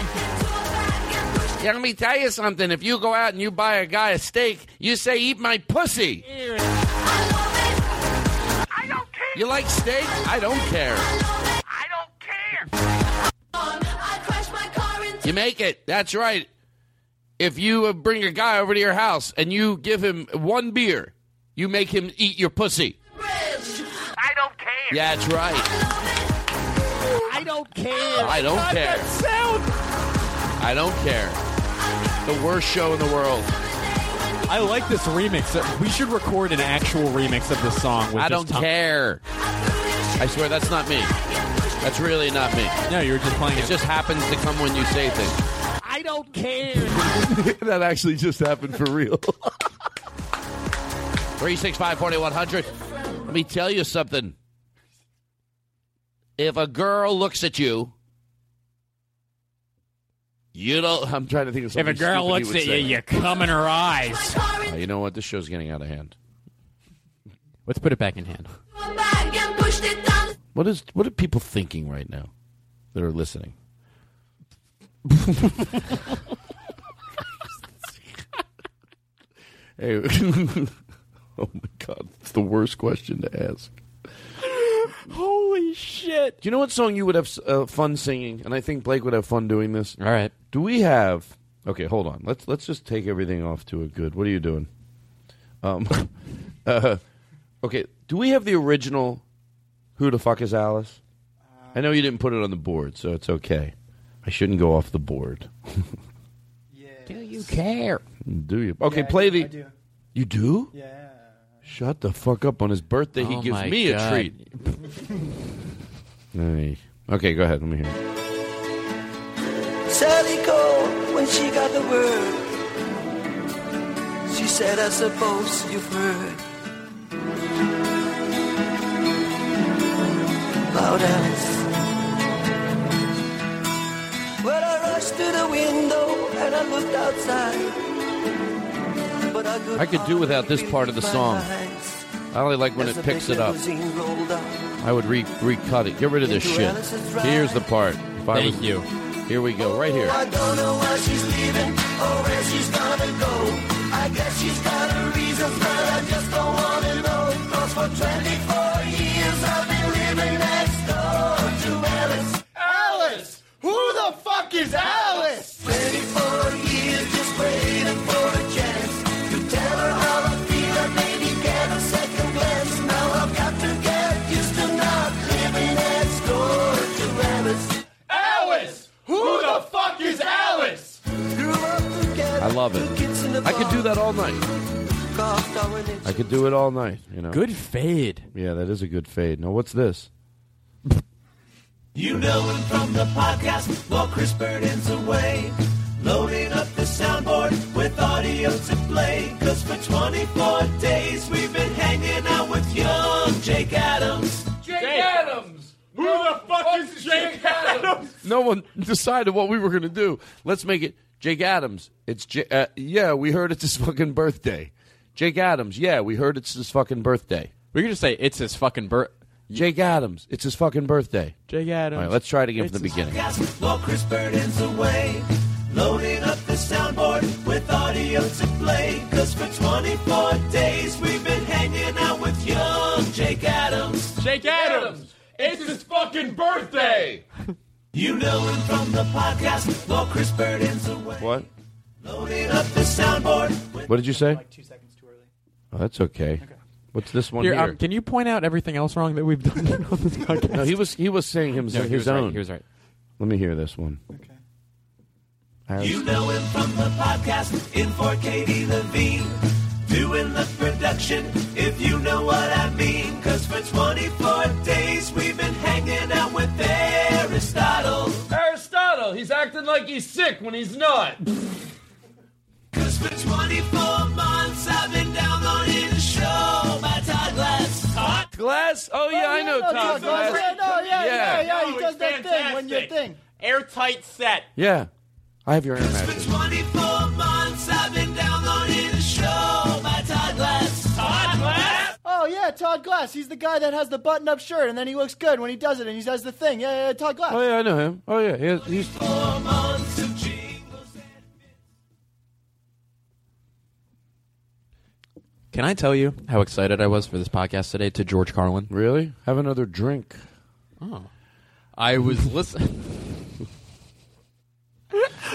Speaker 3: Yeah, let me tell you something. If you go out and you buy a guy a steak, you say, "Eat my pussy." You like steak? I don't care. You make it. That's right. If you uh, bring a guy over to your house and you give him one beer, you make him eat your pussy.
Speaker 13: I don't care.
Speaker 3: Yeah, that's right.
Speaker 6: I don't care.
Speaker 3: I don't
Speaker 13: Cut
Speaker 3: care.
Speaker 13: that
Speaker 3: I don't care. The worst show in the world.
Speaker 6: I like this remix. We should record an actual remix of this song. With
Speaker 3: I
Speaker 6: just
Speaker 3: don't
Speaker 6: Tom-
Speaker 3: care. I swear that's not me. That's really not me.
Speaker 6: No, you were just playing
Speaker 3: it. It just happens to come when you say things.
Speaker 6: I don't care.
Speaker 3: that actually just happened for real. 365 4100. Let me tell you something. If a girl looks at you, you don't. I'm trying to think of
Speaker 6: If
Speaker 3: something.
Speaker 6: a girl
Speaker 3: stupid he
Speaker 6: looks
Speaker 3: would
Speaker 6: at you,
Speaker 3: say.
Speaker 6: you come in her eyes.
Speaker 3: Uh, you know what? This show's getting out of hand.
Speaker 6: Let's put it back in hand.
Speaker 3: What is? What are people thinking right now that are listening? hey, oh my god, it's the worst question to ask.
Speaker 6: Holy shit!
Speaker 3: Do you know what song you would have s- uh, fun singing? And I think Blake would have fun doing this. All
Speaker 6: right.
Speaker 3: Do we have? Okay, hold on. Let's let's just take everything off to a good. What are you doing? Um. uh, okay. Do we have the original? Who the fuck is Alice? I know you didn't put it on the board, so it's okay. I shouldn't go off the board.
Speaker 6: Do you care?
Speaker 3: do you? Okay,
Speaker 6: Yeah, I
Speaker 3: play
Speaker 6: do-
Speaker 3: the.
Speaker 6: I do.
Speaker 3: You do? Yeah. Shut the fuck up! On his birthday,
Speaker 6: Oh
Speaker 3: he gives
Speaker 6: my
Speaker 3: me
Speaker 6: God.
Speaker 3: a treat. Hey. Okay, go ahead. Let me hear. it.
Speaker 8: Sally called when she got the word. She said, I suppose you've heard about Alice. Well, I rushed to the window and I looked outside. But I could,
Speaker 3: I could do without this part of the song. I only like when
Speaker 8: As
Speaker 3: it
Speaker 8: the
Speaker 3: picks
Speaker 8: big
Speaker 3: it up.
Speaker 8: limousine rolled up.
Speaker 3: I would re recut it. Get rid of this shit. Here's the part. If I
Speaker 6: Thank
Speaker 3: was,
Speaker 6: you.
Speaker 3: Here we go. Right here.
Speaker 8: I don't know why she's leaving or where she's gonna go. I guess she's got her reasons, but I just don't wanna know. 'Cause for 24 years I've been living next door to Alice. Alice! Who the fuck is Alice? 24 years just waiting for a chance to tell her how I feel and maybe get a second glance. Now I've got to get used to not living next door to Alice. Alice! Who the fuck is Alice?
Speaker 3: I love it. I could do that all night. I could do it all night, you know.
Speaker 6: Good fade.
Speaker 3: Yeah, that is a good fade. Now, what's this?
Speaker 20: You know him from the podcast while Chris Burden's away. Loading up the soundboard with audio to play. Cause for 24 days we've been hanging out with young Jake Adams.
Speaker 1: Jake Adams! Who the fuck is Jake Adams?
Speaker 3: No one decided what we were going to do. Let's make it Jake Adams. It's J- uh, yeah, we heard it's his fucking birthday. Jake Adams. Yeah, we heard it's his fucking birthday.
Speaker 6: We could just say it's his fucking birth.
Speaker 3: Jake Adams. It's his fucking birthday.
Speaker 6: Jake Adams.
Speaker 3: All right, let's try it again from the beginning.
Speaker 20: Podcast while Chris Burden's away. Loading up the soundboard with audio to play. Cause for 24 days we've been hanging out with young Jake Adams.
Speaker 1: Jake Adams! It's his fucking birthday!
Speaker 20: You know him from the podcast while Chris Burden's away.
Speaker 3: What?
Speaker 20: Loading up the soundboard
Speaker 3: What did you say? Like two seconds too early. Oh, that's okay. What's this one
Speaker 6: Here,
Speaker 3: here?
Speaker 6: um, can you point out everything else wrong that we've done on this podcast?
Speaker 3: no, he was he was saying him,
Speaker 6: um, No, he
Speaker 3: his
Speaker 6: was right,
Speaker 3: own.
Speaker 6: he was right.
Speaker 3: Let me hear this one. Okay.
Speaker 20: You know him from the podcast in for Katie Levine. Doing the production, if you know what I mean. Cause for 24 days we've been hanging out with Aristotle.
Speaker 1: Aristotle, he's acting like he's sick when he's not.
Speaker 20: Cause for 24 months I've been downloading the show by Todd Glass. Todd
Speaker 3: Glass? Oh,
Speaker 20: yeah,
Speaker 1: I know Todd Glass.
Speaker 9: No, yeah, yeah, yeah,
Speaker 1: No,
Speaker 6: Oh,
Speaker 9: he
Speaker 1: he's
Speaker 9: does that thing when you
Speaker 1: fantastic.
Speaker 9: thing.
Speaker 13: Airtight set.
Speaker 3: yeah, I have your internet.
Speaker 20: 24
Speaker 3: Oh,
Speaker 20: months I've been downloading the show by Todd Glass. Todd Glass?
Speaker 9: Oh yeah, Todd Glass. He's the guy that has the button-up shirt, and then he looks good when he does it, and he does the thing. Yeah, yeah, yeah Todd Glass.
Speaker 3: Oh yeah, I know him. Oh yeah, he has, he's.
Speaker 20: Four months of jingles.
Speaker 6: Can I tell you how excited I was for this podcast today to George Carlin?
Speaker 3: Really? Have another drink.
Speaker 6: Oh. I was listening.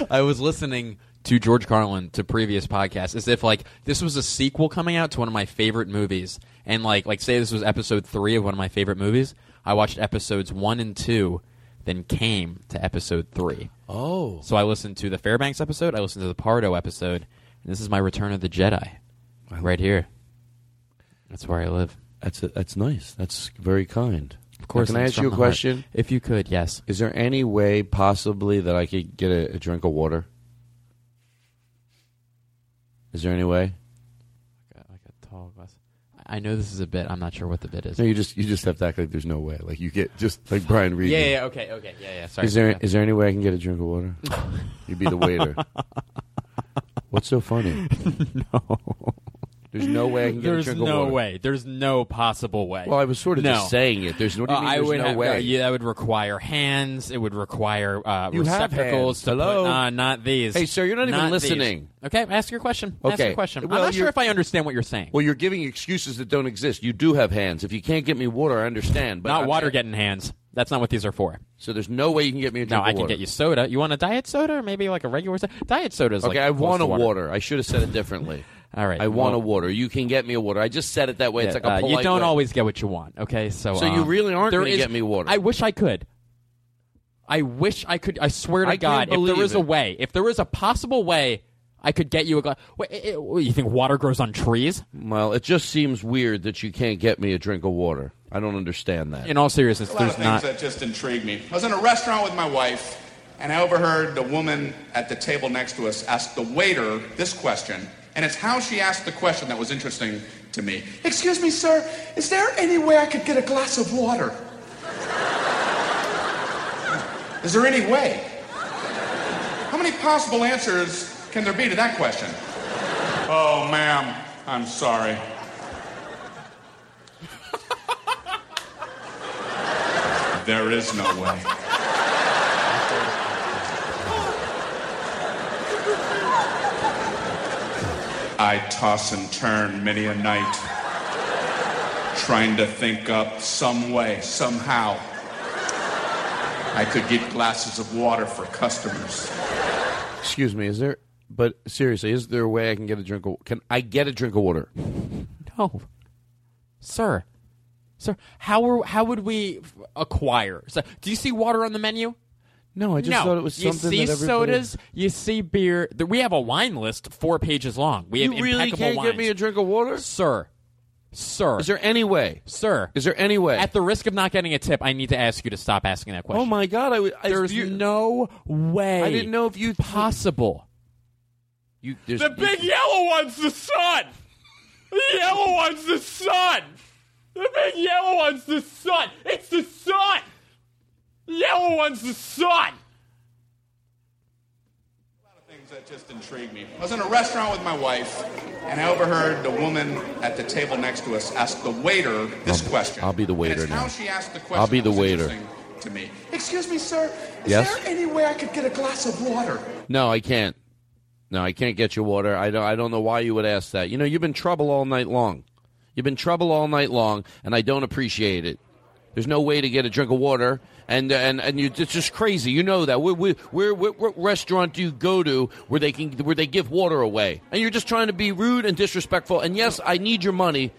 Speaker 6: I was listening to George Carlin to previous podcasts as if like this was a sequel coming out to one of my favorite movies, and like like say this was episode three of one of my favorite movies. I watched episodes one and two, then came to episode three.
Speaker 3: Oh.
Speaker 6: so I listened to the Fairbanks episode. I listened to the Pardo episode, and this is my Return of the Jedi, right here. That's where I live.
Speaker 3: That's that's nice. That's very kind. Of
Speaker 6: course,
Speaker 3: can I
Speaker 6: it's
Speaker 3: ask
Speaker 6: from
Speaker 3: you a
Speaker 6: the heart.
Speaker 3: question?
Speaker 6: If you could, yes.
Speaker 3: Is there any way possibly that I could get a, a drink of water? Is there any way?
Speaker 6: I know this is a bit. I'm not sure what the bit is.
Speaker 3: No, you just you just have to act like there's no way. Like you get just like Brian Regan.
Speaker 6: Yeah, yeah, yeah, okay, okay, yeah, yeah, sorry.
Speaker 3: Is there is
Speaker 6: Yeah.
Speaker 3: there any way I can get a drink of water? You'd be the waiter. What's so funny?
Speaker 6: no.
Speaker 3: There's no way I can get
Speaker 6: There's
Speaker 3: a drink
Speaker 6: no
Speaker 3: of water.
Speaker 6: way. There's no possible way.
Speaker 3: Well, I was sort of
Speaker 6: No.
Speaker 3: just saying it. There's what do you
Speaker 6: Uh,
Speaker 3: mean
Speaker 6: I
Speaker 3: there's
Speaker 6: would
Speaker 3: no
Speaker 6: have,
Speaker 3: way?
Speaker 6: uh, yeah, that would require hands. It would require uh,
Speaker 3: You have hands.
Speaker 6: receptacles. To
Speaker 3: Hello?
Speaker 6: Put, uh, not these.
Speaker 3: Hey, sir, you're not even
Speaker 6: these.
Speaker 3: listening.
Speaker 6: Okay, ask your question. Ask
Speaker 3: Okay.
Speaker 6: your question.
Speaker 3: Well,
Speaker 6: I'm not
Speaker 3: you're-
Speaker 6: sure if I understand what you're saying.
Speaker 3: Well, you're giving excuses that don't exist. You do have hands. If you can't get me water, I understand. But
Speaker 6: not
Speaker 3: I'm-
Speaker 6: water getting hands. That's not what these are for.
Speaker 3: So there's no way you can get me a
Speaker 6: No,
Speaker 3: drink of
Speaker 6: I can
Speaker 3: water.
Speaker 6: get you soda. You want a diet soda or maybe like a regular soda? Diet soda is
Speaker 3: Okay,
Speaker 6: like
Speaker 3: I
Speaker 6: close
Speaker 3: want
Speaker 6: to
Speaker 3: a water. I should have said it differently.
Speaker 6: All right.
Speaker 3: I want a
Speaker 6: well-
Speaker 3: water. You can get me a water. I just said it that way. it's
Speaker 6: Yeah,
Speaker 3: like a
Speaker 6: uh,
Speaker 3: polite
Speaker 6: you don't
Speaker 3: way.
Speaker 6: always get what you want. Okay, so
Speaker 3: So you
Speaker 6: um,
Speaker 3: really aren't
Speaker 6: there
Speaker 3: gonna
Speaker 6: is-
Speaker 3: get me water.
Speaker 6: I wish I could. I wish I could. I swear to
Speaker 3: I can't
Speaker 6: God, if there
Speaker 3: believe
Speaker 6: was a
Speaker 3: it.
Speaker 6: way, if there was a possible way, I could get you a glass. Wait, eh, eh, what, you think water grows on trees?
Speaker 3: Well, it just seems weird that you can't get me a drink of water. I don't understand that.
Speaker 6: In all seriousness,
Speaker 4: a lot of things that just intrigued me. I was in a restaurant with my wife, and I overheard the woman at the table next to us ask the waiter this question, and it's how she asked the question that was interesting to me. Excuse me, sir, is there any way I could get a glass of water? is there any way? How many possible answers can there be to that question? Oh, ma'am, I'm sorry. There is no way. I toss and turn many a night, trying to think up some way, somehow, I could get glasses of water for customers.
Speaker 3: Excuse me. Is there? But seriously, is there a way I can get a drink of? Can I get a drink of water?
Speaker 6: No, sir, sir. How are, how would we f- acquire? So, do you see water on the menu?
Speaker 3: No, I just
Speaker 6: no.
Speaker 3: thought it was
Speaker 6: you
Speaker 3: something
Speaker 6: see
Speaker 3: that everybody-
Speaker 6: sodas, you see beer. Th- We have a wine list four pages long. We have
Speaker 3: You really
Speaker 6: impeccable
Speaker 3: can't get me a drink of water,
Speaker 6: sir. Sir,
Speaker 3: Is there any way,
Speaker 6: sir?
Speaker 3: Is there any way?
Speaker 6: At the risk of not getting a tip, I need to ask you to stop asking that question.
Speaker 3: Oh my god! I, w- I
Speaker 6: There's no way.
Speaker 3: I didn't know if you
Speaker 6: possible.
Speaker 3: You there's,
Speaker 13: The big yellow one's the sun. The yellow one's the sun. The big yellow one's the sun. It's the sun. The yellow one's the sun.
Speaker 4: Things that just intrigued me. I was in a restaurant with my wife, and I overheard the woman at the table next to us ask the waiter this question.
Speaker 3: I'll be the waiter
Speaker 4: It's how
Speaker 3: now.
Speaker 4: she asked the question.
Speaker 3: I'll be
Speaker 4: that
Speaker 3: the
Speaker 4: was
Speaker 3: waiter.
Speaker 4: interesting To me. Excuse me, sir. Is
Speaker 3: Yes?
Speaker 4: there any way I could get a glass of water?
Speaker 3: No, I can't. No, I can't get you water. I don't. I don't know why you would ask that. You know, you've been trouble all night long. You've been trouble all night long, and I don't appreciate it. There's no way to get a drink of water, and and and you, it's just crazy. You know that. Where, where, where, where what restaurant do you go to where they can where they give water away? And you're just trying to be rude and disrespectful. And yes, I need your money.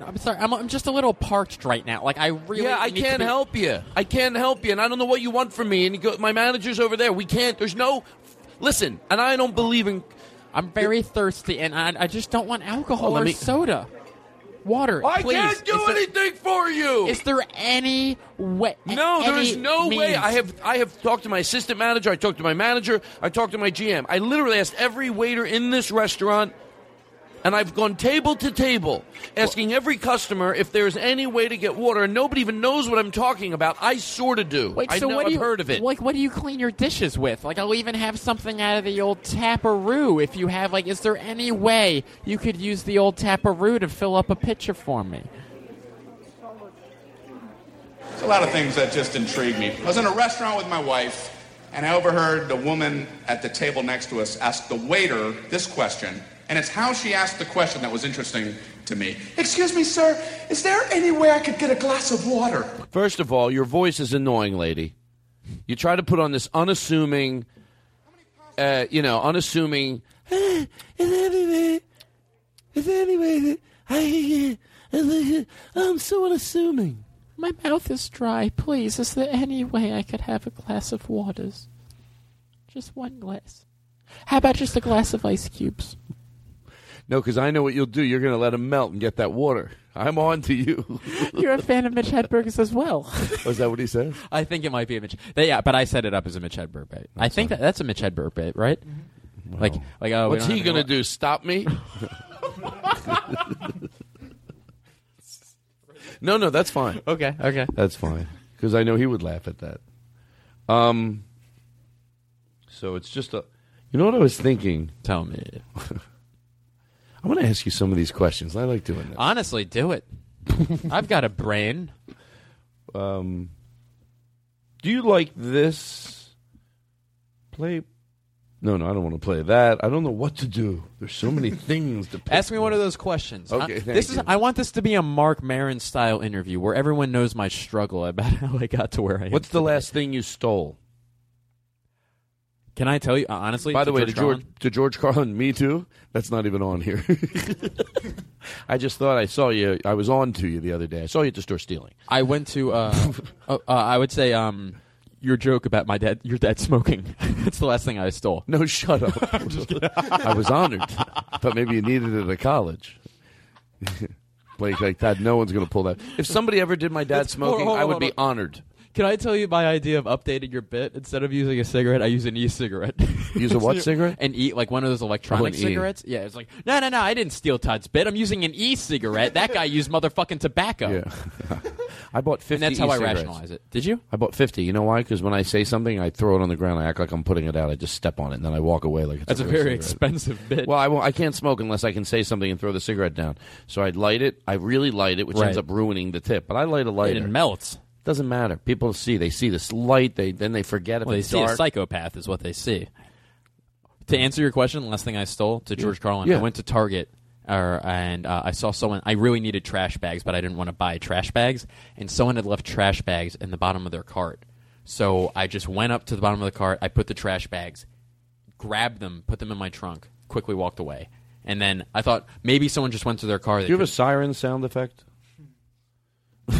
Speaker 6: I'm sorry. I'm, I'm just a little parched right now. Like I really.
Speaker 3: yeah, I
Speaker 6: need to
Speaker 3: can't
Speaker 6: be-
Speaker 3: help you. I can't help you, and I don't know what you want from me. And you go, my manager's over there. We can't. There's no. Listen, and I don't believe in.
Speaker 6: I'm very thirsty, and I, I just don't want alcohol
Speaker 3: Oh, let
Speaker 6: or
Speaker 3: me-
Speaker 6: soda, water.
Speaker 3: I
Speaker 6: please.
Speaker 3: can't do
Speaker 6: Is there-
Speaker 3: anything for you.
Speaker 6: Is there any way?
Speaker 3: No, there is
Speaker 6: any
Speaker 3: no way.
Speaker 6: means?
Speaker 3: I have I have talked to my assistant manager. I talked to my manager. I talked to my GM. I literally asked every waiter in this restaurant, and I've gone table to table asking every customer if there's any way to get water. And nobody even knows what I'm talking about. I sort of do.
Speaker 6: Wait,
Speaker 3: I
Speaker 6: so
Speaker 3: know,
Speaker 6: what
Speaker 3: I've
Speaker 6: do you
Speaker 3: heard of it.
Speaker 6: Like, what do you clean your dishes with? Like, I'll even have something out of the old taparoo if you have. Like, is there any way you could use the old taparoo to fill up a pitcher for me?
Speaker 4: There's a lot of things that just intrigued me. I was in a restaurant with my wife, and I overheard the woman at the table next to us ask the waiter this question, and it's how she asked the question that was interesting to me. Excuse me, sir. Is there any way I could get a glass of water?
Speaker 3: First of all, your voice is annoying, lady. You try to put on this unassuming, uh, you know, unassuming.
Speaker 7: Is anyway? Is anyway that I can I'm so unassuming.
Speaker 6: My mouth is dry. Please, is there any way I could have a glass of waters? Just one glass. How about just a glass of ice cubes?
Speaker 3: No, because I know what you'll do. You're going to let him melt and get that water. I'm on to you.
Speaker 6: You're a fan of Mitch Hedberg's as well.
Speaker 3: Was that what he said?
Speaker 6: I think it might be a Mitch. They, yeah, but I set it up as a Mitch Hedberg bit. I think that, that's a Mitch Hedberg bit, right? Like, like, oh, we
Speaker 3: Mm-hmm. What's
Speaker 6: don't
Speaker 3: he
Speaker 6: have any
Speaker 3: going to
Speaker 6: wa-
Speaker 3: do? Stop me? no, no, that's fine.
Speaker 6: Okay, okay.
Speaker 3: That's fine. Because I know he would laugh at that. Um, so it's just a. You know what I was thinking?
Speaker 6: Tell me.
Speaker 3: I want to ask you some of these questions. I like doing this.
Speaker 6: Honestly, do it. I've got a brain.
Speaker 3: Um, do you like this? Play. No, no, I don't want to play that. I don't know what to do. There's so many things to pick.
Speaker 6: Ask me one of those questions.
Speaker 3: Okay,
Speaker 6: I,
Speaker 3: thank
Speaker 6: this
Speaker 3: you.
Speaker 6: is. I want this to be a Mark Maron style interview where everyone knows my struggle about how I got to where I am.
Speaker 3: What's the last thing you stole?
Speaker 6: Can I tell you uh, honestly?
Speaker 3: By the
Speaker 6: to
Speaker 3: way,
Speaker 6: George
Speaker 3: to
Speaker 6: Carlin?
Speaker 3: George to George Carlin, me too. That's not even on here. I just thought I saw you. I was on to you the other day. I saw you at the store stealing.
Speaker 6: I went to. Uh, uh, uh, I would say um, your joke about my dad. Your dad smoking. That's the last thing I stole.
Speaker 3: No, shut up. I was honored. Thought maybe you needed it at college. Blake, like that, no one's going to pull that. If somebody ever did my dad
Speaker 6: That's- hold-
Speaker 3: smoking,
Speaker 6: hold
Speaker 3: I
Speaker 6: on,
Speaker 3: would
Speaker 6: hold
Speaker 3: be
Speaker 6: on.
Speaker 3: honored.
Speaker 6: Can I tell you my idea of updating your bit? Instead of using a cigarette, I use an e-cigarette.
Speaker 3: Use a what cigarette?
Speaker 6: And eat like one of those electronic
Speaker 3: e.
Speaker 6: cigarettes. Yeah, it's like no, no, no. I didn't steal Todd's bit. I'm using an e-cigarette. that guy used motherfucking tobacco.
Speaker 3: Yeah. I bought 50
Speaker 6: And that's how I
Speaker 3: e-cigarettes.
Speaker 6: rationalize it. Did you?
Speaker 3: I bought 50. You know why? Because when I say something, I throw it on the ground. I act like I'm putting it out. I just step on it, and then I walk away like it's
Speaker 6: That's a
Speaker 3: real
Speaker 6: very
Speaker 3: cigarette.
Speaker 6: expensive bit.
Speaker 3: Well, I, won't, I can't smoke unless I can say something and throw the cigarette down. So I'd light it. I really light it, which
Speaker 6: Right.
Speaker 3: ends up ruining the tip. But I light a lighter.
Speaker 6: it melts.
Speaker 3: Doesn't matter. People see. They see this light. They then they forget if
Speaker 6: Well, they
Speaker 3: it's
Speaker 6: see
Speaker 3: dark.
Speaker 6: a psychopath is what they see. To answer your question, last thing I stole to George Carlin,
Speaker 3: Yeah.
Speaker 6: I went to Target. Or, and uh, I saw someone. I really needed trash bags, but I didn't want to buy trash bags. And someone had left trash bags in the bottom of their cart. So I just went up to the bottom of the cart. I put the trash bags, grabbed them, put them in my trunk, quickly walked away. And then I thought maybe someone just went to their car.
Speaker 3: Do
Speaker 6: They
Speaker 3: you have a
Speaker 6: couldn't-
Speaker 3: siren sound effect?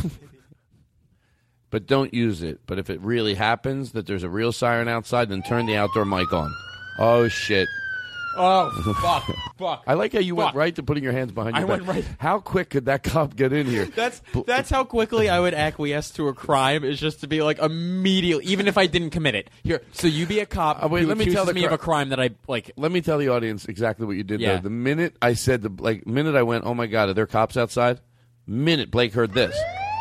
Speaker 3: but don't use it. But if it really happens that there's a real siren outside, then turn the outdoor mic on. Oh shit.
Speaker 13: Oh fuck, fuck.
Speaker 3: I like how you went right to putting your hands behind your
Speaker 6: I went
Speaker 3: back. How quick could that cop get in here?
Speaker 6: That's that's how quickly I would acquiesce to a crime is just to be like immediately, even if I didn't commit it. Here, so you be a cop.
Speaker 3: Uh, wait,
Speaker 6: who
Speaker 3: let me
Speaker 6: accuses
Speaker 3: tell the
Speaker 6: me of
Speaker 3: cri-
Speaker 6: a crime that I like.
Speaker 3: Let me tell the audience exactly what you did
Speaker 6: Yeah.
Speaker 3: there. The minute I said the like minute I went, oh my god, are there cops outside? Minute Blake heard this.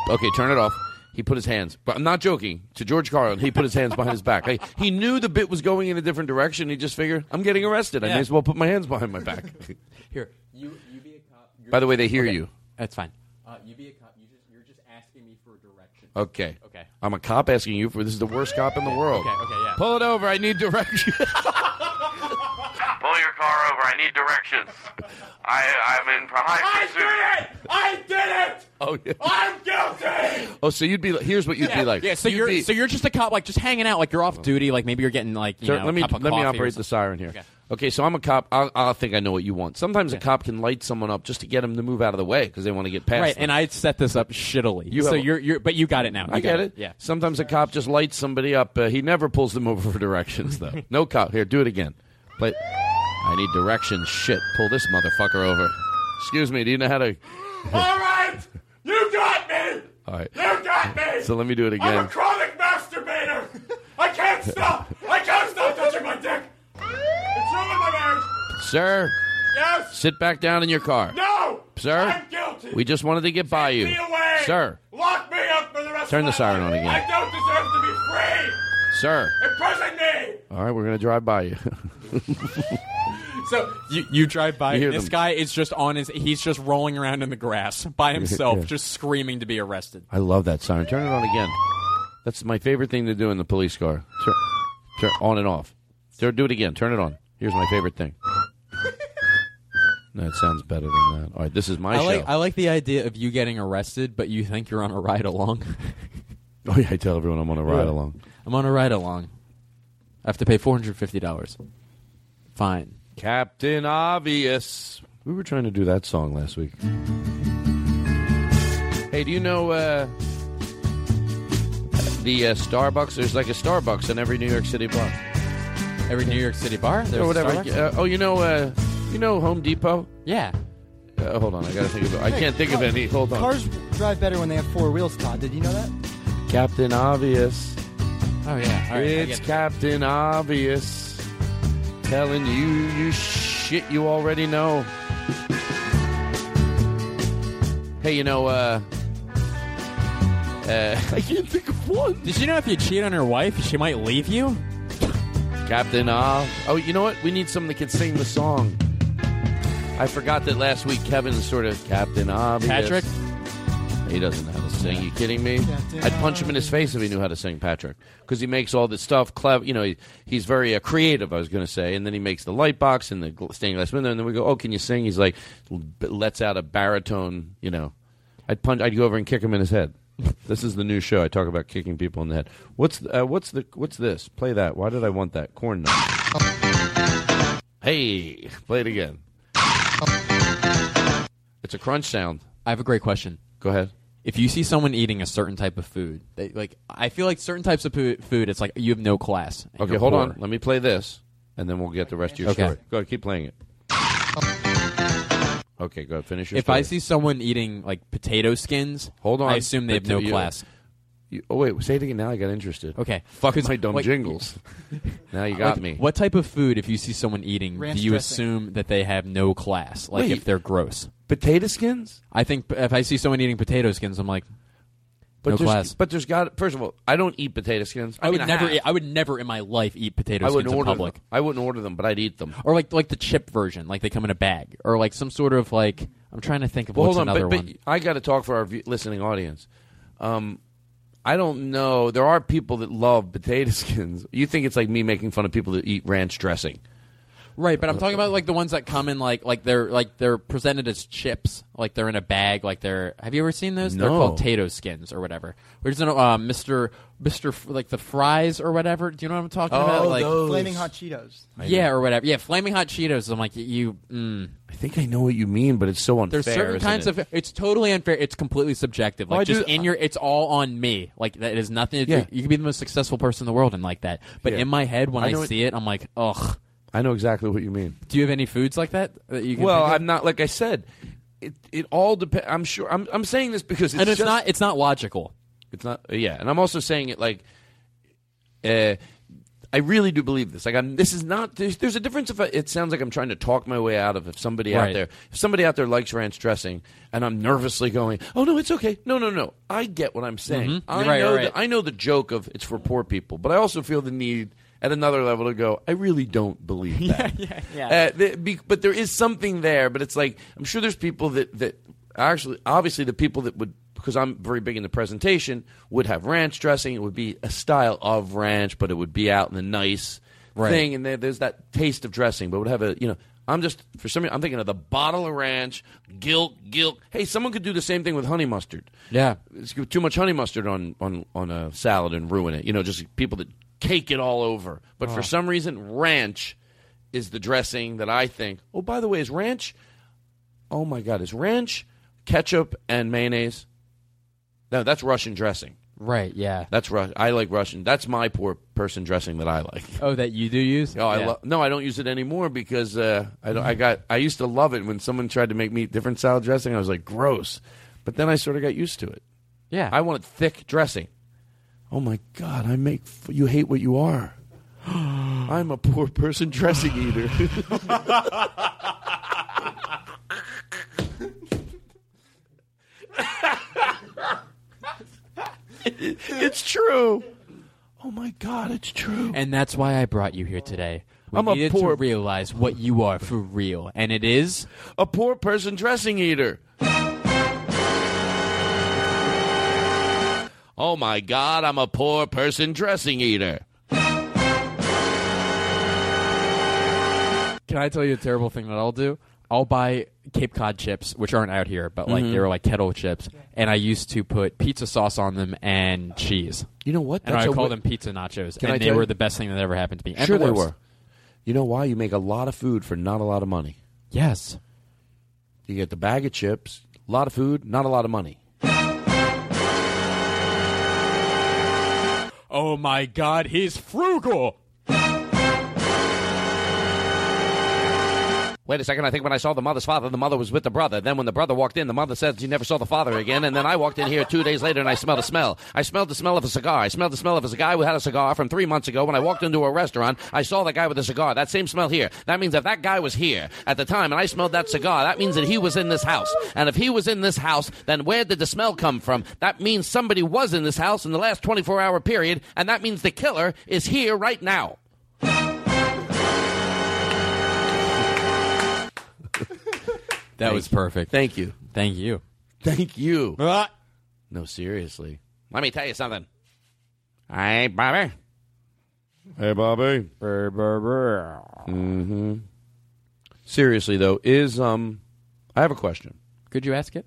Speaker 3: Okay, turn it off. He put his hands, but I'm not joking. To George Carlin, he put his hands behind his back. Like, he knew the bit was going in a different direction. He just figured, I'm getting arrested. I
Speaker 6: Yeah.
Speaker 3: may as well put my hands behind my back.
Speaker 6: Here, you you be a cop. You're-
Speaker 3: By the way, they hear
Speaker 6: Okay,
Speaker 3: you.
Speaker 6: That's fine. Uh, you be a cop. You just you're just asking me for direction.
Speaker 3: Okay.
Speaker 6: Okay.
Speaker 3: I'm a cop asking you for this is the worst cop in the world.
Speaker 6: Okay, okay, yeah.
Speaker 3: Pull it over. I need direction.
Speaker 21: Pull your car over. I need directions.
Speaker 6: uh,
Speaker 21: I, I'm in for high pursuit. I did it! I did it!
Speaker 3: oh yeah.
Speaker 21: I'm guilty!
Speaker 3: Oh, so you'd be like, here's what you'd
Speaker 6: yeah,
Speaker 3: be like.
Speaker 6: yeah, so
Speaker 3: You'd
Speaker 6: you're
Speaker 3: be-
Speaker 6: so you're just a cop, like just hanging out, like you're off duty, like maybe you're getting like you
Speaker 3: Sir,
Speaker 6: know,
Speaker 3: let me
Speaker 6: a cup of
Speaker 3: let me
Speaker 6: coffee or
Speaker 3: operate
Speaker 6: something.
Speaker 3: the siren here.
Speaker 6: Okay.
Speaker 3: Okay. so I'm a cop. I I think I know what you want. Sometimes a cop can light someone up just to get them to move out of the way because they want to get past.
Speaker 6: Right,
Speaker 3: them.
Speaker 6: and I set this up shittily.
Speaker 3: You
Speaker 6: so
Speaker 3: have-
Speaker 6: you're you're but you got it now. You
Speaker 3: I
Speaker 6: got
Speaker 3: get it.
Speaker 6: Yeah.
Speaker 3: Sometimes a cop just lights somebody up. Uh, he never pulls them over for directions though. no cop here. Do it again. Play. I need directions. Shit. Pull this motherfucker over. Excuse me. Do you know how to?
Speaker 1: All right, you got me.
Speaker 3: All right.
Speaker 1: You got me.
Speaker 3: So let me do it
Speaker 1: I'm a
Speaker 3: again.
Speaker 1: chronic masturbator. I can't stop. I can't stop touching my dick. It's ruined my marriage.
Speaker 3: Sir.
Speaker 1: Yes.
Speaker 3: Sit back down in your car.
Speaker 1: No.
Speaker 3: Sir.
Speaker 1: I'm guilty.
Speaker 3: We just wanted to get by you.
Speaker 1: me away.
Speaker 3: Sir.
Speaker 1: Lock me up for the rest.
Speaker 3: Turn the
Speaker 1: of my
Speaker 3: siren on
Speaker 1: life.
Speaker 3: again.
Speaker 1: I don't deserve to be free.
Speaker 3: Sir.
Speaker 1: Imprison me.
Speaker 3: All right, we're gonna drive by you.
Speaker 6: So you, you drive by.
Speaker 3: You hear
Speaker 6: this
Speaker 3: them.
Speaker 6: guy is just on his. He's just rolling around in the grass by himself,
Speaker 3: Yeah.
Speaker 6: just screaming to be arrested.
Speaker 3: I love that siren. Turn it on again. That's my favorite thing to do in the police car. Turn, turn on and off. Turn, do it again. Turn it on. Here's my favorite thing. No, it sounds better than that. All right, this is my
Speaker 6: I
Speaker 3: show.
Speaker 6: like I like the idea of you getting arrested, but you think you're on a ride along.
Speaker 3: oh yeah, I tell everyone I'm on a ride
Speaker 6: Yeah.
Speaker 3: along.
Speaker 6: I'm on a ride along. I have to pay four hundred fifty dollars. Fine.
Speaker 3: Captain Obvious. We were trying to do that song last week. Hey, do you know uh, the uh, Starbucks? There's like a Starbucks in every New York City block.
Speaker 6: Every New York City bar, there's
Speaker 3: or
Speaker 6: a
Speaker 3: whatever.
Speaker 6: Starbucks?
Speaker 3: Uh, oh, you know, uh, you know Home Depot.
Speaker 6: Yeah.
Speaker 3: Uh, hold on, I gotta think of. I can't think of any. Hold on.
Speaker 9: Cars drive better when they have four wheels, Todd. Did you know that?
Speaker 3: Captain Obvious.
Speaker 6: Oh yeah. All right, I
Speaker 3: it's
Speaker 6: get it.
Speaker 3: Captain Obvious telling you you shit you already know. Hey, you know, uh, uh, I can't think of one.
Speaker 6: Did you know if you cheat on your wife, she might leave you?
Speaker 3: Captain Ob. Oh, you know what? We need someone that can sing the song. I forgot that last week Kevin sort of Captain Obvious.
Speaker 6: Patrick?
Speaker 3: He doesn't know how to sing. You kidding me?
Speaker 6: Captain
Speaker 3: I'd punch him in his face if he knew how to sing, Patrick, because he makes all this stuff clever. You know, he, he's very uh, creative. I was going to say, and then he makes the light box and the gl- stained glass window, and then we go, "Oh, can you sing?" He's like, l- b- lets out a baritone. You know, I'd punch. I'd go over and kick him in his head. this is the new show. I talk about kicking people in the head. What's th- uh, what's the what's this? Play that. Why did I want that corn nut? Hey, play it again. It's a crunch sound.
Speaker 6: I have a great question.
Speaker 3: Go ahead.
Speaker 6: If you see someone eating a certain type of food, they, like I feel like certain types of foo- food, it's like you have no class. and
Speaker 3: Okay,
Speaker 6: you're
Speaker 3: hold
Speaker 6: poor.
Speaker 3: on. Let me play this, and then we'll get the rest of your
Speaker 6: Okay.
Speaker 3: story. Go ahead, keep playing it. Okay, go ahead, finish your
Speaker 6: If
Speaker 3: story.
Speaker 6: I see someone eating like potato skins,
Speaker 3: hold on,
Speaker 6: I assume they have no
Speaker 3: You-
Speaker 6: class.
Speaker 3: you- oh wait, say it again. Now I got interested.
Speaker 6: Okay,
Speaker 3: fuck
Speaker 6: 'Cause,
Speaker 3: my dumb
Speaker 6: like-
Speaker 3: jingles. now you got
Speaker 6: Like,
Speaker 3: me.
Speaker 6: What type of food, if you see someone eating,
Speaker 3: Ranch
Speaker 6: do you
Speaker 3: dressing.
Speaker 6: assume that they have no class? Like
Speaker 3: Wait.
Speaker 6: if they're gross.
Speaker 3: Potato skins?
Speaker 6: I think p- if I see someone eating potato skins, I'm like,
Speaker 3: But
Speaker 6: no
Speaker 3: there's,
Speaker 6: class.
Speaker 3: But there's got. First of all, I don't eat potato skins.
Speaker 6: I would
Speaker 3: mean,
Speaker 6: never.
Speaker 3: have.
Speaker 6: Eat, I would never in my life eat potato
Speaker 3: I
Speaker 6: skins
Speaker 3: wouldn't
Speaker 6: in
Speaker 3: order
Speaker 6: public.
Speaker 3: them. I wouldn't order them, but I'd eat them.
Speaker 6: Or like like the chip version, like they come in a bag, or like some sort of like I'm trying to think of
Speaker 3: Well,
Speaker 6: what's
Speaker 3: hold on,
Speaker 6: another
Speaker 3: but, but
Speaker 6: one.
Speaker 3: I got to talk for our view- listening audience. Um, I don't know. There are people that love potato skins. You think it's like me making fun of people that eat ranch dressing?
Speaker 6: Right, but I'm talking about like the ones that come in like like they're like they're presented as chips, like they're in a bag, like they're. Have you ever seen those? They're
Speaker 3: No.
Speaker 6: called Tato skins or whatever. Where's no uh, Mister Mister F- like the fries or whatever? Do you know what I'm talking
Speaker 3: Oh,
Speaker 6: about? Oh, Like
Speaker 9: flaming hot Cheetos.
Speaker 6: Yeah, or whatever. Yeah, flaming hot Cheetos. I'm like y- you. Mm.
Speaker 3: I think I know what you mean, but it's so unfair.
Speaker 6: There's certain
Speaker 3: isn't
Speaker 6: kinds
Speaker 3: it?
Speaker 6: of. It's totally unfair. It's completely subjective.
Speaker 3: Oh,
Speaker 6: Like
Speaker 3: I
Speaker 6: just
Speaker 3: do-
Speaker 6: in your. It's all on me. Like that is nothing.
Speaker 3: Yeah.
Speaker 6: You can be the most successful person in the world and like that. But
Speaker 3: Yeah.
Speaker 6: in my head, when
Speaker 3: I
Speaker 6: I,
Speaker 3: know it-
Speaker 6: see it, I'm like, ugh.
Speaker 3: I know exactly what you mean.
Speaker 6: Do you have any foods like that that you can?
Speaker 3: well,
Speaker 6: think of?
Speaker 3: I'm not like I said. It it all depends. I'm sure. I'm I'm saying this because it's
Speaker 6: and it's
Speaker 3: just-
Speaker 6: not. It's not logical.
Speaker 3: It's not. Yeah, and I'm also saying it like, uh, I really do believe this. Like, I'm. This is not. There's, there's a difference. If I, it sounds like I'm trying to talk my way out of if somebody out
Speaker 6: Right.
Speaker 3: there, if somebody out there likes ranch dressing, and I'm nervously going, oh no, it's okay. No, no, no. I get what I'm saying.
Speaker 6: Mhm.
Speaker 3: I
Speaker 6: Right,
Speaker 3: know.
Speaker 6: right, right.
Speaker 3: The, I know the joke of it's for poor people, but I also feel the need at another level to go. I really don't believe that. yeah,
Speaker 19: yeah.
Speaker 3: Uh, the, be, but there is something there. But it's like I'm sure there's people that that actually, obviously, the people that would because I'm very big in the presentation would have ranch dressing. It would be a style of ranch, but it would be out in the nice
Speaker 6: Right.
Speaker 3: thing. And there, there's that taste of dressing, but would have a you know. I'm just for some reason I'm thinking of the bottle of ranch, guilt, guilt. Hey, someone could do the same thing with honey mustard.
Speaker 6: Yeah.
Speaker 3: It's too much honey mustard on, on, on a salad and ruin it. You know, just people that cake it all over. But
Speaker 6: Oh.
Speaker 3: for some reason, ranch is the dressing that I think. Oh, by the way, is ranch? Oh my God, is ranch ketchup and mayonnaise? No, that's Russian dressing.
Speaker 6: Right. Yeah.
Speaker 3: That's Ru- I like Russian. That's my poor person dressing that I like.
Speaker 6: Oh, that you do use.
Speaker 3: Oh, I
Speaker 6: Yeah.
Speaker 3: lo- no, I don't use it anymore because uh, I, don't, I got I used to love it when someone tried to make me eat different salad dressing. I was like, gross, but then I sort of got used to it.
Speaker 6: Yeah,
Speaker 3: I wanted thick dressing. Oh my God, I make f- you hate what you are. I'm a poor person dressing eater. it's true. Oh my God, it's true.
Speaker 6: And that's why I brought you here today. We
Speaker 3: I'm a
Speaker 6: needed
Speaker 3: poor-
Speaker 6: to realize what you are for real, and it is
Speaker 3: a poor person dressing eater. Oh my God, I'm a poor person dressing eater.
Speaker 6: Can I tell you a terrible thing that I'll do? I'll buy Cape Cod chips, which aren't out here, but like
Speaker 3: Mhm.
Speaker 6: they were like kettle chips, and I used to put pizza sauce on them and cheese.
Speaker 3: You know what?
Speaker 6: And
Speaker 3: That's
Speaker 6: I
Speaker 3: a
Speaker 6: call them
Speaker 3: wi-
Speaker 6: pizza nachos,
Speaker 3: Can
Speaker 6: and
Speaker 3: I
Speaker 6: they
Speaker 3: tell
Speaker 6: were
Speaker 3: you-
Speaker 6: the best thing that ever happened to me. And
Speaker 3: Sure,
Speaker 6: the
Speaker 3: they
Speaker 6: worst.
Speaker 3: were. You know why? You make a lot of food for not a lot of money.
Speaker 6: Yes.
Speaker 3: You get the bag of chips, a lot of food, not a lot of money.
Speaker 6: Oh my God, he's frugal.
Speaker 3: Wait a second. I think when I saw the mother's father, the mother was with the brother. Then when the brother walked in, the mother said she never saw the father again. And then I walked in here two days later and I smelled a smell. I smelled the smell of a cigar. I smelled the smell of a guy who had a cigar from three months ago. When I walked into a restaurant, I saw the guy with a cigar. That same smell here. That means if that guy was here at the time and I smelled that cigar, that means that he was in this house. And if he was in this house, then where did the smell come from? That means somebody was in this house in the last 24 hour period. And that means the killer is here right now.
Speaker 6: That was perfect.
Speaker 3: Thank you.
Speaker 6: Thank you. Ah!
Speaker 3: Thank you. No, seriously. Let me tell you something. Hey, Bobby. Hey, Bobby. Mm-hmm. Seriously though, is um, I have a question.
Speaker 6: Could you ask it?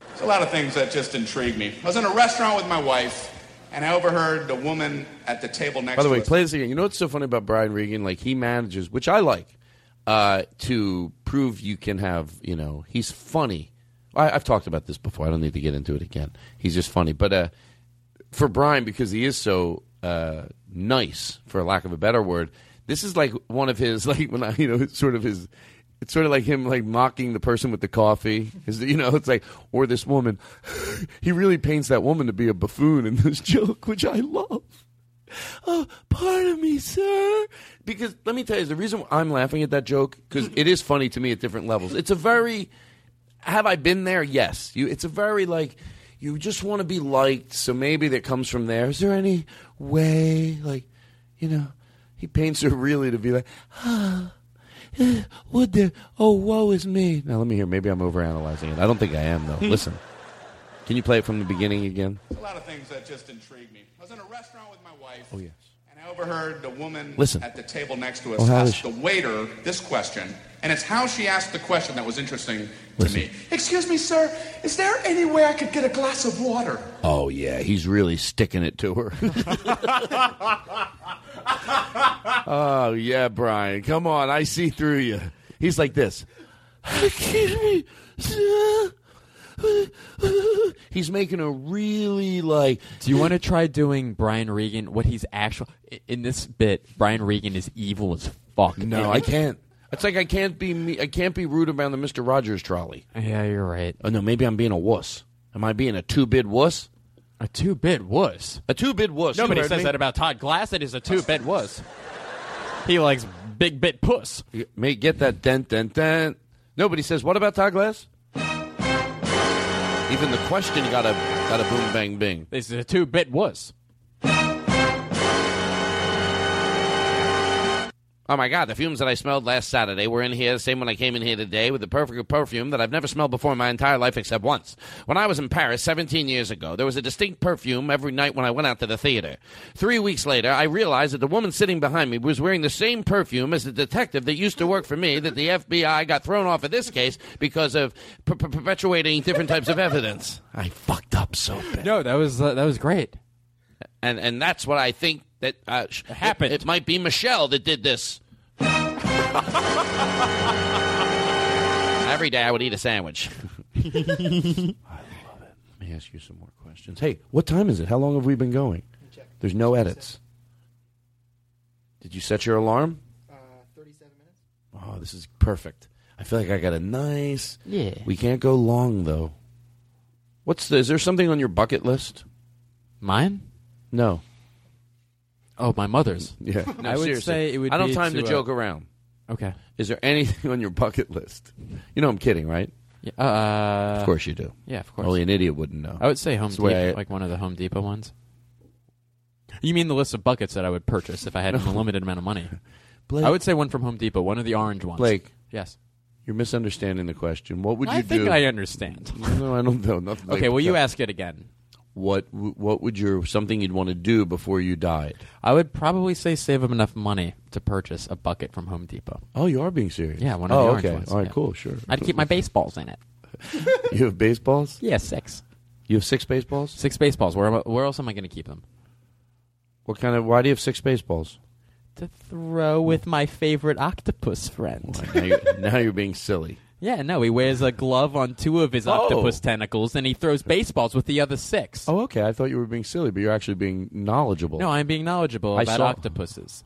Speaker 4: There's a lot of things that just intrigue me. I was in a restaurant with my wife, and I overheard the woman at the table next
Speaker 3: By the
Speaker 4: to
Speaker 3: way,
Speaker 4: us.
Speaker 3: play this again. You know what's so funny about Brian Regan? Like he manages, which I like, uh, to prove you can have. You know, he's funny. I, I've talked about this before. I don't need to get into it again. He's just funny. But uh, for Brian, because he is so uh, nice, for lack of a better word, this is like one of his like when I you know it's sort of his. It's sort of like him like mocking the person with the coffee. Is you know it's like or this woman. he really paints that woman to be a buffoon in this joke, which I love. Oh, pardon me, sir. Because let me tell you, the reason I'm laughing at that joke because it is funny to me at different levels. It's a very have I been there? Yes. You. It's a very like you just want to be liked, so maybe that comes from there. Is there any way, like, you know, he paints her really to be like,
Speaker 7: Ah, eh, would there? Oh, woe is me.
Speaker 3: now let me hear. Maybe I'm overanalyzing it. I don't think I am though. Listen, can you play it from the beginning again?
Speaker 4: There's a lot of things that just intrigue me. I was in a restaurant with my wife.
Speaker 3: Oh yes.
Speaker 4: And I overheard the woman
Speaker 3: Listen.
Speaker 4: at the table next to us
Speaker 3: Oh, how is
Speaker 4: ask
Speaker 3: she-
Speaker 4: the waiter this question, and it's how she asked the question that was interesting to me.
Speaker 8: Excuse me, sir. Is there any way I could get a glass of water?
Speaker 3: Oh yeah, he's really sticking it to her. oh yeah, Brian, come on, I see through you. He's like this. Excuse me, sir. He's making a really like.
Speaker 6: Do you want to try doing Brian Regan? What he's actual i- in this bit? Brian Regan is evil as fuck.
Speaker 3: No, I can't. It's like I can't be me, I can't be rude around the Mister Rogers trolley.
Speaker 6: Yeah, you're right.
Speaker 3: Oh no, maybe I'm being a wuss. Am I being a two bid wuss?
Speaker 6: A two bid wuss.
Speaker 3: A two bid wuss. You
Speaker 6: Nobody
Speaker 3: heard
Speaker 6: says
Speaker 3: me.
Speaker 6: that about Todd Glass. That is a two bit wuss. He likes big bit puss.
Speaker 3: Mate, get that dent, dent, dent. Nobody says what about Todd Glass? Even the question got a got a boom bang bing.
Speaker 6: This is a two bit wuss.
Speaker 3: Oh my God! The fumes that I smelled last Saturday were in here, the same when I came in here today, with the perfect perfume that I've never smelled before in my entire life except once. When I was in Paris 17 years ago, there was a distinct perfume every night when I went out to the theater. Three weeks later, I realized that the woman sitting behind me was wearing the same perfume as the detective that used to work for me. That the FBI got thrown off of this case because of per- per- perpetuating different types of evidence. I fucked up so bad.
Speaker 6: No, that was uh, that was great.
Speaker 3: and and that's what I think that uh, sh- happened. It, it might be Michelle that did this. Every day I would eat a sandwich. Let me ask you some more questions. Hey, what time is it? How long have we been going? There's no edits. Did you set your alarm? Uh, 37 minutes. Oh, this is perfect. I feel like I got a nice.
Speaker 6: Yeah.
Speaker 3: We can't go long though. What's the, is there something on your bucket list?
Speaker 6: Mine?
Speaker 3: No.
Speaker 6: Oh, my mother's.
Speaker 3: Yeah. No,
Speaker 6: I would
Speaker 3: seriously.
Speaker 6: say it would.
Speaker 3: I don't
Speaker 6: be
Speaker 3: have time to
Speaker 6: uh,
Speaker 3: joke around.
Speaker 6: Okay.
Speaker 3: Is there anything on your bucket list? You know I'm kidding, right?
Speaker 6: Yeah, uh,
Speaker 3: of course you do.
Speaker 6: Yeah, of course.
Speaker 3: Only an idiot wouldn't know.
Speaker 6: I would say Home
Speaker 3: That's the way
Speaker 6: Depot,
Speaker 3: I-
Speaker 6: like one of the Home Depot ones. You mean the list of buckets that I would purchase if I had an
Speaker 3: No.
Speaker 6: unlimited amount of money?
Speaker 3: Blake.
Speaker 6: I would say one from Home Depot, one of the orange ones.
Speaker 3: Blake.
Speaker 6: Yes.
Speaker 3: You're misunderstanding the question. What would you
Speaker 6: I think
Speaker 3: do?
Speaker 6: I understand.
Speaker 3: No, I don't know. Nothing like
Speaker 6: okay, well, you
Speaker 3: that.
Speaker 6: ask it again.
Speaker 3: What w- What would your something you'd want to do before you died?
Speaker 6: I would probably say save up enough money to purchase a bucket from Home Depot.
Speaker 3: Oh, you are being serious.
Speaker 6: Yeah, one of
Speaker 3: Oh,
Speaker 6: the orange
Speaker 3: okay.
Speaker 6: ones.
Speaker 3: All right,
Speaker 6: yeah.
Speaker 3: cool, sure.
Speaker 6: I'd keep my baseballs in it.
Speaker 3: You have baseballs?
Speaker 6: Yeah, six.
Speaker 3: You have six baseballs?
Speaker 6: Six baseballs. Where, am I- where else am I going to keep them?
Speaker 3: What kind of? Why do you have six baseballs?
Speaker 6: To throw with my favorite octopus friend.
Speaker 3: Now you're, now you're being silly.
Speaker 6: Yeah, no, he wears a glove on two of his
Speaker 3: Oh.
Speaker 6: octopus tentacles and he throws baseballs with the other six.
Speaker 3: Oh, okay. I thought you were being silly, but you're actually being knowledgeable.
Speaker 6: No, I'm being knowledgeable
Speaker 3: I
Speaker 6: about
Speaker 3: saw-
Speaker 6: octopuses.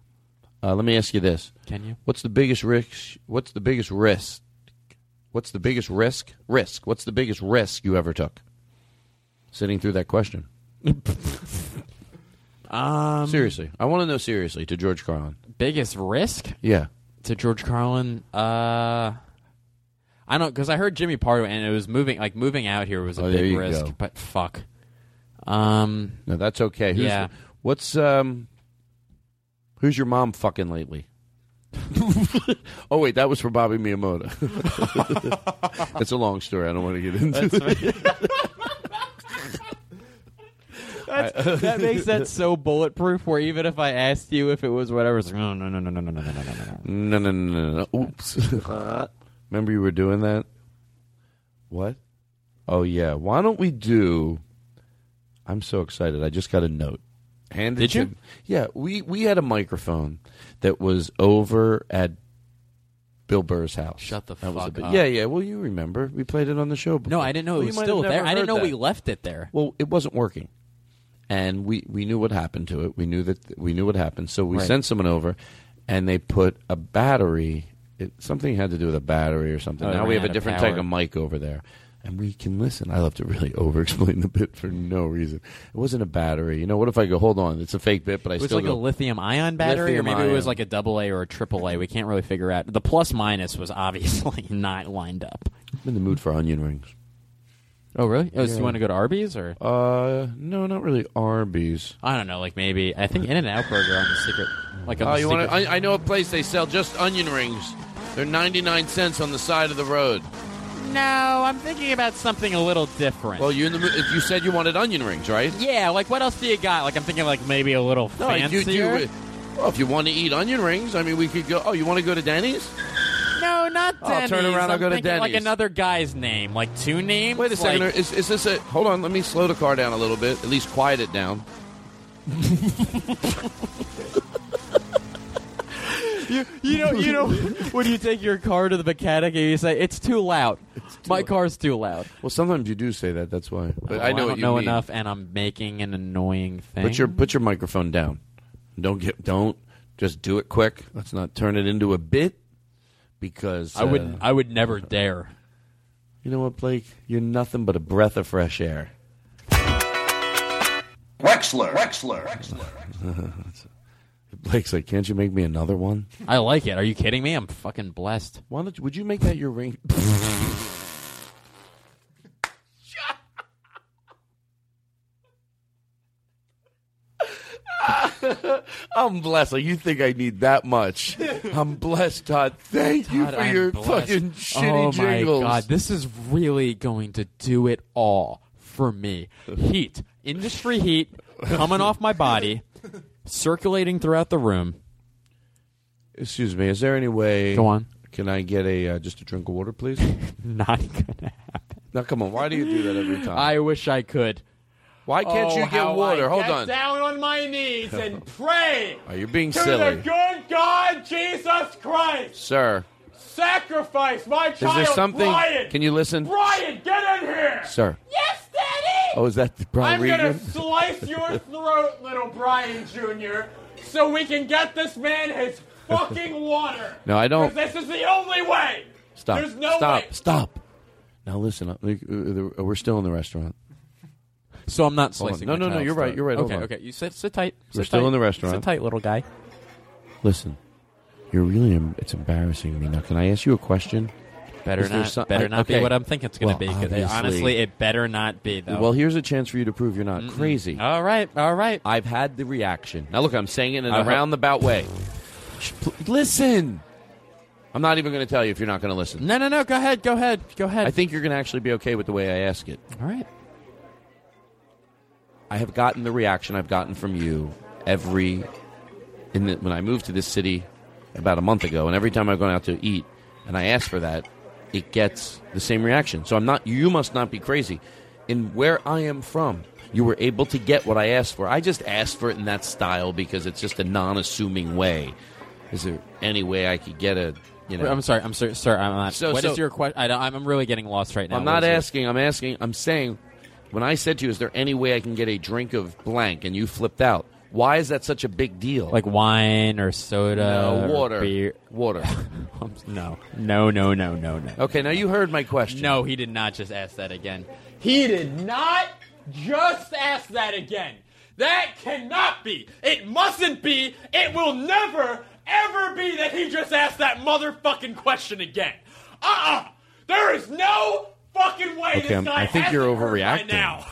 Speaker 3: Uh, let me ask you this:
Speaker 6: Can you?
Speaker 3: What's the biggest risk? What's the biggest risk? What's the biggest risk? Risk. What's the biggest risk you ever took? Sitting through that question.
Speaker 6: Um,
Speaker 3: seriously, I want to know seriously to George Carlin.
Speaker 6: Biggest risk?
Speaker 3: Yeah.
Speaker 6: To George Carlin, uh, I don't because I heard Jimmy Pardo and it was moving like moving out here was a
Speaker 3: Oh, there
Speaker 6: big
Speaker 3: you
Speaker 6: risk,
Speaker 3: go.
Speaker 6: but fuck. Um,
Speaker 3: no, that's okay. Who's
Speaker 6: yeah.
Speaker 3: what's um? Who's your mom fucking lately? oh wait, that was for Bobby Miyamoto. it's a long story. I don't want to get into.
Speaker 6: That's
Speaker 3: it.
Speaker 6: That's, that makes that so bulletproof. Where even if I asked you if it was whatever, it's like, no, no, no, no, no, no, no, no, no, no.
Speaker 3: No, no, no,
Speaker 6: Uh,
Speaker 3: no, no. Oops. Remember you were doing that? What? Oh, yeah. Why don't we do. I'm so excited. I just got a note. Handed
Speaker 6: Did
Speaker 3: to-
Speaker 6: you?
Speaker 3: Yeah. We, we had a microphone that was over at Bill Burr's house. Shut
Speaker 6: the
Speaker 3: that was a
Speaker 6: fuck
Speaker 3: bit-
Speaker 6: up.
Speaker 3: Yeah, yeah. Well, you remember. We played it on the show before.
Speaker 6: No, I didn't know
Speaker 3: Well,
Speaker 6: it
Speaker 3: you
Speaker 6: was
Speaker 3: might have
Speaker 6: still
Speaker 3: never
Speaker 6: there. I didn't
Speaker 3: heard
Speaker 6: know we
Speaker 3: that.
Speaker 6: left it there.
Speaker 3: Well, it wasn't working, and we, we knew what happened to it. We knew that we knew what happened. So we
Speaker 6: Right.
Speaker 3: sent someone over, and they put a battery. It, something had to do with a battery or something.
Speaker 6: Oh, they
Speaker 3: now we
Speaker 6: ran
Speaker 3: have a
Speaker 6: out of
Speaker 3: different
Speaker 6: power.
Speaker 3: type of mic over there, and we can listen. I love to really over-explain the bit for no reason. It wasn't a battery. You know, what if I go? Hold on, it's a fake bit, but I
Speaker 6: It was
Speaker 3: still
Speaker 6: like a
Speaker 3: go,
Speaker 6: lithium ion battery, or maybe it was
Speaker 3: Lithium-ion.
Speaker 6: like a double A or a triple A. We can't really figure out. The plus minus was obviously not lined up.
Speaker 3: I'm in the mood for onion rings.
Speaker 6: Oh, really? Oh, so
Speaker 3: Yeah.
Speaker 6: you want to go to Arby's or?
Speaker 3: Uh, no, not really Arby's.
Speaker 6: I don't know. Like maybe I think In and Out Burger on the secret. Like on
Speaker 3: Oh,
Speaker 6: the
Speaker 3: you
Speaker 6: secret.
Speaker 3: want? I, I know a place they sell just onion rings. They're 99 cents on the side of the road.
Speaker 6: No, Oh, I'm thinking about something a little different.
Speaker 3: Well, you in the mo- if you said you wanted onion rings, right?
Speaker 6: yeah, like what else do you got? Like I'm thinking like maybe a little
Speaker 3: No, you
Speaker 6: fancier.
Speaker 3: do. uh, Well, if you want to eat onion rings, I mean, we could go. Oh, you want to go to Denny's?
Speaker 6: No, not
Speaker 3: Oh, turn
Speaker 6: Denny's.
Speaker 3: around, I'll
Speaker 6: I'm
Speaker 3: go to
Speaker 6: thinking Like
Speaker 3: Denny's.
Speaker 6: another guy's name, like two names.
Speaker 3: Wait a second.
Speaker 6: Like,
Speaker 3: Is, is this a? Hold on. Let me slow the car down a little bit. At least quiet it down.
Speaker 6: you, you know, you know, when you take your car to the mechanic and you say it's too loud. My car's too loud.
Speaker 3: Well, sometimes you do say that. That's why. But
Speaker 6: Oh,
Speaker 3: I know
Speaker 6: don't
Speaker 3: what you
Speaker 6: know
Speaker 3: mean.
Speaker 6: enough, and I'm making an annoying thing.
Speaker 3: Put your put your microphone down. Don't get don't just do it quick. Let's not turn it into a bit because
Speaker 6: I would.
Speaker 3: uh,
Speaker 6: I would never dare.
Speaker 3: You know what, Blake? You're nothing but a breath of fresh air.
Speaker 2: Wexler. Wexler.
Speaker 3: Blake's like, can't you make me another one?
Speaker 6: I like it. Are you kidding me? I'm fucking blessed.
Speaker 3: Why don't? Would you make that your ring? I'm blessed. Like, you think I need that much? I'm blessed, Todd. Thank you
Speaker 6: God,
Speaker 3: for
Speaker 6: I'm
Speaker 3: your
Speaker 6: blessed.
Speaker 3: fucking
Speaker 6: oh
Speaker 3: shitty
Speaker 6: my
Speaker 3: jingles.
Speaker 6: god, this is really going to do it all for me. Heat, industry heat, coming off my body, circulating throughout the room.
Speaker 3: Excuse me. Is there any way?
Speaker 6: Go on.
Speaker 3: Can I get a uh, just a drink of water, please?
Speaker 6: Not gonna happen.
Speaker 3: Now, come on. Why do you do that every time?
Speaker 6: I wish I could.
Speaker 3: Why can't
Speaker 13: Oh,
Speaker 3: you get
Speaker 13: how
Speaker 3: water?
Speaker 13: I
Speaker 3: Hold
Speaker 13: get
Speaker 3: on.
Speaker 13: down on my knees and pray
Speaker 3: Are you being
Speaker 13: to
Speaker 3: silly,
Speaker 13: the good God Jesus Christ.
Speaker 3: sir?
Speaker 13: Sacrifice my
Speaker 3: Is
Speaker 13: child.
Speaker 3: there something?
Speaker 13: Brian.
Speaker 3: Can you listen,
Speaker 13: Brian, get in here,
Speaker 3: sir?
Speaker 13: Yes, Daddy.
Speaker 3: Oh, is that Brian
Speaker 13: I'm gonna
Speaker 3: Regan?
Speaker 13: slice your throat, little Brian Jr., so we can get this man his fucking water.
Speaker 3: No, I don't-
Speaker 13: 'Cause This is the only way.
Speaker 3: Stop.
Speaker 13: There's no
Speaker 3: Stop.
Speaker 13: way.
Speaker 3: Stop. Now listen. uh, uh, uh, We're still in the restaurant.
Speaker 6: So I'm not
Speaker 3: Hold on.
Speaker 6: slicing.
Speaker 3: No,
Speaker 6: my
Speaker 3: no, no.
Speaker 6: child's
Speaker 3: You're right.
Speaker 6: throat.
Speaker 3: You're right. Hold
Speaker 6: Okay,
Speaker 3: on.
Speaker 6: okay. You sit, sit tight.
Speaker 3: We're
Speaker 6: sit
Speaker 3: still
Speaker 6: tight.
Speaker 3: in the restaurant.
Speaker 6: Sit tight, little guy.
Speaker 3: Listen, you're really em- it's embarrassing me now. Can I ask you a question?
Speaker 6: Better
Speaker 3: Is there
Speaker 6: not.
Speaker 3: some-
Speaker 6: better
Speaker 3: I-
Speaker 6: not
Speaker 3: okay.
Speaker 6: be what I'm thinking it's gonna
Speaker 3: Well,
Speaker 6: be. 'cause
Speaker 3: obviously.
Speaker 6: honestly, it better not be though.
Speaker 3: Well, here's a chance for you to prove you're not crazy.
Speaker 6: All right. All right. Uh-huh.
Speaker 3: I've had the reaction. Now look, I'm saying it in
Speaker 6: I
Speaker 3: a
Speaker 6: hope-
Speaker 3: roundabout way. Shh, pl- Listen. I'm not even going to tell you if you're not going to listen.
Speaker 6: No, no, no. Go ahead. Go ahead. Go ahead.
Speaker 3: I think you're going to actually be okay with the way I ask it.
Speaker 6: All right.
Speaker 3: I have gotten the reaction I've gotten from you every in the, when I moved to this city about a month ago, and every time I've gone out to eat and I ask for that, it gets the same reaction. So I'm not. You must not be crazy. In where I am from, you were able to get what I asked for. I just asked for it in that style because it's just a non-assuming way. Is there any way I could get a? You know,
Speaker 6: I'm sorry. I'm sorry, sir. I'm not.
Speaker 3: So-
Speaker 6: what
Speaker 3: so-
Speaker 6: is your question? I'm really getting lost right now.
Speaker 3: I'm
Speaker 6: What
Speaker 3: not
Speaker 6: is your-
Speaker 3: asking. I'm asking. I'm saying, when I said to you, is there any way I can get a drink of blank? And you flipped out. Why is that such a big deal?
Speaker 6: like wine or soda.
Speaker 3: No,
Speaker 6: or
Speaker 3: water.
Speaker 6: beer.
Speaker 3: Water.
Speaker 6: I'm s- no. No. No. No. No. No.
Speaker 3: Okay, now you heard my question.
Speaker 6: No, he did not just ask that again.
Speaker 13: He did not just ask that again. That cannot be. It mustn't be. It will never, ever be that he just asked that motherfucking question again. Uh uh There is no fucking way
Speaker 3: Okay,
Speaker 13: this
Speaker 3: I'm-
Speaker 13: guy
Speaker 3: I think
Speaker 13: hasn't
Speaker 3: you're
Speaker 13: heard by
Speaker 3: overreacting.
Speaker 13: now.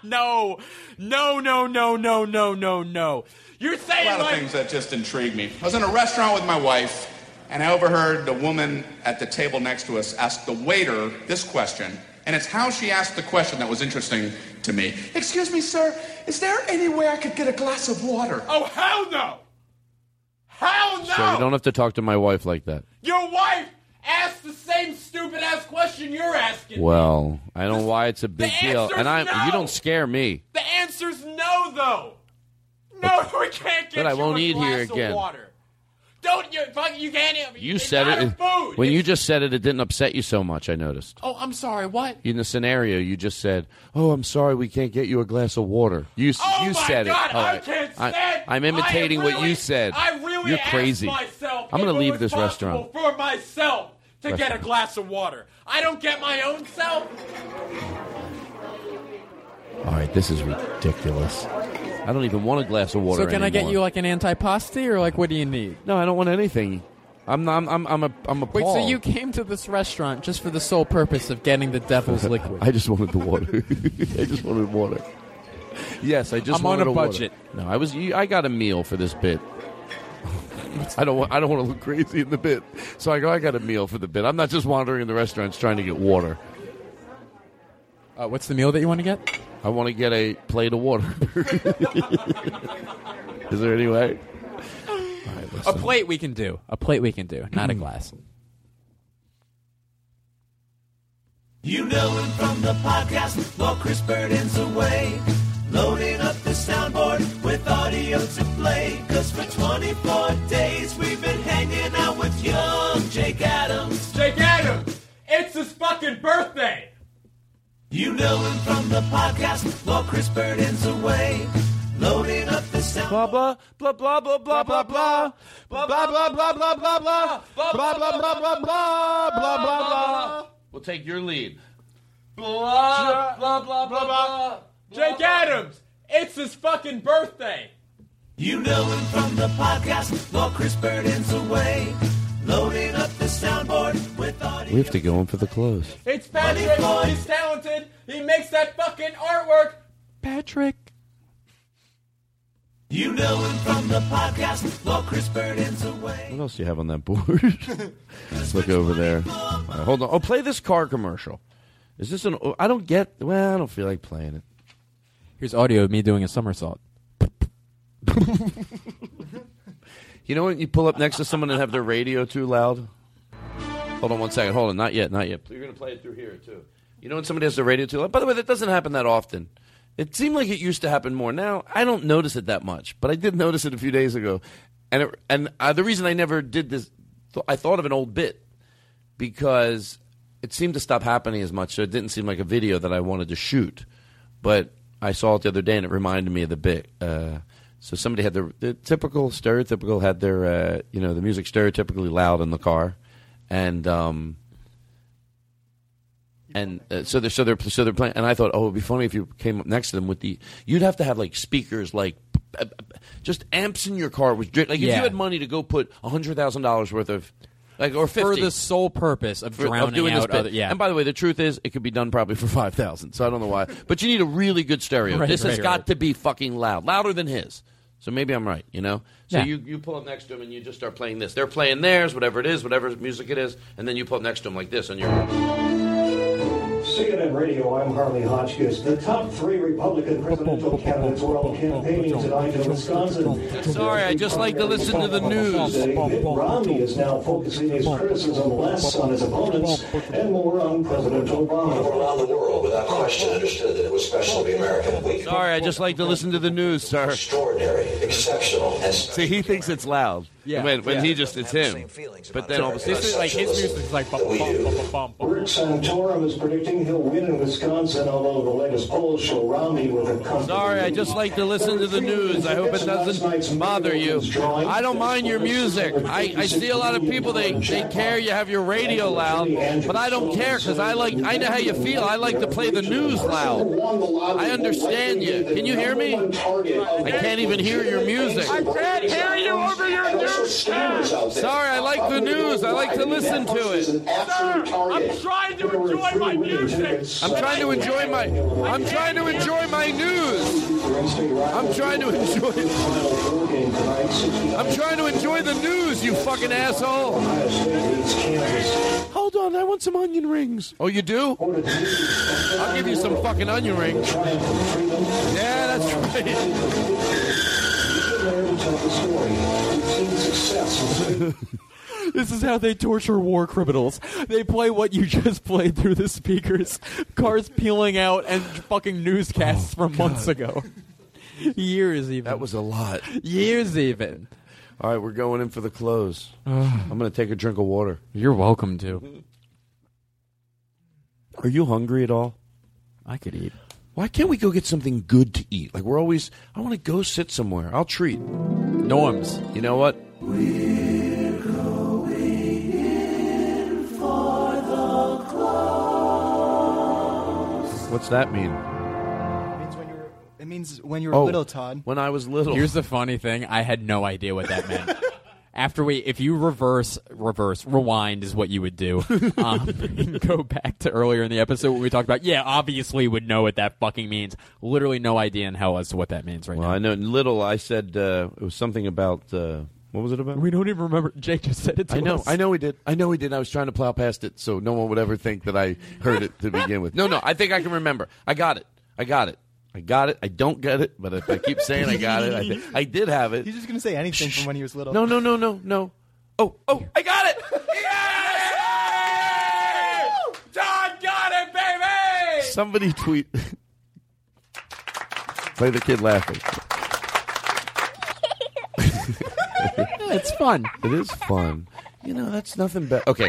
Speaker 13: no. No, no, no, no, no, no, no. You're saying
Speaker 4: A lot of
Speaker 13: like
Speaker 4: things that just intrigued me. I was in a restaurant with my wife, and I overheard the woman at the table next to us ask the waiter this question, and it's how she asked the question that was interesting to me.
Speaker 8: Excuse me, sir. Is there any way I could get a glass of water?
Speaker 13: Oh, hell no! Hell no!
Speaker 3: So you don't have to talk to my wife like that.
Speaker 13: Your wife asked the same stupid ass question you're asking.
Speaker 3: Well, I don't know why it's a big deal,
Speaker 13: answer's
Speaker 3: and I am
Speaker 13: no.
Speaker 3: you don't scare me.
Speaker 13: The answer's no, though. No, we can't get
Speaker 3: But I
Speaker 13: you
Speaker 3: won't
Speaker 13: a
Speaker 3: eat
Speaker 13: glass
Speaker 3: here
Speaker 13: of
Speaker 3: again.
Speaker 13: water. Don't you? Fuck, you can't.
Speaker 3: You said
Speaker 13: not
Speaker 3: it
Speaker 13: a food.
Speaker 3: when you just said it. It didn't upset you so much. I noticed
Speaker 13: Oh, I'm sorry. What?
Speaker 3: in the scenario you just said, "Oh, I'm sorry, we can't get you a glass of water." You s-
Speaker 13: Oh
Speaker 3: you
Speaker 13: my
Speaker 3: said
Speaker 13: God,
Speaker 3: it. All
Speaker 13: I
Speaker 3: right.
Speaker 13: can't stand-
Speaker 3: I, am imitating
Speaker 13: I
Speaker 3: what
Speaker 13: really-
Speaker 3: you said.
Speaker 13: I really
Speaker 3: You're
Speaker 13: asked
Speaker 3: crazy.
Speaker 13: myself
Speaker 3: I'm gonna
Speaker 13: if it
Speaker 3: leave
Speaker 13: was
Speaker 3: this restaurant.
Speaker 13: possible for myself to get
Speaker 3: Restaurant.
Speaker 13: a glass of water. I don't get my own self.
Speaker 3: All right, this is ridiculous. I don't even want a glass of water.
Speaker 6: so can I get
Speaker 3: anymore.
Speaker 6: you like an antipasti or like what do you need?
Speaker 3: No, I don't want anything. I'm not, I'm I'm I'm a I'm a
Speaker 6: Wait, so you came to this restaurant just for the sole purpose of getting the devil's liquid?
Speaker 3: I just wanted the water. I just wanted water. Yes, I just
Speaker 6: I'm on
Speaker 3: wanted
Speaker 6: a
Speaker 3: water.
Speaker 6: budget.
Speaker 3: No, I was you- I got a meal for this bit. I don't want I don't want to look crazy in the bit. So I go I got a meal for the bit. I'm not just wandering in the restaurants trying to get water.
Speaker 6: Uh, what's the meal that you want to get?
Speaker 3: I want to get a plate of water. Is there any way?
Speaker 6: a plate we can do. A plate we can do.
Speaker 3: Hmm.
Speaker 6: Not a glass.
Speaker 20: You know him from the podcast while Chris Burden's away. Loading up the soundboard with audio to play. Cause for 24 days we've been hanging out with young Jake Adams.
Speaker 13: Jake Adams! It's his fucking birthday!
Speaker 20: You know him from the podcast while Chris Burden's away. Loading up the sound.
Speaker 7: Blah blah blah blah blah blah blah blah blah blah blah blah blah blah blah blah blah blah blah blah blah blah.
Speaker 3: We'll take your lead.
Speaker 13: Blah, blah, blah, blah, blah. Jake Adams, it's his fucking birthday.
Speaker 20: You know him from the podcast while Chris Burden's away. Loading up the soundboard with audio.
Speaker 3: We have to go in for the close.
Speaker 13: It's Patrick. He's talented. He makes that fucking artwork.
Speaker 7: Patrick.
Speaker 20: You know him from the podcast while Chris Burden's away.
Speaker 3: What else do you have on that board? Let's look over there. All right, hold on. Oh, play this car commercial. Is this an? I don't get. Well, I don't feel like playing it.
Speaker 6: Here's audio of me doing a somersault.
Speaker 3: You know when you pull up next to someone and have their radio too loud? Hold on one second. Hold on. Not yet. Not yet. You're going to play it through here, too. You know when somebody has the radio too loud? By the way, that doesn't happen that often. It seemed like it used to happen more. Now, I don't notice it that much, but I did notice it a few days ago. And, it, and uh, the reason I never did this, th- I thought of an old bit because it seemed to stop happening as much. So it didn't seem like a video that I wanted to shoot. But I saw it the other day and it reminded me of the bit. Uh, so somebody had their the typical stereotypical had their uh, you know the music stereotypically loud in the car, and um, and uh, so they're so they're so they're playing. And I thought, oh, it'd be funny if you came up next to them with the you'd have to have like speakers like p- p- p- just amps in your car was like if
Speaker 6: Yeah.
Speaker 3: you had money to go put hundred thousand dollars worth of. Like or 50,
Speaker 6: For the sole purpose of
Speaker 3: for-
Speaker 6: drowning
Speaker 3: doing
Speaker 6: out
Speaker 3: this bit.
Speaker 6: other- yeah.
Speaker 3: And by the way, the truth is, it could be done probably for five thousand. So I don't know why, but you need a really good stereo.
Speaker 6: Right,
Speaker 3: this has
Speaker 6: right,
Speaker 3: got to be fucking loud, louder than his. So maybe I'm right. You know. So
Speaker 6: Yeah.
Speaker 3: you you pull up next to him and you just start playing this. They're playing theirs, whatever it is, whatever music it is, and then you pull up next to him like this, and you're.
Speaker 2: CNN Radio, I'm Harley Hotchkiss. The top three Republican presidential candidates were on campaigning tonight in Wisconsin.
Speaker 3: Sorry, I just like to listen to the news.
Speaker 2: Mitt Romney is now focusing his criticism less on his opponents and more on President Obama.
Speaker 15: around the world without question understood that it was special to be American. We
Speaker 3: Sorry, I just like to listen to the news, sir.
Speaker 15: extraordinary, exceptional, and
Speaker 3: See, he thinks it's loud.
Speaker 15: Yeah.
Speaker 3: When, when
Speaker 15: Yeah.
Speaker 3: he just it's him. But then all of a sudden,
Speaker 15: This is like his music's
Speaker 3: like
Speaker 2: Rick Santorum is predicting he'll win in Wisconsin, although the latest polls show Romney with a comfortable
Speaker 3: Sorry, I just like to listen to the news. I hope it doesn't bother you. I don't mind your music. I, I see a lot of people they, they care you have your radio loud, but I don't care because I like I know how you feel. I like to play the news loud. I understand you. Can you hear me? I can't even hear your music. I
Speaker 15: can't hear you over your newscast.
Speaker 3: Sorry, I like the news. I like to listen to it.
Speaker 15: I'm
Speaker 13: trying to enjoy my music.
Speaker 3: I'm trying to enjoy my I'm trying to enjoy my news. I'm trying to enjoy I'm trying to enjoy the news, you fucking asshole. Hold on, I want some onion rings. Oh, you do? I'll give you some fucking onion rings. Yeah, that's
Speaker 2: right.
Speaker 7: This is how they torture war criminals. They play what you just played through the speakers. Cars peeling out and fucking newscasts
Speaker 3: Oh,
Speaker 7: from months ago.
Speaker 6: Years even.
Speaker 3: That was a lot.
Speaker 6: Years even.
Speaker 3: All right, we're going in for the close.
Speaker 6: Ugh.
Speaker 3: I'm going to take a drink of water.
Speaker 6: You're welcome to.
Speaker 3: Are you hungry at all?
Speaker 6: I could eat.
Speaker 3: Why can't we go get something good to eat? Like we're always, I want to go sit somewhere. I'll treat.
Speaker 6: Norms.
Speaker 3: You know what? What's that mean?
Speaker 9: It means when you were
Speaker 6: Oh.
Speaker 9: little, Todd.
Speaker 3: When I was little.
Speaker 6: Here's the funny thing: I had no idea what that meant. After we, if you reverse, reverse, rewind is what you would do. Um, and go back to earlier in the episode when we talked about, yeah, obviously would know what that fucking means. Literally no idea in hell as to what that means right
Speaker 3: Well, I know little. I said uh, it was something about uh, what was it about?
Speaker 6: We don't even remember. Jake just said it to
Speaker 3: I know.
Speaker 6: us.
Speaker 3: I know he did. I know he did. I was trying to plow past it so no one would ever think that I heard it to begin with. No, no. I think I can remember. I got it. I got it. I I got it. I don't get it, but if I keep saying I got it, I, thi- I did have it.
Speaker 9: He's just gonna say anything from when he was little.
Speaker 3: No, no, no, no, no. Oh, oh, I got it.
Speaker 8: John got it, baby!
Speaker 3: Somebody tweet. Play the kid laughing.
Speaker 6: it's fun.
Speaker 3: It is fun. You know, that's nothing better. Okay.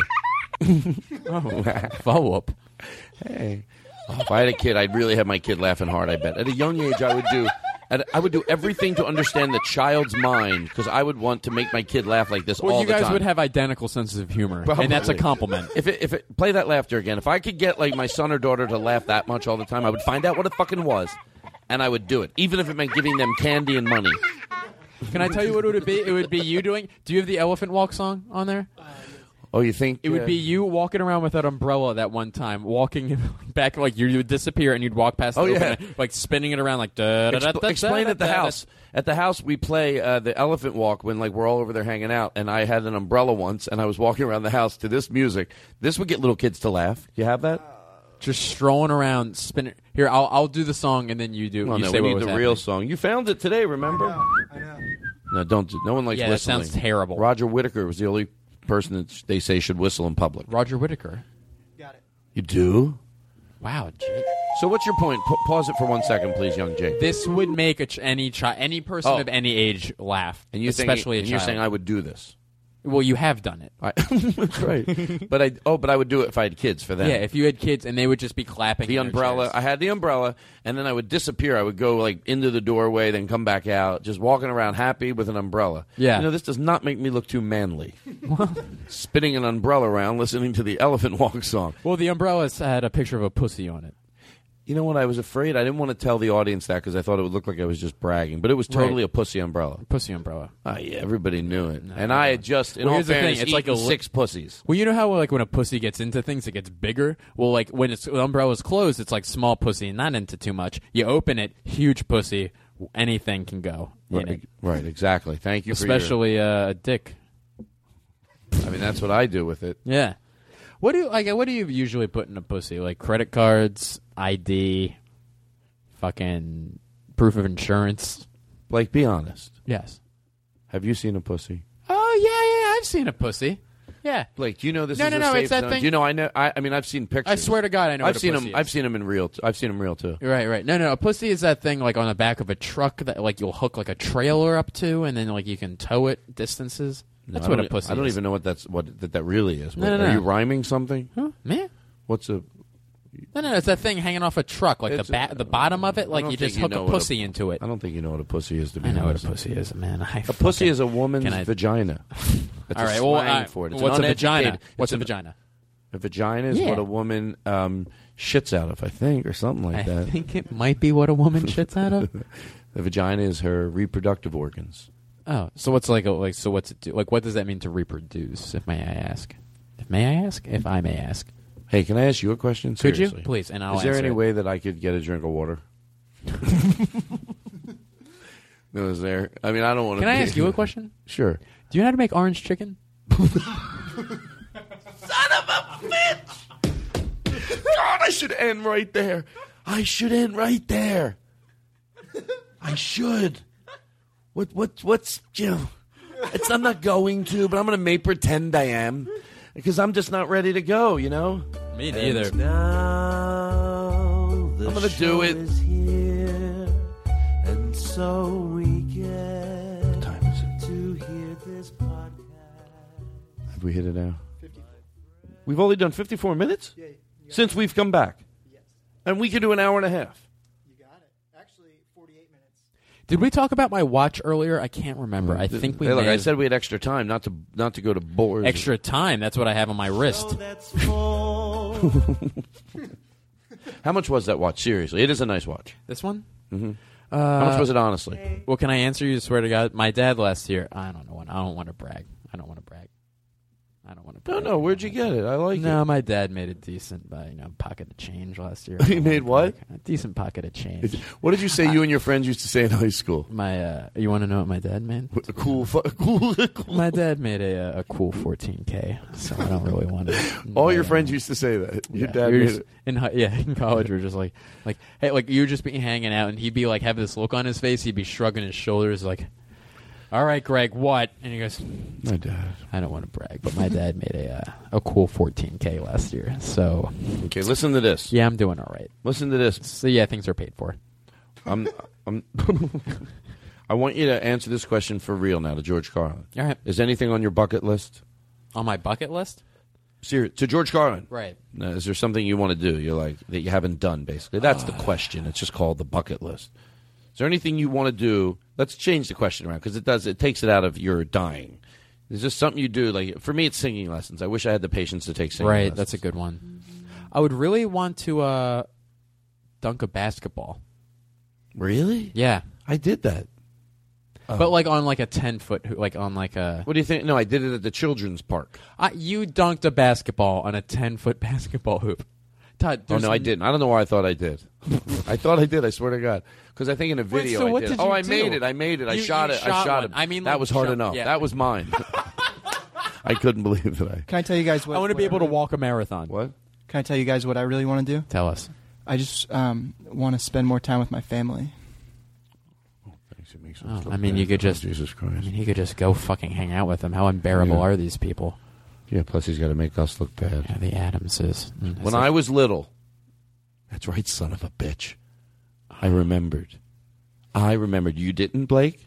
Speaker 6: follow up.
Speaker 3: Hey. Oh, if I had a kid, I'd really have my kid laughing hard. I bet. At a young age, I would do. at- I would do everything to understand the child's mind because I would want to make my kid laugh like this
Speaker 6: Well,
Speaker 3: all
Speaker 6: you
Speaker 3: the
Speaker 6: guys
Speaker 3: time.
Speaker 6: would have identical senses of humor,
Speaker 3: Probably.
Speaker 6: and that's a compliment.
Speaker 3: If it, if it, play that laughter again, if I could get like my son or daughter to laugh that much all the time, I would find out what it fucking was, and I would do it, even if it meant giving them candy and money.
Speaker 6: Can I tell you what it would be? It would be you doing. Do you have the elephant walk song on there?
Speaker 3: Oh, you think
Speaker 6: It would be you walking around with that umbrella that one time, walking back like you would disappear and you'd walk past. The
Speaker 3: Oh,
Speaker 6: open
Speaker 3: yeah.
Speaker 6: end, like spinning it around like. Da, da, da,
Speaker 3: Expl-
Speaker 6: da,
Speaker 3: explain
Speaker 6: da,
Speaker 3: at the
Speaker 6: da, da.
Speaker 3: house. At the house, we play uh, the elephant walk when like we're all over there hanging out. And I had an umbrella once, and I was walking around the house to this music. This would get little kids to laugh. You have that?
Speaker 6: Just strolling around, spinning. Here, I'll I'll do the song and then you do.
Speaker 3: Well,
Speaker 6: you
Speaker 3: no,
Speaker 6: say what
Speaker 3: we need
Speaker 6: was
Speaker 3: the
Speaker 6: happening.
Speaker 3: real song. You found it today, remember? No, don't. do- No one likes
Speaker 6: Yeah, that
Speaker 3: whistling.
Speaker 6: sounds terrible.
Speaker 3: Roger Whittaker was the only person that sh- they say should whistle in public.
Speaker 6: Roger Whittaker.
Speaker 3: You do?
Speaker 6: Wow, Jake.
Speaker 3: So what's your point? Pa- pause it for one second, please, young Jake.
Speaker 6: This would make a ch- any chi- any person
Speaker 3: Oh.
Speaker 6: of any age laugh,
Speaker 3: And you think-
Speaker 6: especially
Speaker 3: and
Speaker 6: a
Speaker 3: you're
Speaker 6: child.
Speaker 3: saying I would do this.
Speaker 6: Well, you have done it.
Speaker 3: I, that's right. but I oh, but I would do it if I had kids for them.
Speaker 6: Yeah, if you had kids and they would just be clapping.
Speaker 3: the
Speaker 6: in their
Speaker 3: umbrella. I had the umbrella, and then I would disappear. I would go like into the doorway, then come back out, just walking around happy with an umbrella.
Speaker 6: Yeah.
Speaker 3: you know this does not make me look too manly. Spinning an umbrella around, listening to the Elephant Walk song.
Speaker 6: Well, the umbrella's had a picture of a pussy on it.
Speaker 3: You know what? I was afraid. I didn't want to tell the audience that because I thought it would look like I was just bragging, but it was totally
Speaker 6: Right.
Speaker 3: a pussy umbrella.
Speaker 6: Pussy umbrella.
Speaker 3: Oh, yeah, everybody knew it, and I had just, in
Speaker 6: Well,
Speaker 3: all
Speaker 6: here's the thing,
Speaker 3: fairness,
Speaker 6: it's like
Speaker 3: eaten
Speaker 6: a li-
Speaker 3: six pussies.
Speaker 6: Well, you know how like when a pussy gets into things, it gets bigger. Well, like when it's when umbrella's closed, it's like small pussy, not into too much. You open it, huge pussy, anything can go. in
Speaker 3: Right,
Speaker 6: it.
Speaker 3: right, exactly. Thank you. for your-
Speaker 6: especially uh, a dick.
Speaker 3: I mean, that's what I do with it.
Speaker 6: Yeah. What do you, like? What do you usually put in a pussy? Like credit cards, ID, fucking proof of insurance.
Speaker 3: Like, be honest.
Speaker 6: Yes.
Speaker 3: Have you seen a pussy?
Speaker 6: Oh yeah, yeah. I've seen a pussy. Yeah.
Speaker 3: Blake, do you know this?
Speaker 6: No,
Speaker 3: is
Speaker 6: no,
Speaker 3: a
Speaker 6: no,
Speaker 3: safe
Speaker 6: it's that
Speaker 3: zone?
Speaker 6: thing-
Speaker 3: Do you know, I know. I, I mean, I've seen pictures.
Speaker 6: I swear to God, I know
Speaker 3: I've
Speaker 6: what a
Speaker 3: seen
Speaker 6: pussy
Speaker 3: them. I've
Speaker 6: is.
Speaker 3: seen them in real. T- I've seen them real too.
Speaker 6: Right, right. No, no. A pussy is that thing like on the back of a truck that like you'll hook like a trailer up to, and then like you can tow it distances.
Speaker 3: No,
Speaker 6: That's
Speaker 3: I
Speaker 6: what a
Speaker 3: don't- e,
Speaker 6: pussy.
Speaker 3: I don't
Speaker 6: is.
Speaker 3: even know what that's what that, that really is.
Speaker 6: No,
Speaker 3: What-
Speaker 6: no,
Speaker 3: Are
Speaker 6: no.
Speaker 3: you rhyming something?
Speaker 6: Huh? Man.
Speaker 3: What's a?
Speaker 6: No, no, no. It's that thing hanging off a truck, like the
Speaker 3: It's,
Speaker 6: ba- the bottom of it,
Speaker 3: I
Speaker 6: like
Speaker 3: don't
Speaker 6: you
Speaker 3: think
Speaker 6: just hook
Speaker 3: know
Speaker 6: a
Speaker 3: what
Speaker 6: pussy into it.
Speaker 3: I don't think you know what a pussy is. To be
Speaker 6: I know what a
Speaker 3: honest.
Speaker 6: pussy is, man. I
Speaker 3: A pussy
Speaker 6: fucking-
Speaker 3: is a woman's
Speaker 6: Can I-
Speaker 3: vagina. That's
Speaker 6: All right,
Speaker 3: a
Speaker 6: well,
Speaker 3: slang
Speaker 6: I-
Speaker 3: for it. It's
Speaker 6: what's
Speaker 3: an
Speaker 6: a vagina?
Speaker 3: uneducated-
Speaker 6: What's
Speaker 3: it's
Speaker 6: a
Speaker 3: an-
Speaker 6: vagina?
Speaker 3: A vagina is
Speaker 6: Yeah.
Speaker 3: what a woman um, shits out of, I think, or something like
Speaker 6: I
Speaker 3: that.
Speaker 6: think it might be what a woman shits out of.
Speaker 3: the vagina is her reproductive organs.
Speaker 6: Oh, so what's like a, like so what's it do? Like what does that mean to reproduce? If may I ask? If may I ask? If I may ask?
Speaker 3: Hey, can I ask you a question?
Speaker 6: Could you?
Speaker 3: Seriously.
Speaker 6: Please, and I'll
Speaker 3: Is there
Speaker 6: answer
Speaker 3: any
Speaker 6: it.
Speaker 3: way that I could get a drink of water? no, is there? I mean, I don't want to.
Speaker 6: Can I ask you a question?
Speaker 3: Sure.
Speaker 6: Do you know how to make orange chicken?
Speaker 3: God, I should end right there. I should end right there. I should. What? What? What's? You know, it's. I'm not going to, but I'm gonna make pretend I am, because I'm just not ready to go. You know.
Speaker 6: Me
Speaker 3: And
Speaker 6: neither.
Speaker 24: Now the
Speaker 3: I'm gonna
Speaker 24: show
Speaker 3: do it.
Speaker 24: Is here, and so we get to hear this podcast.
Speaker 3: Have we hit it now? We've only done 54 minutes since we've come back. And we could do an hour and a half.
Speaker 6: Did we talk about my watch earlier? I can't remember. I think we
Speaker 3: Hey, look,
Speaker 6: may
Speaker 3: I
Speaker 6: have-
Speaker 3: said we had extra time not to not to go to boards.
Speaker 6: extra time. That's what I have on my wrist.
Speaker 3: How much was that watch? Seriously, it is a nice watch.
Speaker 6: This one?
Speaker 3: hmm
Speaker 6: Uh,
Speaker 3: How much was it honestly?
Speaker 6: Well, can I answer you? Swear to God, my dad last year. I don't know. I don't want to brag. I don't want to brag. I don't want to.
Speaker 3: No, no. Where'd you get it? I like
Speaker 6: no, my dad made a decent, uh, you know, pocket of change last year.
Speaker 3: He made what?
Speaker 6: A decent pocket of
Speaker 3: it.
Speaker 6: change.
Speaker 3: What did you say? You and your friends used to say in high school.
Speaker 6: My, uh, you want to know what my dad made?
Speaker 3: A cool, fu- cool, cool.
Speaker 6: My dad made a uh, a cool 14k, so I don't really want to.
Speaker 3: All your friends used to say that. Oh, Your dad
Speaker 6: we were
Speaker 3: made
Speaker 6: just-
Speaker 3: it.
Speaker 6: in hi- yeah in college we were just like like hey like you would just be hanging out and he'd be like have this look on his face he'd be shrugging his shoulders like all right Greg what and he goes
Speaker 3: my dad
Speaker 6: I don't want to brag but my dad made a uh, a cool 14k last year so
Speaker 3: okay listen to this
Speaker 6: yeah I'm doing all right
Speaker 3: listen to this
Speaker 6: so yeah things are paid for
Speaker 3: I'm, I'm I want you to answer this question for real now to George Carlin.
Speaker 6: All right.
Speaker 3: Is anything on your bucket list?
Speaker 6: on my bucket list
Speaker 3: Ser- to George Carlin.
Speaker 6: Right.
Speaker 3: Now, is there something you want to do? You're like that you haven't done basically. That's
Speaker 6: Uh.
Speaker 3: the question. It's just called the bucket list. Is there anything you want to do? Let's change the question around because it does it takes it out of your dying. Is this something you do? Like for me, it's singing lessons. I wish I had the patience to take singing.
Speaker 6: right
Speaker 3: lessons.
Speaker 6: that's a good one I would really want to uh dunk a basketball
Speaker 3: really
Speaker 6: yeah
Speaker 3: I did that
Speaker 6: but like on like a 10 foot like on like a
Speaker 3: Oh. What do you think? No, I did it at the children's park.
Speaker 6: I, you dunked a basketball on a ten foot basketball hoop. Todd,
Speaker 3: Oh
Speaker 6: there's
Speaker 3: no, I
Speaker 6: n-
Speaker 3: didn't. I don't know why I thought I did. I thought I did. I swear to God, because I think in a
Speaker 6: Wait,
Speaker 3: video
Speaker 6: so
Speaker 3: I
Speaker 6: what
Speaker 3: did.
Speaker 6: did
Speaker 3: oh,
Speaker 6: you
Speaker 3: I
Speaker 6: do?
Speaker 3: made it. I made it. I
Speaker 6: You-
Speaker 3: shot
Speaker 6: you
Speaker 3: it. I
Speaker 6: shot
Speaker 3: shot
Speaker 6: one.
Speaker 3: it.
Speaker 6: I mean,
Speaker 3: that
Speaker 6: like,
Speaker 3: was hard
Speaker 6: shot-
Speaker 3: enough.
Speaker 6: yeah.
Speaker 3: That was mine. I couldn't believe that I.
Speaker 9: Can I tell you guys what?
Speaker 6: I want to be able to walk a marathon.
Speaker 3: What?
Speaker 9: Can I tell you guys what I really want to do?
Speaker 6: Tell us.
Speaker 9: I just um, want to spend more time with my family.
Speaker 6: Oh, I mean, you could just
Speaker 3: Jesus Christ.
Speaker 6: I mean, you could just go fucking hang out with them. How unbearable
Speaker 3: Yeah.
Speaker 6: are these people?
Speaker 3: Yeah. Plus, he's got to make us look bad.
Speaker 6: Yeah, the Adamses. Mm, it's
Speaker 3: When
Speaker 6: like-
Speaker 3: I was little, that's right, son of a bitch. I remembered. I remembered. You didn't, Blake.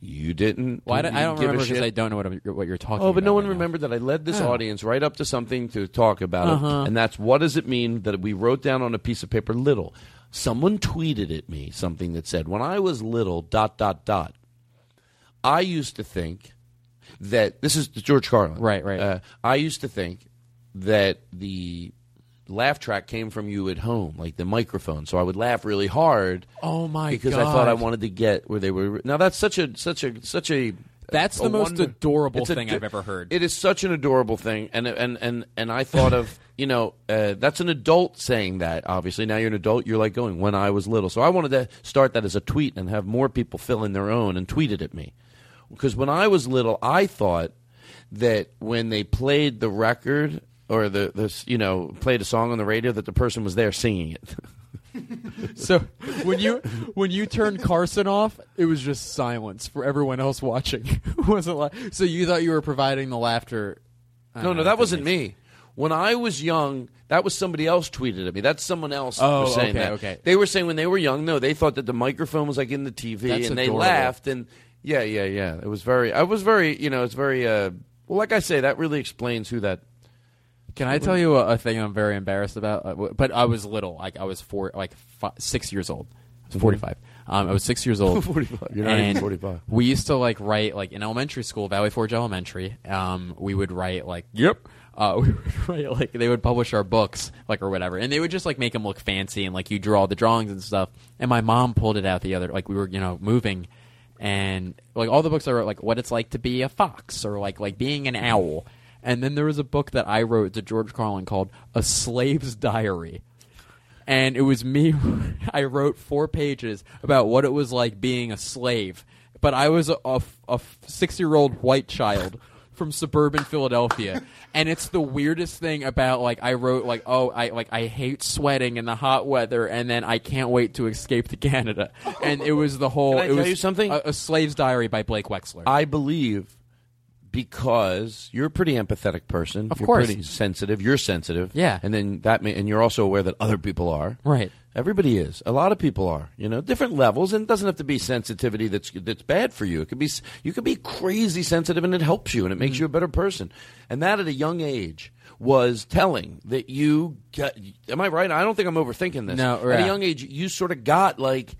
Speaker 3: You didn't.
Speaker 6: Why do-
Speaker 3: you
Speaker 6: I don't
Speaker 3: give a
Speaker 6: remember because
Speaker 3: shit.
Speaker 6: I don't know what, I'm, what you're talking.
Speaker 3: Oh, but
Speaker 6: about
Speaker 3: no one
Speaker 6: right now.
Speaker 3: remembered that I led this
Speaker 6: Oh.
Speaker 3: audience right up to something to talk about, it.
Speaker 6: Uh-huh.
Speaker 3: and that's what does it mean that we wrote down on a piece of paper little. Someone tweeted at me something that said, "When I was little, dot dot dot, I used to think that this is George Carlin, right? Right. Uh, I used to think that the laugh track came from you at home, like the microphone. So I would laugh really hard.
Speaker 6: Oh, my
Speaker 3: Because I thought I
Speaker 6: God.
Speaker 3: wanted to get where they were. Now that's such a such a such a.
Speaker 6: That's
Speaker 3: a
Speaker 6: the most
Speaker 3: wonder-
Speaker 6: adorable
Speaker 3: It's a
Speaker 6: thing
Speaker 3: do-
Speaker 6: I've ever heard.
Speaker 3: It is such an adorable thing, and and and and I thought of you know uh, that's an adult saying that. Obviously, now you're an adult. You're like going when I was little. So I wanted to start that as a tweet and have more people fill in their own and tweet it at me, because when I was little, I thought that when they played the record or the the you know played a song on the radio that the person was there singing it.
Speaker 6: So when you when you turned Carson off, it was just silence for everyone else watching. It wasn't like so you thought you were providing the laughter. I
Speaker 3: No,
Speaker 6: don't
Speaker 3: no,
Speaker 6: know if
Speaker 3: that wasn't me. When I was young, that was somebody else tweeted at me. That's someone else
Speaker 6: Oh,
Speaker 3: was saying
Speaker 6: okay,
Speaker 3: that.
Speaker 6: okay.
Speaker 3: They were saying when they were young, no, they thought that the microphone was like in the TV,
Speaker 6: That's
Speaker 3: and
Speaker 6: adorable.
Speaker 3: they laughed, and yeah, yeah, yeah. It was very, I was very, you know, it's very. Uh, well, like I say, that really explains who that.
Speaker 6: Can I tell you a, a thing I'm very embarrassed about? Uh, w- But I was little, like I was four, like fi- six years old. I was 45. Um, I was six years old.
Speaker 3: 45. Mm-hmm. You're not even
Speaker 6: And
Speaker 3: 45.
Speaker 6: We used to like write like in elementary school, Valley Forge Elementary. Um, we would write like yep. Uh, we would write like they would publish our books like or whatever, and they would just like make them look fancy and like you draw the drawings and stuff. And my mom pulled it out the other like we were you know moving. And like all the books I wrote, like what it's like to be a fox or like like being an owl, and then there was a book that I wrote to George Carlin called A Slave's Diary. And it was me. I wrote four pages about what it was like being a slave. But I was a, a, a six year old white child from suburban Philadelphia. And it's the weirdest thing about like I wrote like oh I like I hate sweating in the hot weather and then I can't wait to escape to Canada and it was the whole
Speaker 3: Can I
Speaker 6: it
Speaker 3: tell
Speaker 6: was
Speaker 3: you something?
Speaker 6: a, a slave's diary by Blake Wexler
Speaker 3: I believe because you're a pretty empathetic person.
Speaker 6: Of
Speaker 3: you're
Speaker 6: course.
Speaker 3: pretty sensitive. You're sensitive.
Speaker 6: Yeah.
Speaker 3: and then that, may, and you're also aware that other people are.
Speaker 6: Right.
Speaker 3: Everybody is. A lot of people are. You know, different levels, and it doesn't have to be sensitivity that's that's bad for you. It could be s- you could be crazy sensitive, and it helps you, and it makes
Speaker 6: Mm-hmm.
Speaker 3: you a better person. And that at a young age was telling that you. Got, am I right? I don't think I'm overthinking this.
Speaker 6: No,
Speaker 3: At
Speaker 6: yeah.
Speaker 3: a young age, you sort of got like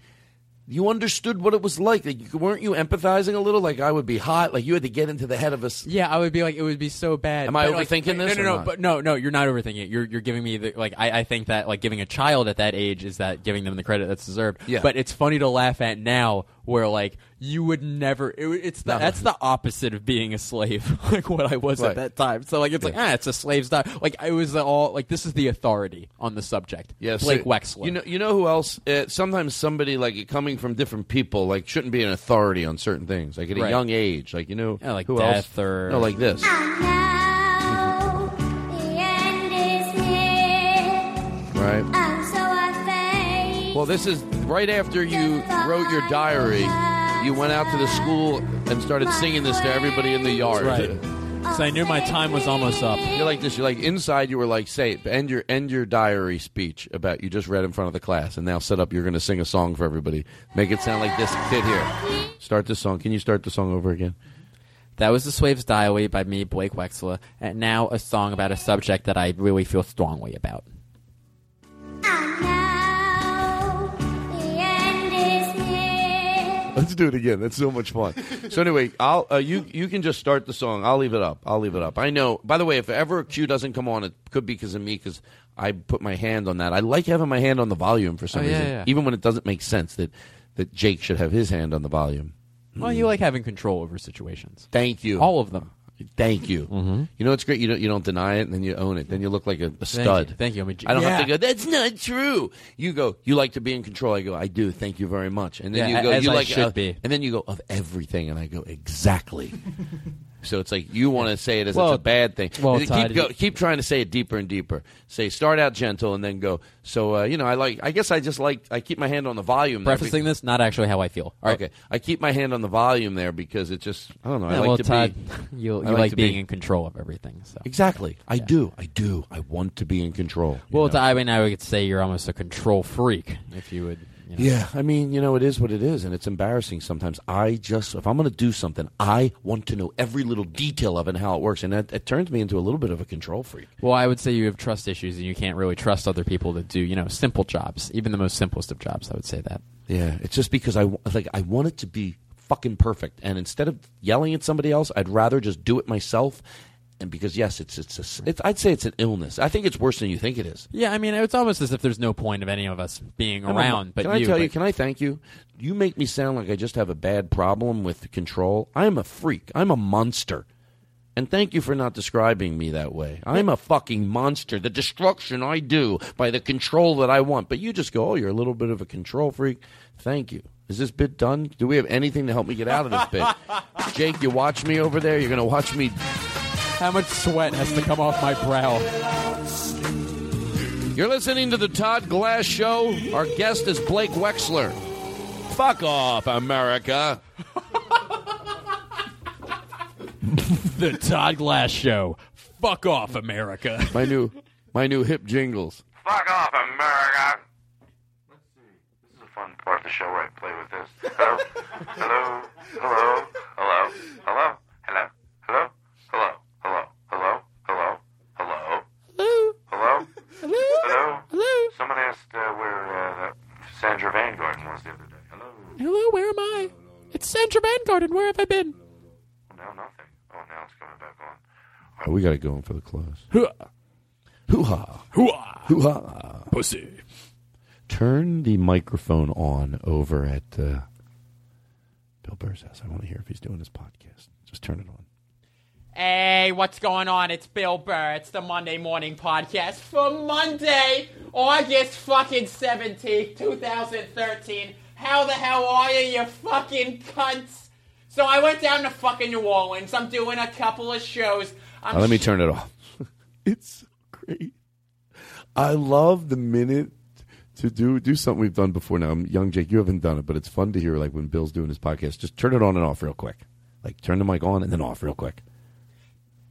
Speaker 3: you understood what it was like. Like, you- weren't you empathizing a little? Like I would be hot. Like you had to get into the head of us.
Speaker 6: Yeah, I would be like, it would be so bad.
Speaker 3: Am I
Speaker 6: But, like,
Speaker 3: overthinking
Speaker 6: wait,
Speaker 3: this
Speaker 6: No,
Speaker 3: or
Speaker 6: no, no.
Speaker 3: not?
Speaker 6: But no, no, you're not overthinking it. You're you're giving me the like. I, I think that like giving a child at that age is that giving them the credit that's deserved.
Speaker 3: Yeah.
Speaker 6: But it's funny to laugh at now where like you would never. It, it's the,
Speaker 26: No.
Speaker 6: that's the opposite of being a slave, like what I was
Speaker 26: Right.
Speaker 6: at that time. So like it's like ah, it's a slave's time. Like I was the all like this is the authority on the subject.
Speaker 3: Yes,
Speaker 6: Blake Wexler.
Speaker 3: You know, you know who else? Uh, sometimes somebody like coming from different people like shouldn't be an authority on certain things, like at
Speaker 6: Right.
Speaker 3: a young age. Like you know,
Speaker 6: Yeah, like
Speaker 3: who
Speaker 6: death
Speaker 3: else?
Speaker 6: or-
Speaker 3: no, like this. Right. Well, this is right after you wrote your diary. You went out to the school and started singing this to everybody in the yard.
Speaker 26: That's
Speaker 3: So I knew my time was almost up. You're like this. You're like inside. You were like, say, end your end your diary speech about you just read in front of the class, and now set up. You're going to sing a song for everybody. Make it sound like this. Sit here. Start the song. Can you start the song over again?
Speaker 6: That was The Slave's Diary by me, Blake Wexler, and now a song about a subject that I really feel strongly about.
Speaker 3: Let's do it again. That's so much fun. so anyway, I'll uh, you you can just start the song. I'll leave it up. I'll leave it up. I know. By the way, if ever Q doesn't come on, it could be because of me because I put my hand on that. I like having my hand on the volume for some
Speaker 6: Oh, yeah,
Speaker 3: reason,
Speaker 6: yeah.
Speaker 3: even when it doesn't make sense that that Jake should have his hand on the volume.
Speaker 6: Well,
Speaker 3: Hmm.
Speaker 6: you like having control over situations.
Speaker 3: Thank you.
Speaker 6: All of them.
Speaker 3: Thank you. You know it's great. You don't you don't deny it, and then you own it. Then you look like a, a
Speaker 6: you.
Speaker 3: stud.
Speaker 6: Thank you. I'm a G-
Speaker 3: I don't
Speaker 6: Yeah.
Speaker 3: have to go. That's not true. You go. "Oh, You like to be in control. I go. I do. Thank you very much. And then
Speaker 6: Yeah,
Speaker 3: you go.
Speaker 6: a- as
Speaker 3: you
Speaker 6: I
Speaker 3: like
Speaker 6: should
Speaker 3: uh,
Speaker 6: be.
Speaker 3: And then you go of everything, and I go exactly. so it's like you want to say it as
Speaker 6: Well,
Speaker 3: it's a bad thing.
Speaker 6: well,
Speaker 3: And
Speaker 6: Todd,
Speaker 3: keep go, keep trying to say it deeper and deeper. Say start out gentle, and then go. So uh, you know, I like. I guess I just like. I keep my hand on the volume. there
Speaker 6: Prefacing this, not actually how I feel.
Speaker 3: be- Okay, I keep my hand on the volume there because it just I don't know. I
Speaker 6: Yeah,
Speaker 3: like
Speaker 6: well,
Speaker 3: to
Speaker 6: Todd,
Speaker 3: be.
Speaker 6: you, you
Speaker 3: I
Speaker 6: like,
Speaker 3: to
Speaker 6: being
Speaker 3: be-
Speaker 6: in control of everything. So.
Speaker 3: Exactly. I do. I do. I want to be in control.
Speaker 6: Well, to, I mean, I would say you're almost a control freak if you would. You know.
Speaker 3: Yeah, I mean, you know, it is what it is, and it's embarrassing sometimes. I just, if I'm going to do something, I want to know every little detail of it and how it works, and that, it turns me into a little bit of a control freak.
Speaker 6: Well, I would say you have trust issues, and you can't really trust other people to do, you know, simple jobs, even the most simplest of jobs. I would say that.
Speaker 3: Yeah, it's just because I wa- like I want it to be fucking perfect, and instead of yelling at somebody else, I'd rather just do it myself. And because yes, it's it's, a s it's I'd say it's an illness. I think it's worse than you think it is.
Speaker 6: Yeah, I mean, it's almost as if there's no point of any of us being
Speaker 3: No, no, no.
Speaker 6: around. But
Speaker 3: can
Speaker 6: you,
Speaker 3: I tell
Speaker 6: but-
Speaker 3: you? Can I thank you? You make me sound like I just have a bad problem with control. I'm a freak. I'm a monster. And thank you for not describing me that way. I'm a fucking monster. The destruction I do by the control that I want. But you just go, oh, you're a little bit of a control freak. Thank you. Is this bit done? Do we have anything to help me get out of this bit? Jake, you watch me over there. You're going to watch me. How
Speaker 6: much sweat has to come off my brow?
Speaker 3: You're listening to the Todd Glass Show. Our guest is Blake Wexler. Fuck off, America.
Speaker 6: the Todd Glass Show. Fuck off, America.
Speaker 3: My new, my new hip jingles.
Speaker 8: Fuck off, America! Let's see. This is a fun part of the show where I play with this. Hello? Hello? Hello? Hello? Hello? Hello? Hello? Hello? Hello? Hello? Hello? Hello? Hello? Hello? Hello? Hello? Someone asked uh, where uh, that Sandra Van Garden was the other day. Hello?
Speaker 6: Hello, where am I? It's Sandra Van Garden. Where have I been?
Speaker 8: No, nothing. Oh, now it's coming back on.
Speaker 3: Oh, we got to go in for the close.
Speaker 8: Hoo-ah.
Speaker 3: Hoo-ha. Ah.
Speaker 8: Hoo-ah.
Speaker 3: Hoo-ha.
Speaker 8: Pussy.
Speaker 3: Turn the microphone on over at uh, Bill Burr's house. I want to hear if he's doing his podcast. Just turn it on.
Speaker 13: Hey, what's going on? It's Bill Burr. It's the Monday Morning Podcast for Monday, August fucking 17th, 2013. How the hell are you, you fucking cunts? So I went down to fucking New Orleans. I'm doing a couple of shows. I'm
Speaker 3: Now, let me turn it off. it's so great. I love the minute to do do something we've done before. Now, young Jake, you haven't done it, but it's fun to hear like when Bill's doing his podcast. Just turn it on and off real quick. Like turn the mic on and then off real quick.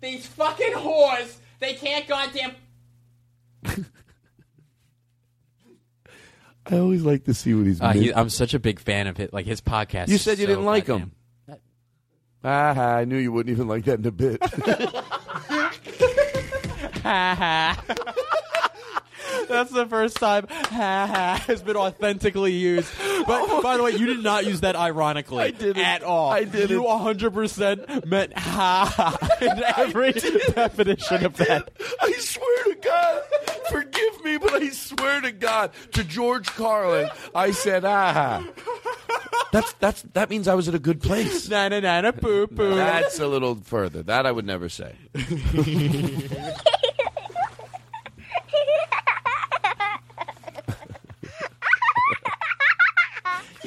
Speaker 13: These fucking whores, they can't goddamn
Speaker 3: I always like to see what he's.
Speaker 6: Uh, he, I'm such a big fan of it. Like his podcast.
Speaker 3: you
Speaker 6: is
Speaker 3: said you
Speaker 6: so
Speaker 3: didn't like
Speaker 6: goddamn-
Speaker 3: him. Ah, ha, I knew you wouldn't even like that in a bit.
Speaker 6: That's the first time ha ha has been authentically used. But by the way, you did not use that ironically I did at all. I did. You 100% meant ha ha in every definition of that.
Speaker 3: I swear to God, forgive me, but I swear to God, to George Carlin, I said, ah. That's that's that means I was at a good place.
Speaker 6: na na na na poo poo.
Speaker 3: That's a little further. That I would never say.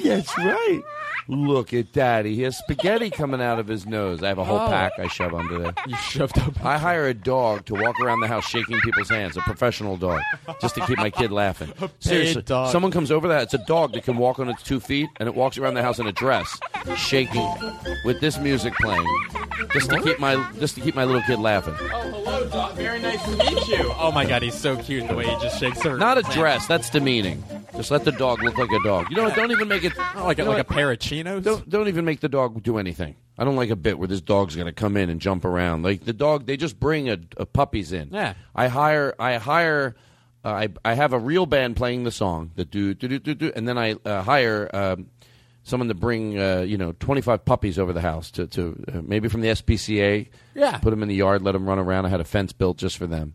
Speaker 3: That's right. Look at Daddy. He has spaghetti coming out of his nose. I have a whole
Speaker 6: Oh.
Speaker 3: pack I shove under there. You shoved up. I hire a dog to walk around the house shaking people's hands, a professional dog, just to keep my kid laughing.
Speaker 6: A paid
Speaker 3: Seriously,
Speaker 6: dog.
Speaker 3: someone comes over that. It's a dog that can walk on its two feet and it walks around the house in a dress, shaking, with this music playing, just to keep my just to keep my little kid laughing.
Speaker 13: Oh, hello, Doc. Very nice to meet you.
Speaker 6: Oh my god, he's so cute the way he just shakes her.
Speaker 3: Not a dress. That's demeaning. Just let the dog look like a dog. You know what? Don't even make it
Speaker 6: like a-
Speaker 3: you know
Speaker 6: like
Speaker 3: what?
Speaker 6: a pair of chinos.
Speaker 3: Don't don't even make the dog do anything. I don't like a bit where this dog's going to come in and jump around. Like the dog, they just bring a, a puppies in.
Speaker 6: Yeah.
Speaker 3: I hire I hire uh, I I have a real band playing the song the do do do do do, and then I uh, hire. Um, Someone to bring, uh, you know, twenty-five puppies over the house to, to uh, maybe from the SPCA.
Speaker 6: Yeah.
Speaker 3: put them in the yard, let them run around. I had a fence built just for them,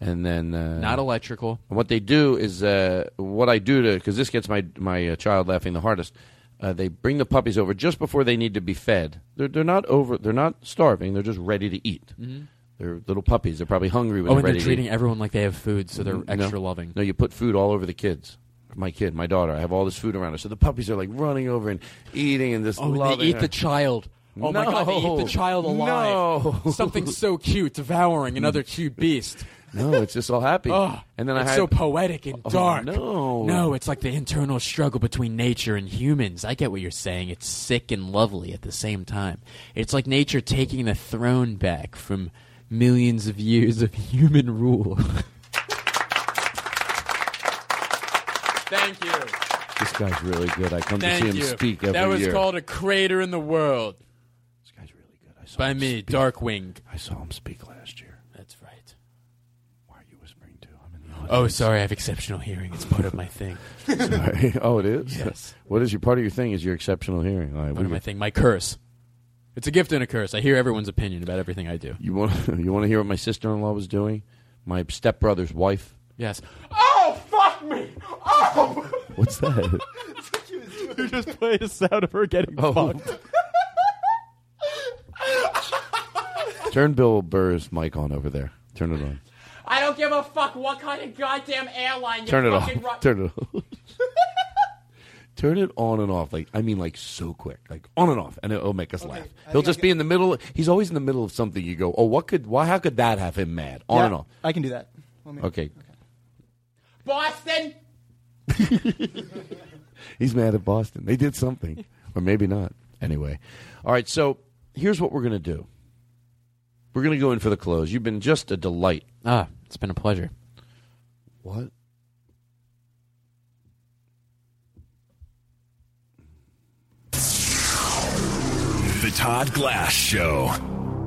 Speaker 3: and then uh,
Speaker 6: Not electrical.
Speaker 3: and what they do is uh, what I do to because this gets my my uh, child laughing the hardest. Uh, they bring the puppies over just before they need to be fed. They're they're not over. They're not starving. They're just ready to eat.
Speaker 6: Mhm.
Speaker 3: They're little puppies. They're probably hungry when
Speaker 6: Oh,
Speaker 3: they're
Speaker 6: and they're
Speaker 3: ready to
Speaker 6: treating
Speaker 3: eat. Mm-hmm.
Speaker 6: everyone like they have food, so they're
Speaker 3: No.
Speaker 6: extra loving.
Speaker 3: No, you put food all over the kids. My kid, my daughter. I have all this food around her, so the puppies are like running over and eating and just
Speaker 6: Oh, and
Speaker 3: loving
Speaker 6: they eat
Speaker 3: her.
Speaker 6: the child. Oh my god, they eat
Speaker 3: No.
Speaker 6: the child alive.
Speaker 3: No.
Speaker 6: Something so cute, devouring another cute beast.
Speaker 3: No, it's just all happy.
Speaker 6: Oh,
Speaker 3: and then I
Speaker 6: it's
Speaker 3: had,
Speaker 6: so poetic and
Speaker 3: Oh,
Speaker 6: dark.
Speaker 3: no.
Speaker 6: no, it's like the internal struggle between nature and humans. I get what you're saying. It's sick and lovely at the same time. It's like nature taking the throne back from millions of years of human rule.
Speaker 13: Thank you.
Speaker 3: This guy's really good. I come
Speaker 13: Thank
Speaker 3: to see him
Speaker 13: you.
Speaker 3: speak every
Speaker 6: that was
Speaker 3: year.
Speaker 6: called a crater in the world. This guy's really good. I saw By me, Darkwing.
Speaker 3: I saw him speak last year.
Speaker 6: That's right. Oh, sorry, I have exceptional hearing. It's part of my thing.
Speaker 3: Sorry. Oh, it is.
Speaker 6: Yes.
Speaker 3: What is your part of your thing? Is your exceptional hearing? All right,
Speaker 6: Part of my thing. My curse. It's a gift and a curse. I hear everyone's opinion about everything I do.
Speaker 3: You want you want to hear what my sister in law was doing? My stepbrother's wife.
Speaker 6: Yes.
Speaker 13: Oh, fuck me. Oh.
Speaker 3: What's that?
Speaker 6: you just played a sound of her getting fucked.
Speaker 3: Turn Bill Burr's mic on over there. Turn it on.
Speaker 13: I don't give a fuck what kind of goddamn airline you
Speaker 3: Turn it off.
Speaker 13: fucking ru-
Speaker 3: Turn it off. Turn it on and off. Like I mean, like so quick, like on and off, and it'll make us laugh. He'll just be in the middle. He's always in the middle of something. You go, oh, what could? Why? How could that have him mad? On
Speaker 9: Yeah,
Speaker 3: and off.
Speaker 9: I can do that. Let me-
Speaker 3: Okay,
Speaker 13: Boston.
Speaker 3: He's mad at Boston. They did something, or maybe not. Anyway, all right. So here's what we're gonna do. We're gonna go in for the close. You've been just a delight.
Speaker 6: Ah, it's been a pleasure.
Speaker 3: What?
Speaker 12: The Todd Glass Show.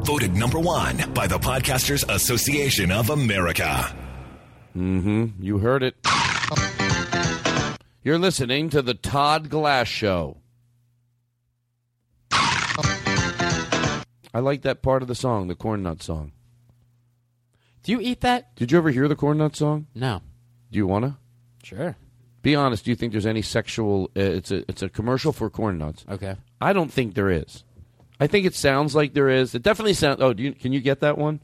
Speaker 12: Voted number one by the Podcasters Association of America.
Speaker 3: Mm-hmm. You heard it. You're listening to the Todd Glass Show. I like that part of the song, the corn nut song.
Speaker 6: Do you eat that?
Speaker 3: Did you ever hear the corn nut song?
Speaker 6: No.
Speaker 3: Do you wanna?
Speaker 6: Sure.
Speaker 3: Be honest. Do you think there's any sexual? Uh, it's a it's a commercial for corn nuts.
Speaker 6: Okay.
Speaker 3: I don't think there is. I think it sounds like there is. It definitely sounds. Oh, do you, can you get that one?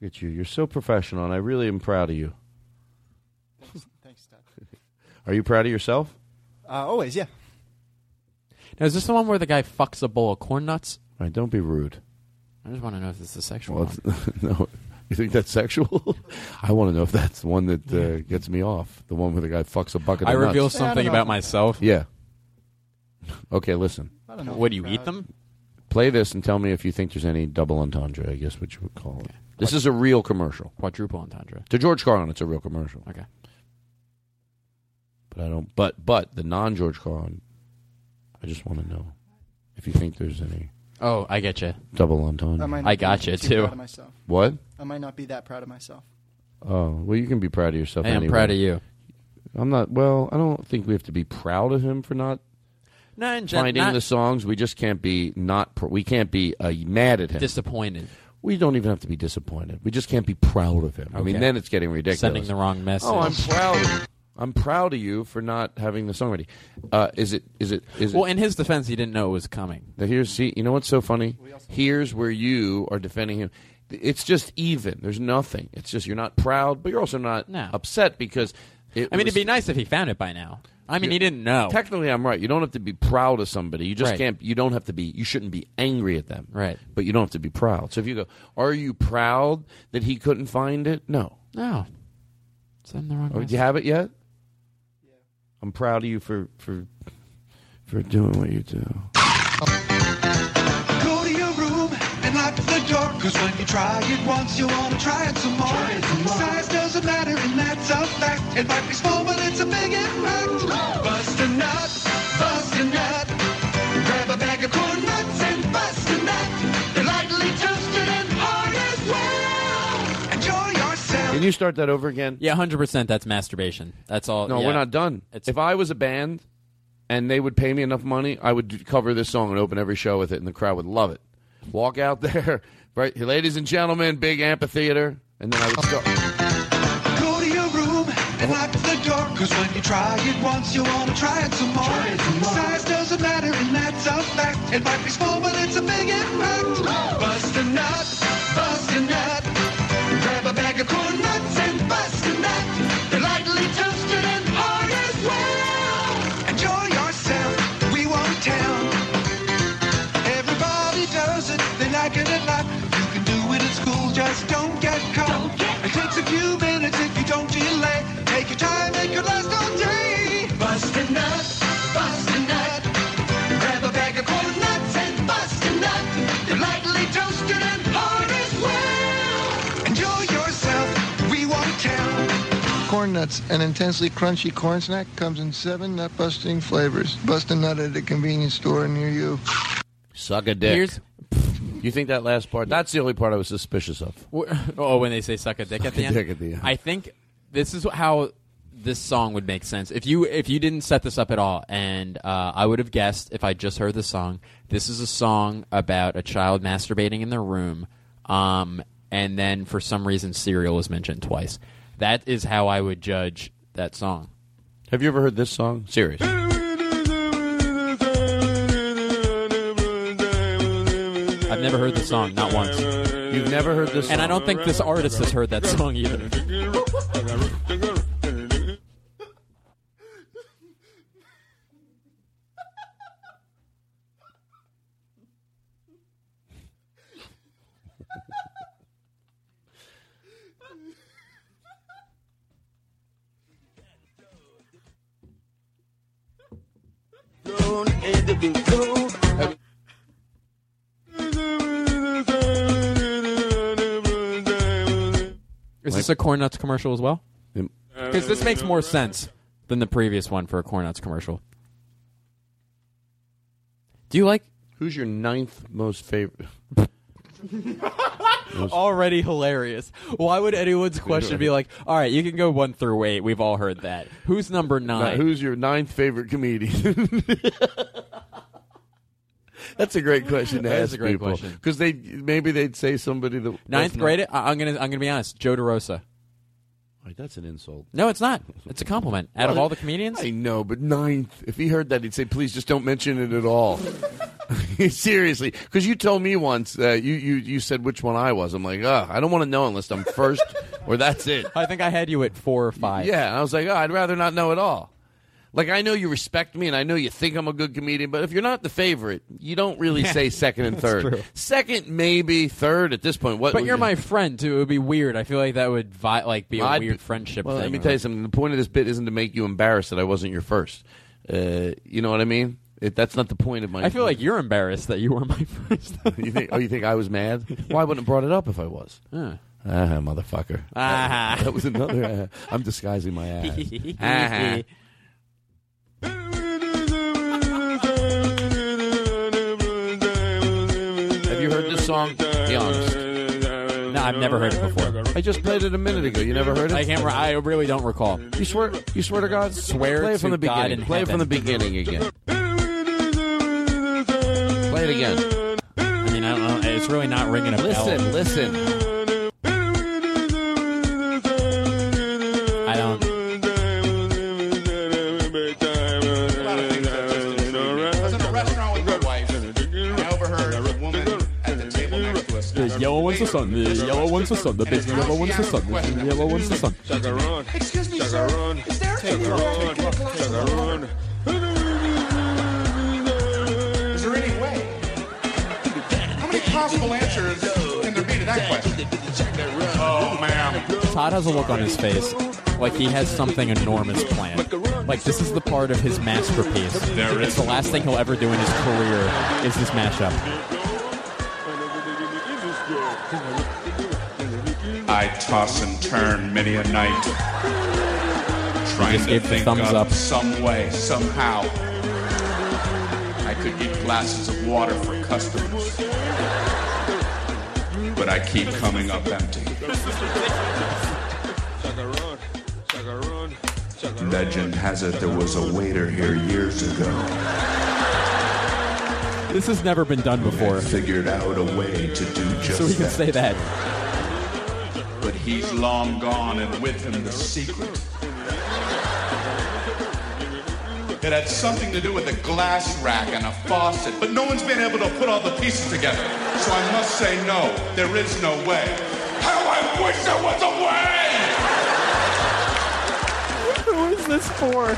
Speaker 3: Look at you. You're so professional, and I really am proud of you.
Speaker 9: Thanks, Doc.
Speaker 3: Are you proud of yourself?
Speaker 9: Uh, always, yeah.
Speaker 6: Now, is this the one where the guy fucks a bowl of corn nuts?
Speaker 3: All right, don't be rude.
Speaker 6: I just want to know if this is a sexual.
Speaker 3: Well,
Speaker 6: one.
Speaker 3: it's- no, you think that's sexual? I want to know if that's the one that uh, gets me off. The one where the guy fucks a bucket.
Speaker 6: I
Speaker 3: of nuts.
Speaker 6: reveal something about myself.
Speaker 3: Yeah. Okay, listen.
Speaker 6: What do you eat them?
Speaker 3: Play this and tell me if you think there's any double entendre. I guess what you would call it. This is a real commercial.
Speaker 6: Quadruple entendre.
Speaker 3: To George Carlin, it's a real commercial.
Speaker 6: Okay.
Speaker 3: But I don't. But but the non George Carlin, I just want to know if you think there's any
Speaker 6: Oh, I get you.
Speaker 3: double entendre.
Speaker 9: I, might not
Speaker 6: I
Speaker 9: be
Speaker 6: got you
Speaker 9: too
Speaker 6: too.
Speaker 9: Proud of myself.
Speaker 3: What?
Speaker 9: I might not be that proud of myself.
Speaker 3: Oh well, you can be proud of yourself.
Speaker 6: Hey, I'm
Speaker 3: anyway.
Speaker 6: proud of you.
Speaker 3: I'm not. Well, I don't think we have to be proud of him for not
Speaker 6: No, in gen-
Speaker 3: finding
Speaker 6: not
Speaker 3: the songs. We just can't be not. Pr- we can't be uh, mad at him.
Speaker 6: disappointed.
Speaker 3: we don't even have to be disappointed. We just can't be proud of him. I mean,
Speaker 6: Okay.
Speaker 3: then it's getting ridiculous.
Speaker 6: Sending the wrong message.
Speaker 3: Oh, I'm proud. of I'm proud of you for not having the song ready. Uh, is it? Is it? Is
Speaker 6: Well,
Speaker 3: it?
Speaker 6: in his defense, he didn't know it was coming.
Speaker 3: Now, here's see. You know what's so funny? Here's where you are defending him. It's just even. There's nothing. It's just you're not proud, but you're also not
Speaker 6: No.
Speaker 3: upset because. It
Speaker 6: I mean,
Speaker 3: was-
Speaker 6: it'd be nice if he found it by now. I mean, he didn't know.
Speaker 3: Technically, I'm right. You don't have to be proud of somebody. You just
Speaker 6: Right.
Speaker 3: can't. You don't have to be. You shouldn't be angry at them.
Speaker 6: Right.
Speaker 3: But you don't have to be proud. So if you go, are you proud that he couldn't find it? No.
Speaker 6: No. Send the wrong
Speaker 3: Oh, do you
Speaker 6: message.
Speaker 3: have it yet? I'm proud of you for for for doing what you do.
Speaker 8: Go to your room and lock the door. Cause when you try it once, you wanna try it some more. Size doesn't matter, and that's a fact. It might be small, but it's a big impact. Bust a nut, bust a nut. Grab a bag of corn nuts and bust a nut. They're lightly toasted and hard as well. Enjoy yourself.
Speaker 3: Can you start that over again?
Speaker 6: Yeah, hundred percent. That's masturbation. That's all.
Speaker 3: No,
Speaker 6: yeah.
Speaker 3: we're not done. if I was a band and they would pay me enough money, I would do- cover this song and open every show with it, and the crowd would love it. Walk out there, right, ladies and gentlemen, big amphitheater, and then I would start.
Speaker 8: Go to your room and lock the door. Cause when you try it once, you wanna try it some more. Size doesn't matter, and that's a fact. It might be small, but it's a big impact. Bust a nut, bust a nut. Grab a bag of corn nuts and bust a nut. They're lightly toasted and hard as well. Enjoy yourself, we won't tell. Everybody does it, they like it a lot. You can do it at school, just don't get caught. it takes a few minutes if you don't delay. Take your time, it could last all day. Bust a nut, bust a nut. Grab a bag of corn nuts and bust a nut. They're lightly toasted and hard as well. Enjoy yourself, we won't tell.
Speaker 23: Corn Nuts, an intensely crunchy corn snack, comes in seven nut-busting flavors. Bust a nut at a convenience store near you.
Speaker 3: Suck a dick.
Speaker 23: Here's-
Speaker 3: you think that last part? That's the only part I was suspicious of.
Speaker 6: oh, when they say "suck a dick"
Speaker 3: Suck
Speaker 6: at the
Speaker 3: a
Speaker 6: end.
Speaker 3: dick at the end.
Speaker 6: I think this is how this song would make sense if you if you didn't set this up at all. And uh, I would have guessed if I just heard the song. This is a song about a child masturbating in their room, um, and then for some reason, cereal is mentioned twice. That is how I would judge that song.
Speaker 3: Have you ever heard this song? Serious.
Speaker 6: I've never heard the song, not once. You've
Speaker 3: never heard this,
Speaker 6: and I don't think this artist has heard that song either.
Speaker 9: Oh,
Speaker 6: Is this a Corn Nuts commercial as well? Because this makes more sense than the previous one for a Corn Nuts commercial. Do you like?
Speaker 3: Who's your ninth most favorite?
Speaker 6: Already hilarious. Why would anyone's question be like, all right, you can go one through eight. We've all heard that. Who's number nine?
Speaker 3: who's your ninth favorite comedian? That's a great question to
Speaker 6: That is
Speaker 3: ask
Speaker 6: a great
Speaker 3: people
Speaker 6: question.
Speaker 3: because they maybe they'd say somebody that
Speaker 6: Ninth grade? I- I'm gonna I'm gonna be honest. Joe DeRosa.
Speaker 3: Wait, that's an insult.
Speaker 6: No, it's not. It's a compliment. Out of all the comedians,
Speaker 3: I know, but ninth. If he heard that, he'd say, "Please, just don't mention it at all." Seriously, because you told me once, uh, you you you said which one I was. I'm like, ah, I don't want to know unless I'm first or that's it.
Speaker 6: I think I had you at four or five.
Speaker 3: Yeah, and I was like, oh, I'd rather not know at all. Like I know you respect me, and I know you think I'm a good comedian, but if you're not the favorite, you don't really say second and
Speaker 6: That's
Speaker 3: third.
Speaker 6: true.
Speaker 3: Second, maybe third at this point. What?
Speaker 6: But
Speaker 3: would
Speaker 6: you're
Speaker 3: you-
Speaker 6: my friend too. It would be weird. I feel like that would vi- like be a
Speaker 3: I'd
Speaker 6: weird
Speaker 3: be-
Speaker 6: friendship
Speaker 3: Well,
Speaker 6: thing.
Speaker 3: let me tell you something. The point of this bit isn't to make you embarrassed that I wasn't your first. Uh, you know what I mean? It, that's not the point of my.
Speaker 6: I feel like you're embarrassed that you were my first.
Speaker 3: you think? Oh, you think I was mad? Well, I wouldn't have brought it up if I was.
Speaker 6: Huh.
Speaker 3: Ah, motherfucker.
Speaker 6: Ah.
Speaker 3: That was another. ah. I'm disguising my ass. Ah. Have you heard this song? Be honest.
Speaker 6: No, I've never heard it before.
Speaker 3: I just played it a minute ago. You never heard it?
Speaker 6: I can't. re- I really don't recall.
Speaker 3: You swear? You swear to God?
Speaker 6: Swear
Speaker 3: Play it from
Speaker 6: to
Speaker 3: the
Speaker 6: God
Speaker 3: beginning.
Speaker 6: in
Speaker 3: Play it from the
Speaker 6: heaven.
Speaker 3: beginning again. Play it again.
Speaker 6: I mean, I don't know. It's really not ringing a bell.
Speaker 3: Listen, listen.
Speaker 6: I don't.
Speaker 27: big, yellow one's the sun. The yellow one's the sun. The big yellow one's the sun. The yellow one's the sun.
Speaker 8: Chagarone. Excuse me, Chagarone. Is there Chagarone. Chagarone.
Speaker 4: Is there any way? How many possible answers can there be to that question? Oh, man.
Speaker 6: Todd has a look on his face like he has something enormous planned. Like this is the part of his masterpiece.
Speaker 28: There
Speaker 6: it's
Speaker 28: is
Speaker 6: the last thing he'll ever do in his career is this mashup.
Speaker 4: I toss and turn many a night, trying
Speaker 6: just
Speaker 4: to
Speaker 6: gave the
Speaker 4: think
Speaker 6: thumbs
Speaker 4: of
Speaker 6: up.
Speaker 4: some way, somehow. I could get glasses of water for customers, but I keep coming up empty.
Speaker 8: Chagarone. Chagarone.
Speaker 4: Legend has it there was a waiter here years ago
Speaker 6: This has never been done before.
Speaker 4: Figured out a way to do just
Speaker 6: So he can
Speaker 4: that.
Speaker 6: say that.
Speaker 4: but he's long gone and with him the secret. It had something to do with a glass rack and a faucet, but no one's been able to put all the pieces together. So I must say no, there is no way. How I wish there was a way!
Speaker 8: Who is this for?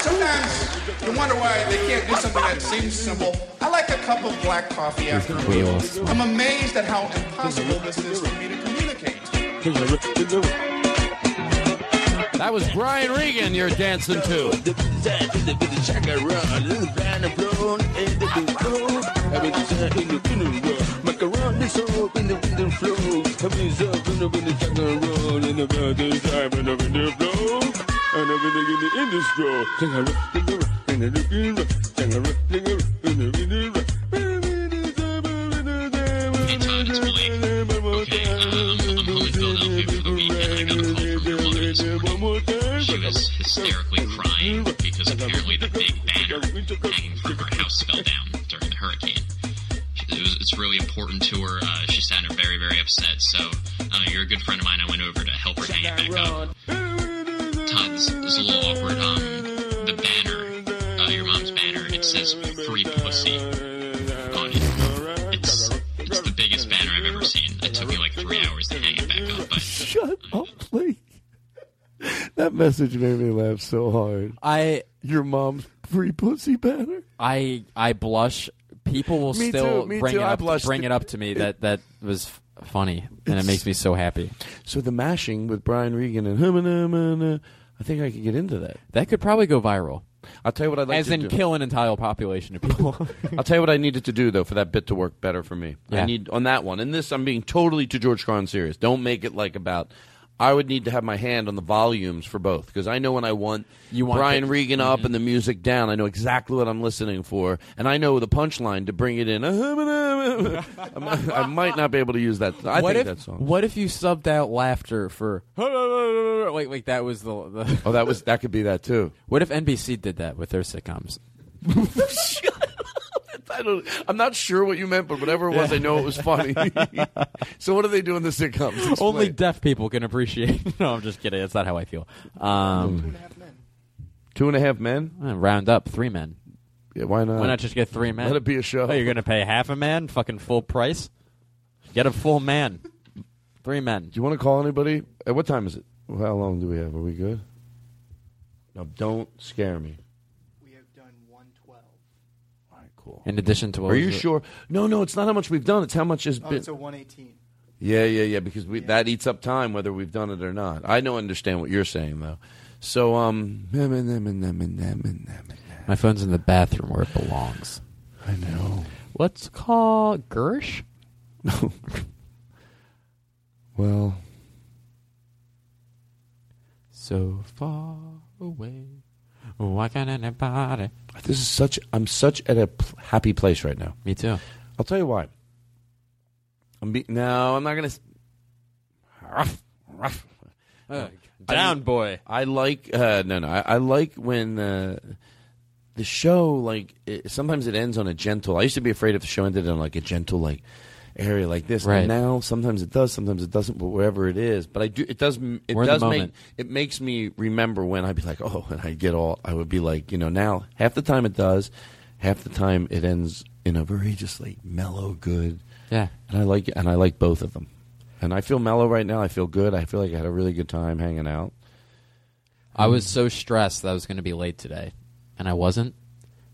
Speaker 4: Sometimes you wonder why they can't do something that seems simple. I like a cup of black coffee after a meal. I'm amazed at how impossible this is for me to communicate.
Speaker 3: That was Brian Regan you're dancing to.
Speaker 8: She was hysterically crying because apparently the big banner hanging from her house fell down during the hurricane.
Speaker 13: It was, it's really important to her. Uh, she sounded very, very upset. So, uh, you're a good friend of mine. I went over to help her hang it back up. Todd, this is a little awkward. Um, the banner, uh, your mom's banner, it says "free pussy" on it. It's it's the biggest banner I've ever seen. It took me like three hours to hang it back up, but
Speaker 3: Shut
Speaker 13: Uh,
Speaker 3: up, please. That message made me laugh so hard.
Speaker 6: I
Speaker 3: your mom's free pussy banner.
Speaker 6: I I blush. People will
Speaker 3: Me
Speaker 6: still
Speaker 3: too, me
Speaker 6: bring
Speaker 3: too,
Speaker 6: it
Speaker 3: I
Speaker 6: up
Speaker 3: blushed.
Speaker 6: bring it up to me that that was f- funny and it
Speaker 3: It's-
Speaker 6: makes me so happy.
Speaker 3: So the mashing with Brian Regan and him and him and uh, I think I could get into that.
Speaker 6: That could probably go viral.
Speaker 3: I'll tell you what I'd like
Speaker 6: As
Speaker 3: to
Speaker 6: in
Speaker 3: do.
Speaker 6: kill an entire population of people.
Speaker 3: I'll tell you what I needed to do though for that bit to work better for me. I
Speaker 6: Yeah.
Speaker 3: need on that one. And this I'm being totally to George Carlin serious. Don't make it like about I would need to have my hand on the volumes for both because I know when I want, you
Speaker 6: want Mm-hmm.
Speaker 3: Brian
Speaker 6: the-
Speaker 3: Regan up and the music down. I know exactly what I'm listening for, and I know the punchline to bring it in. I might not be able to use that. I
Speaker 6: what
Speaker 3: think
Speaker 6: if
Speaker 3: that song.
Speaker 6: what if you subbed out laughter for wait wait that was the, the
Speaker 3: oh that was that could be that too.
Speaker 6: What if NBC did that with their sitcoms?
Speaker 3: I don't, I'm not sure what you meant, but whatever it was, I know it was funny. so what do they do in the sitcoms? Explain.
Speaker 6: Only deaf people can appreciate. no, I'm just kidding. That's not how I feel. Um,
Speaker 3: two and a half men.
Speaker 6: Uh, round up three men.
Speaker 3: Yeah, why not?
Speaker 6: Why not just get three men?
Speaker 3: Let it be a show.
Speaker 6: Oh, you're gonna pay half a man, fucking full price. Get a full man. Three men. Do
Speaker 3: you want to call anybody? At what time is it? How long do we have? Are we good? Now, don't scare me.
Speaker 6: In addition to what
Speaker 3: Are
Speaker 6: was
Speaker 3: you
Speaker 6: it?
Speaker 3: sure? No, no, it's not how much we've done. It's how much has
Speaker 9: Oh,
Speaker 3: been.
Speaker 9: it's a 118.
Speaker 3: yeah, yeah, yeah. Because we, that eats up time, whether we've done it or not. I don't understand what you're saying though. So, um,
Speaker 6: My phone's in the bathroom where it belongs.
Speaker 3: I know.
Speaker 6: Let's call Gersh.
Speaker 3: well,
Speaker 6: so far away. Why can't anybody?
Speaker 3: This is such. I'm such at a p- happy place right now.
Speaker 6: Me too.
Speaker 3: I'll tell you why. I'm be- no, I'm not gonna. s- Ruff, ruff. Oh.
Speaker 6: Uh, down, boy.
Speaker 3: I like. Uh, no, no. I, I like when uh, the show like it, sometimes it ends on a gentle. I used to be afraid if the show ended on like a gentle like area like this.
Speaker 6: Right.
Speaker 3: And now sometimes it does, sometimes it doesn't. But wherever it is, but I do. It does. m- It
Speaker 6: We're in the
Speaker 3: does make
Speaker 6: moment.
Speaker 3: it makes me remember when I'd be like, oh, and I get all. I would be like, you know, now half the time it does, half the time it ends in a very just like mellow, good.
Speaker 6: Yeah.
Speaker 3: And I like and I like both of them. And I feel mellow right now. I feel good. I feel like I had a really good time hanging out.
Speaker 6: I was so stressed that I was going to be late today, and I wasn't.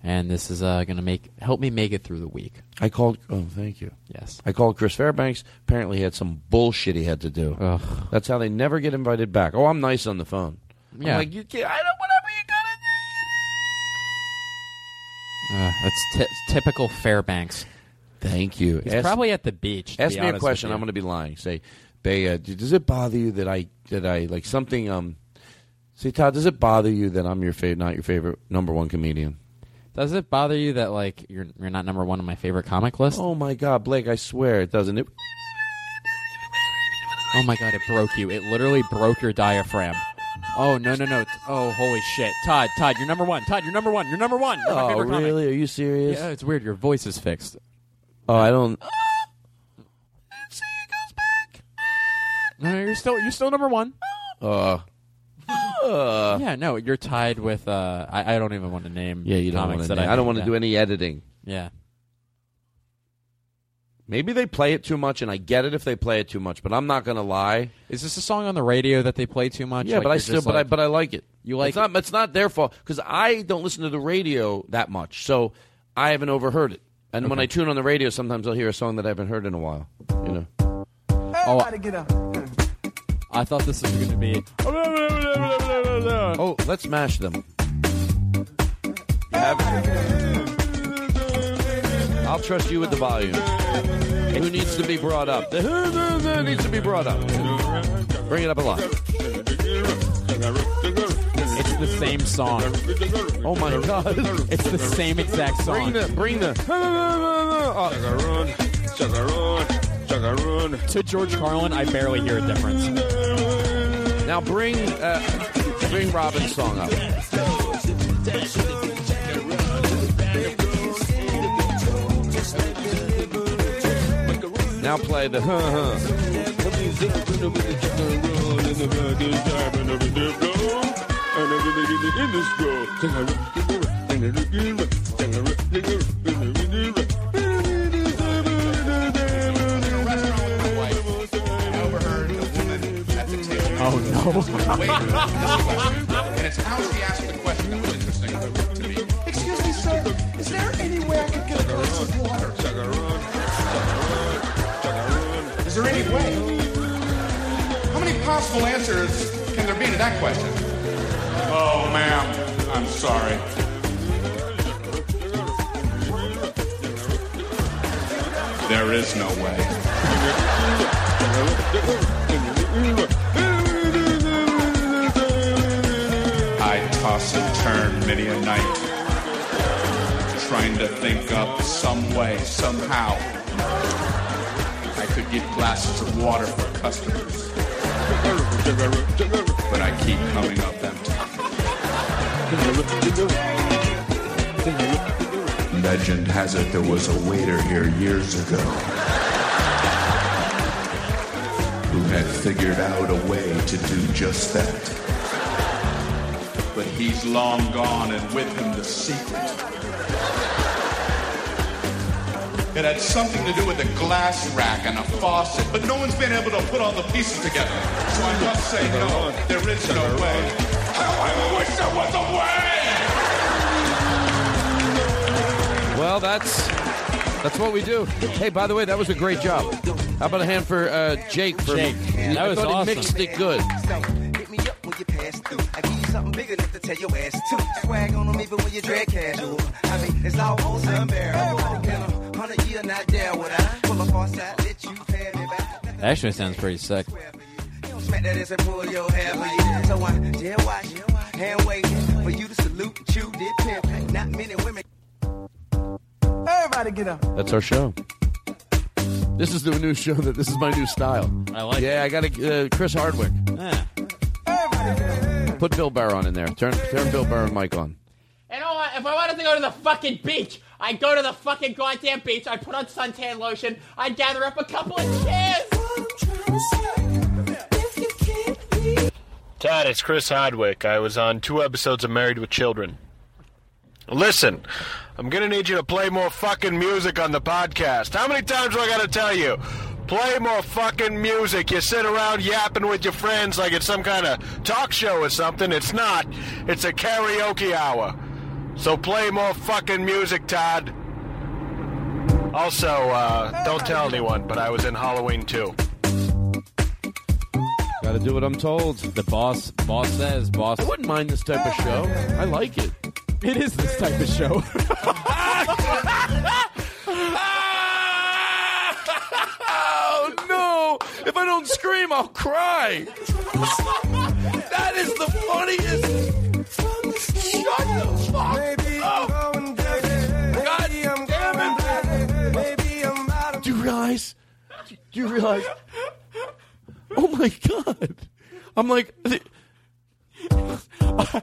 Speaker 6: And this is uh, going to make help me make it through the week.
Speaker 3: I called. Oh, thank you.
Speaker 6: Yes.
Speaker 3: I called Chris Fairbanks. Apparently, he had some bullshit he had to do. That's how they never get invited back. Oh, I'm nice on the phone. I'm
Speaker 6: Yeah.
Speaker 3: like, you can't. I don't.
Speaker 6: Uh, that's ty- typical Fairbanks.
Speaker 3: Thank you.
Speaker 6: He's
Speaker 3: Ask-
Speaker 6: probably at the beach. to
Speaker 3: Ask
Speaker 6: be
Speaker 3: me a
Speaker 6: honest
Speaker 3: question.
Speaker 6: with you.
Speaker 3: I'm going to be lying. Say, Bay, uh, d- does it bother you that I that I like something? Um, see, Todd, does it bother you that I'm your favorite, not your favorite number one comedian?
Speaker 6: Does it bother you that like you're you're not number one on my favorite comic list?
Speaker 3: Oh my god, Blake! I swear it doesn't. It
Speaker 6: Oh my god, it broke you. It literally broke your diaphragm. Oh no no no! Oh holy shit, Todd Todd, you're number one. Todd, you're number one. You're number one. You're my
Speaker 3: Oh,
Speaker 6: favorite comic.
Speaker 3: really? Are you serious?
Speaker 6: Yeah, it's weird. Your voice is fixed.
Speaker 3: Oh, I don't.
Speaker 6: No, you're still you're still number one.
Speaker 3: Uh, uh,
Speaker 6: yeah, no, you're tied with. Uh, I, I don't even want to name.
Speaker 3: yeah, you don't
Speaker 6: comics
Speaker 3: want
Speaker 6: that
Speaker 3: to. I don't want
Speaker 6: named.
Speaker 3: to do any editing.
Speaker 6: Yeah.
Speaker 3: Maybe they play it too much, and I get it if they play it too much. But I'm not going to lie.
Speaker 6: Is this a song on the radio that they play too much?
Speaker 3: Yeah,
Speaker 6: Like,
Speaker 3: but I
Speaker 6: you're
Speaker 3: still,
Speaker 6: just
Speaker 3: but I,
Speaker 6: like-
Speaker 3: but I like it.
Speaker 6: You like
Speaker 3: it's not. It's not their fault because I don't listen to the radio that much, so I haven't overheard it. And when
Speaker 6: Okay.
Speaker 3: I tune on the radio, sometimes I'll hear a song that I haven't heard in a while. You know.
Speaker 6: Everybody
Speaker 8: get up.
Speaker 6: Oh, I thought this was going to be.
Speaker 3: Oh, let's mash them. Have- I'll trust you with the volume. Who needs to be brought up? The who needs to be brought up. Bring it up a lot.
Speaker 6: It's the same song.
Speaker 3: Oh my god.
Speaker 6: It's the same exact song.
Speaker 3: Bring the bring the
Speaker 6: To George Carlin, I barely hear a difference.
Speaker 3: Now bring uh, bring Robin's song up. Now play the huh Oh,
Speaker 11: And it's how she asked the question that was interesting to me.
Speaker 8: Excuse me, sir. Is there any way I could get a glass of water?
Speaker 11: Is there any way? How many possible answers can there be to that question? Oh, ma'am, I'm sorry. There is no way. I toss and turn many a night, trying to think up some way, somehow. I could get glasses of water for customers, but I keep coming up empty. Legend has it there was a waiter here years ago who had figured out a way to do just that. But he's long gone, and with him the secret. It had something to do with a glass rack and a faucet, but no one's been able to put all the pieces together. So I must say, no, there is no way. How I wish there was a way!
Speaker 3: Well, that's that's what we do. Hey, by the way, that was a great job. How about a hand for uh, Jake? For
Speaker 6: Jake. That
Speaker 3: I
Speaker 6: was
Speaker 3: thought
Speaker 6: awesome.
Speaker 3: he mixed it good.
Speaker 20: Hit me up when you pass through. I give you something big enough to tell your ass to. Swag on 'em even when you drag casual. I mean, it's almost unbearable. In a hundred year, not there would I pull up on side, let you pay me back.
Speaker 6: That actually sounds pretty sick.
Speaker 20: Don't smack that ass and pull your hair for you. So I dare watch, hand waiting for you to salute, chew, dip, pimp. Not many women. Everybody get up.
Speaker 3: That's our show. This is the new show. That this is my new style.
Speaker 6: I like.
Speaker 3: Yeah, I got a uh, Chris Hardwick. Put Bill Burr on in there. Turn turn Bill Burr and Mike on.
Speaker 13: You know what? If I wanted to go to the fucking beach, I'd go to the fucking goddamn beach. I'd put on suntan lotion. I'd gather up a couple of chairs.
Speaker 9: Todd, it's Chris Hodwick. I was on two episodes of Married with Children. Listen,
Speaker 13: I'm gonna need you to play more fucking music on the podcast. How many times do I gotta tell you? Play more fucking music. You sit around yapping with your friends like it's some kind of talk show or something. It's not. It's a karaoke hour. So play more fucking music, Todd. Also, uh, don't tell anyone, but I was in Halloween too.
Speaker 3: Gotta do what I'm told. The boss, boss says, boss. I wouldn't mind this type of show. I like it. It is this type of show.
Speaker 29: oh
Speaker 3: no! If I don't scream, I'll cry.
Speaker 6: Oh,
Speaker 29: that is the funniest. Shut the fuck up. God damn it.
Speaker 3: Do you realize? Do you realize? Oh my god! I'm like, th-
Speaker 6: I wish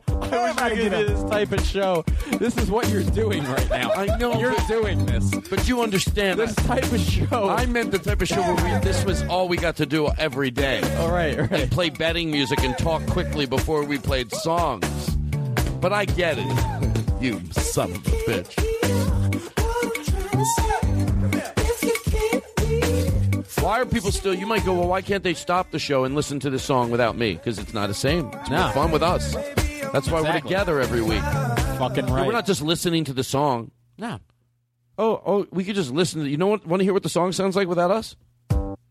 Speaker 6: I could do this type of show. This is what you're doing right now.
Speaker 3: I know
Speaker 6: you're doing this,
Speaker 3: but you understand
Speaker 6: this type of show.
Speaker 3: I meant the type of show where we, this was all we got to do every day.
Speaker 6: All right, all
Speaker 3: And play betting music and talk quickly before we played songs. But I get it. You son of a bitch. Why are people still? You might go, well, why can't they stop the show and listen to the song without me? Because it's not the same. It's more
Speaker 6: No.
Speaker 3: fun with us. That's why
Speaker 6: Exactly.
Speaker 3: we're together every week. Fucking
Speaker 6: right.
Speaker 3: We're not just listening to the song.
Speaker 6: No.
Speaker 3: Oh, oh, we could just listen to. You know what? Want to hear what the song sounds like without us?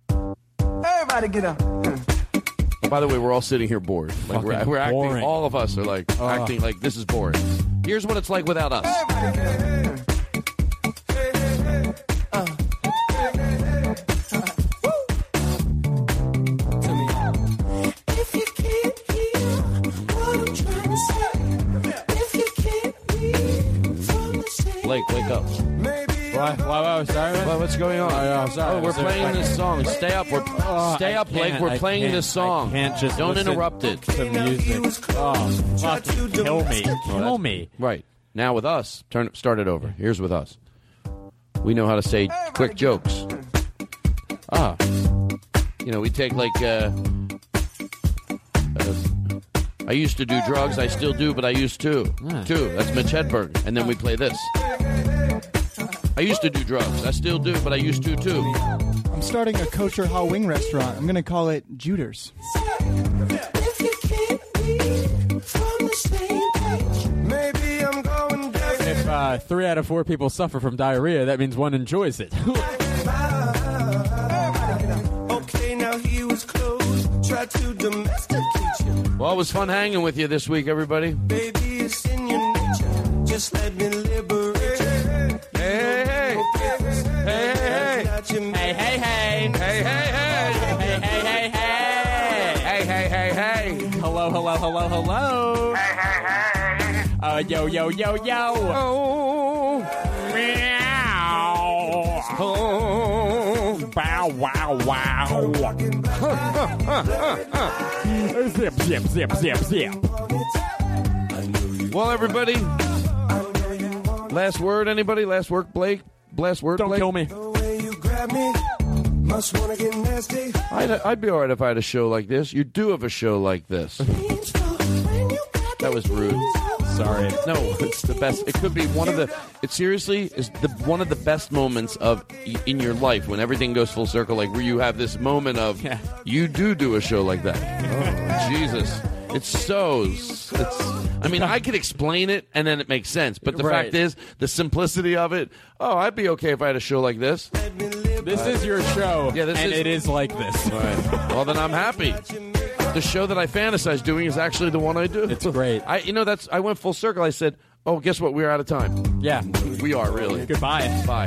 Speaker 8: Everybody get up.
Speaker 3: Oh, by the way, we're all sitting here bored. Like we're,
Speaker 6: Fucking
Speaker 3: we're acting.
Speaker 6: boring. Ah.
Speaker 3: All of us are like
Speaker 6: Ugh.
Speaker 3: acting like this is boring. Here's what it's like without us. Blake, wake up.
Speaker 6: Why? Why? Why? Sorry.
Speaker 3: Why, what's going on?
Speaker 6: Oh, yeah, sorry.
Speaker 3: Oh, we're
Speaker 6: Is there-
Speaker 3: playing this song. Stay up. We're
Speaker 6: Oh,
Speaker 3: stay
Speaker 6: I
Speaker 3: up, Blake.
Speaker 6: can't,
Speaker 3: We're
Speaker 6: I
Speaker 3: playing
Speaker 6: can't,
Speaker 3: this song.
Speaker 6: I can't just
Speaker 3: Don't
Speaker 6: listen
Speaker 3: interrupt it.
Speaker 6: to music. Oh, fucking kill me. Kill me.
Speaker 3: Right now with us, turn start it over. Here's with us. We know how to say quick jokes. Ah, you know we take like. Uh, uh, I used to do drugs. I still do, but I used to. Two. That's Mitch Hedberg. And then we play this. I used to do drugs. I still do, but I used to too.
Speaker 9: I'm starting a kosher hall wing restaurant. I'm going to call it Juders.
Speaker 6: If uh, three out of four people suffer from diarrhea, that means one enjoys it.
Speaker 8: Okay, now he was close. Try to domesticate you.
Speaker 3: Well, it was fun hanging with you this week, everybody.
Speaker 8: Baby, it's in your nature. Just let me liberate you. Hey, hey, hey. Hey, hey, hey. Hey, hey, hey. Hey, hey, hey, hey. Hey, hey, hey, hey.
Speaker 6: hello, hello, hello, hello. Hey, hey, hey. Uh, yo, yo, yo, yo.
Speaker 3: Oh.
Speaker 6: Meow.
Speaker 3: Oh.
Speaker 6: Bow, wow, wow. zip, zip, zip, zip, zip.
Speaker 3: Well, everybody, last word, anybody? Last word, Blake? Last word, Don't kill
Speaker 6: me.
Speaker 8: Grab me. Must wanna get nasty.
Speaker 3: I'd, I'd be all right if I had a show like this. You do have a show like this. that was rude.
Speaker 6: Sorry.
Speaker 3: No, it's the best. It could be one of the. It seriously is the one of the best moments of in your life when everything goes full circle. Like where you have this moment of you do do a show like that. Jesus, it's so. It's. I mean, I could explain it and then it makes sense. But the
Speaker 6: Right.
Speaker 3: fact is, the simplicity of it. Oh, I'd be okay if I had a show like this.
Speaker 6: This is your show. Yeah,
Speaker 3: this
Speaker 6: and
Speaker 3: is-
Speaker 6: it is like this.
Speaker 3: Well, then I'm happy. The show that I fantasize doing is actually the one I do. It's
Speaker 6: great.
Speaker 3: I, you know, that's I went full circle. I said, "Oh, guess what? We're out of time."
Speaker 6: Yeah,
Speaker 3: we are really.
Speaker 6: Goodbye.
Speaker 3: Bye.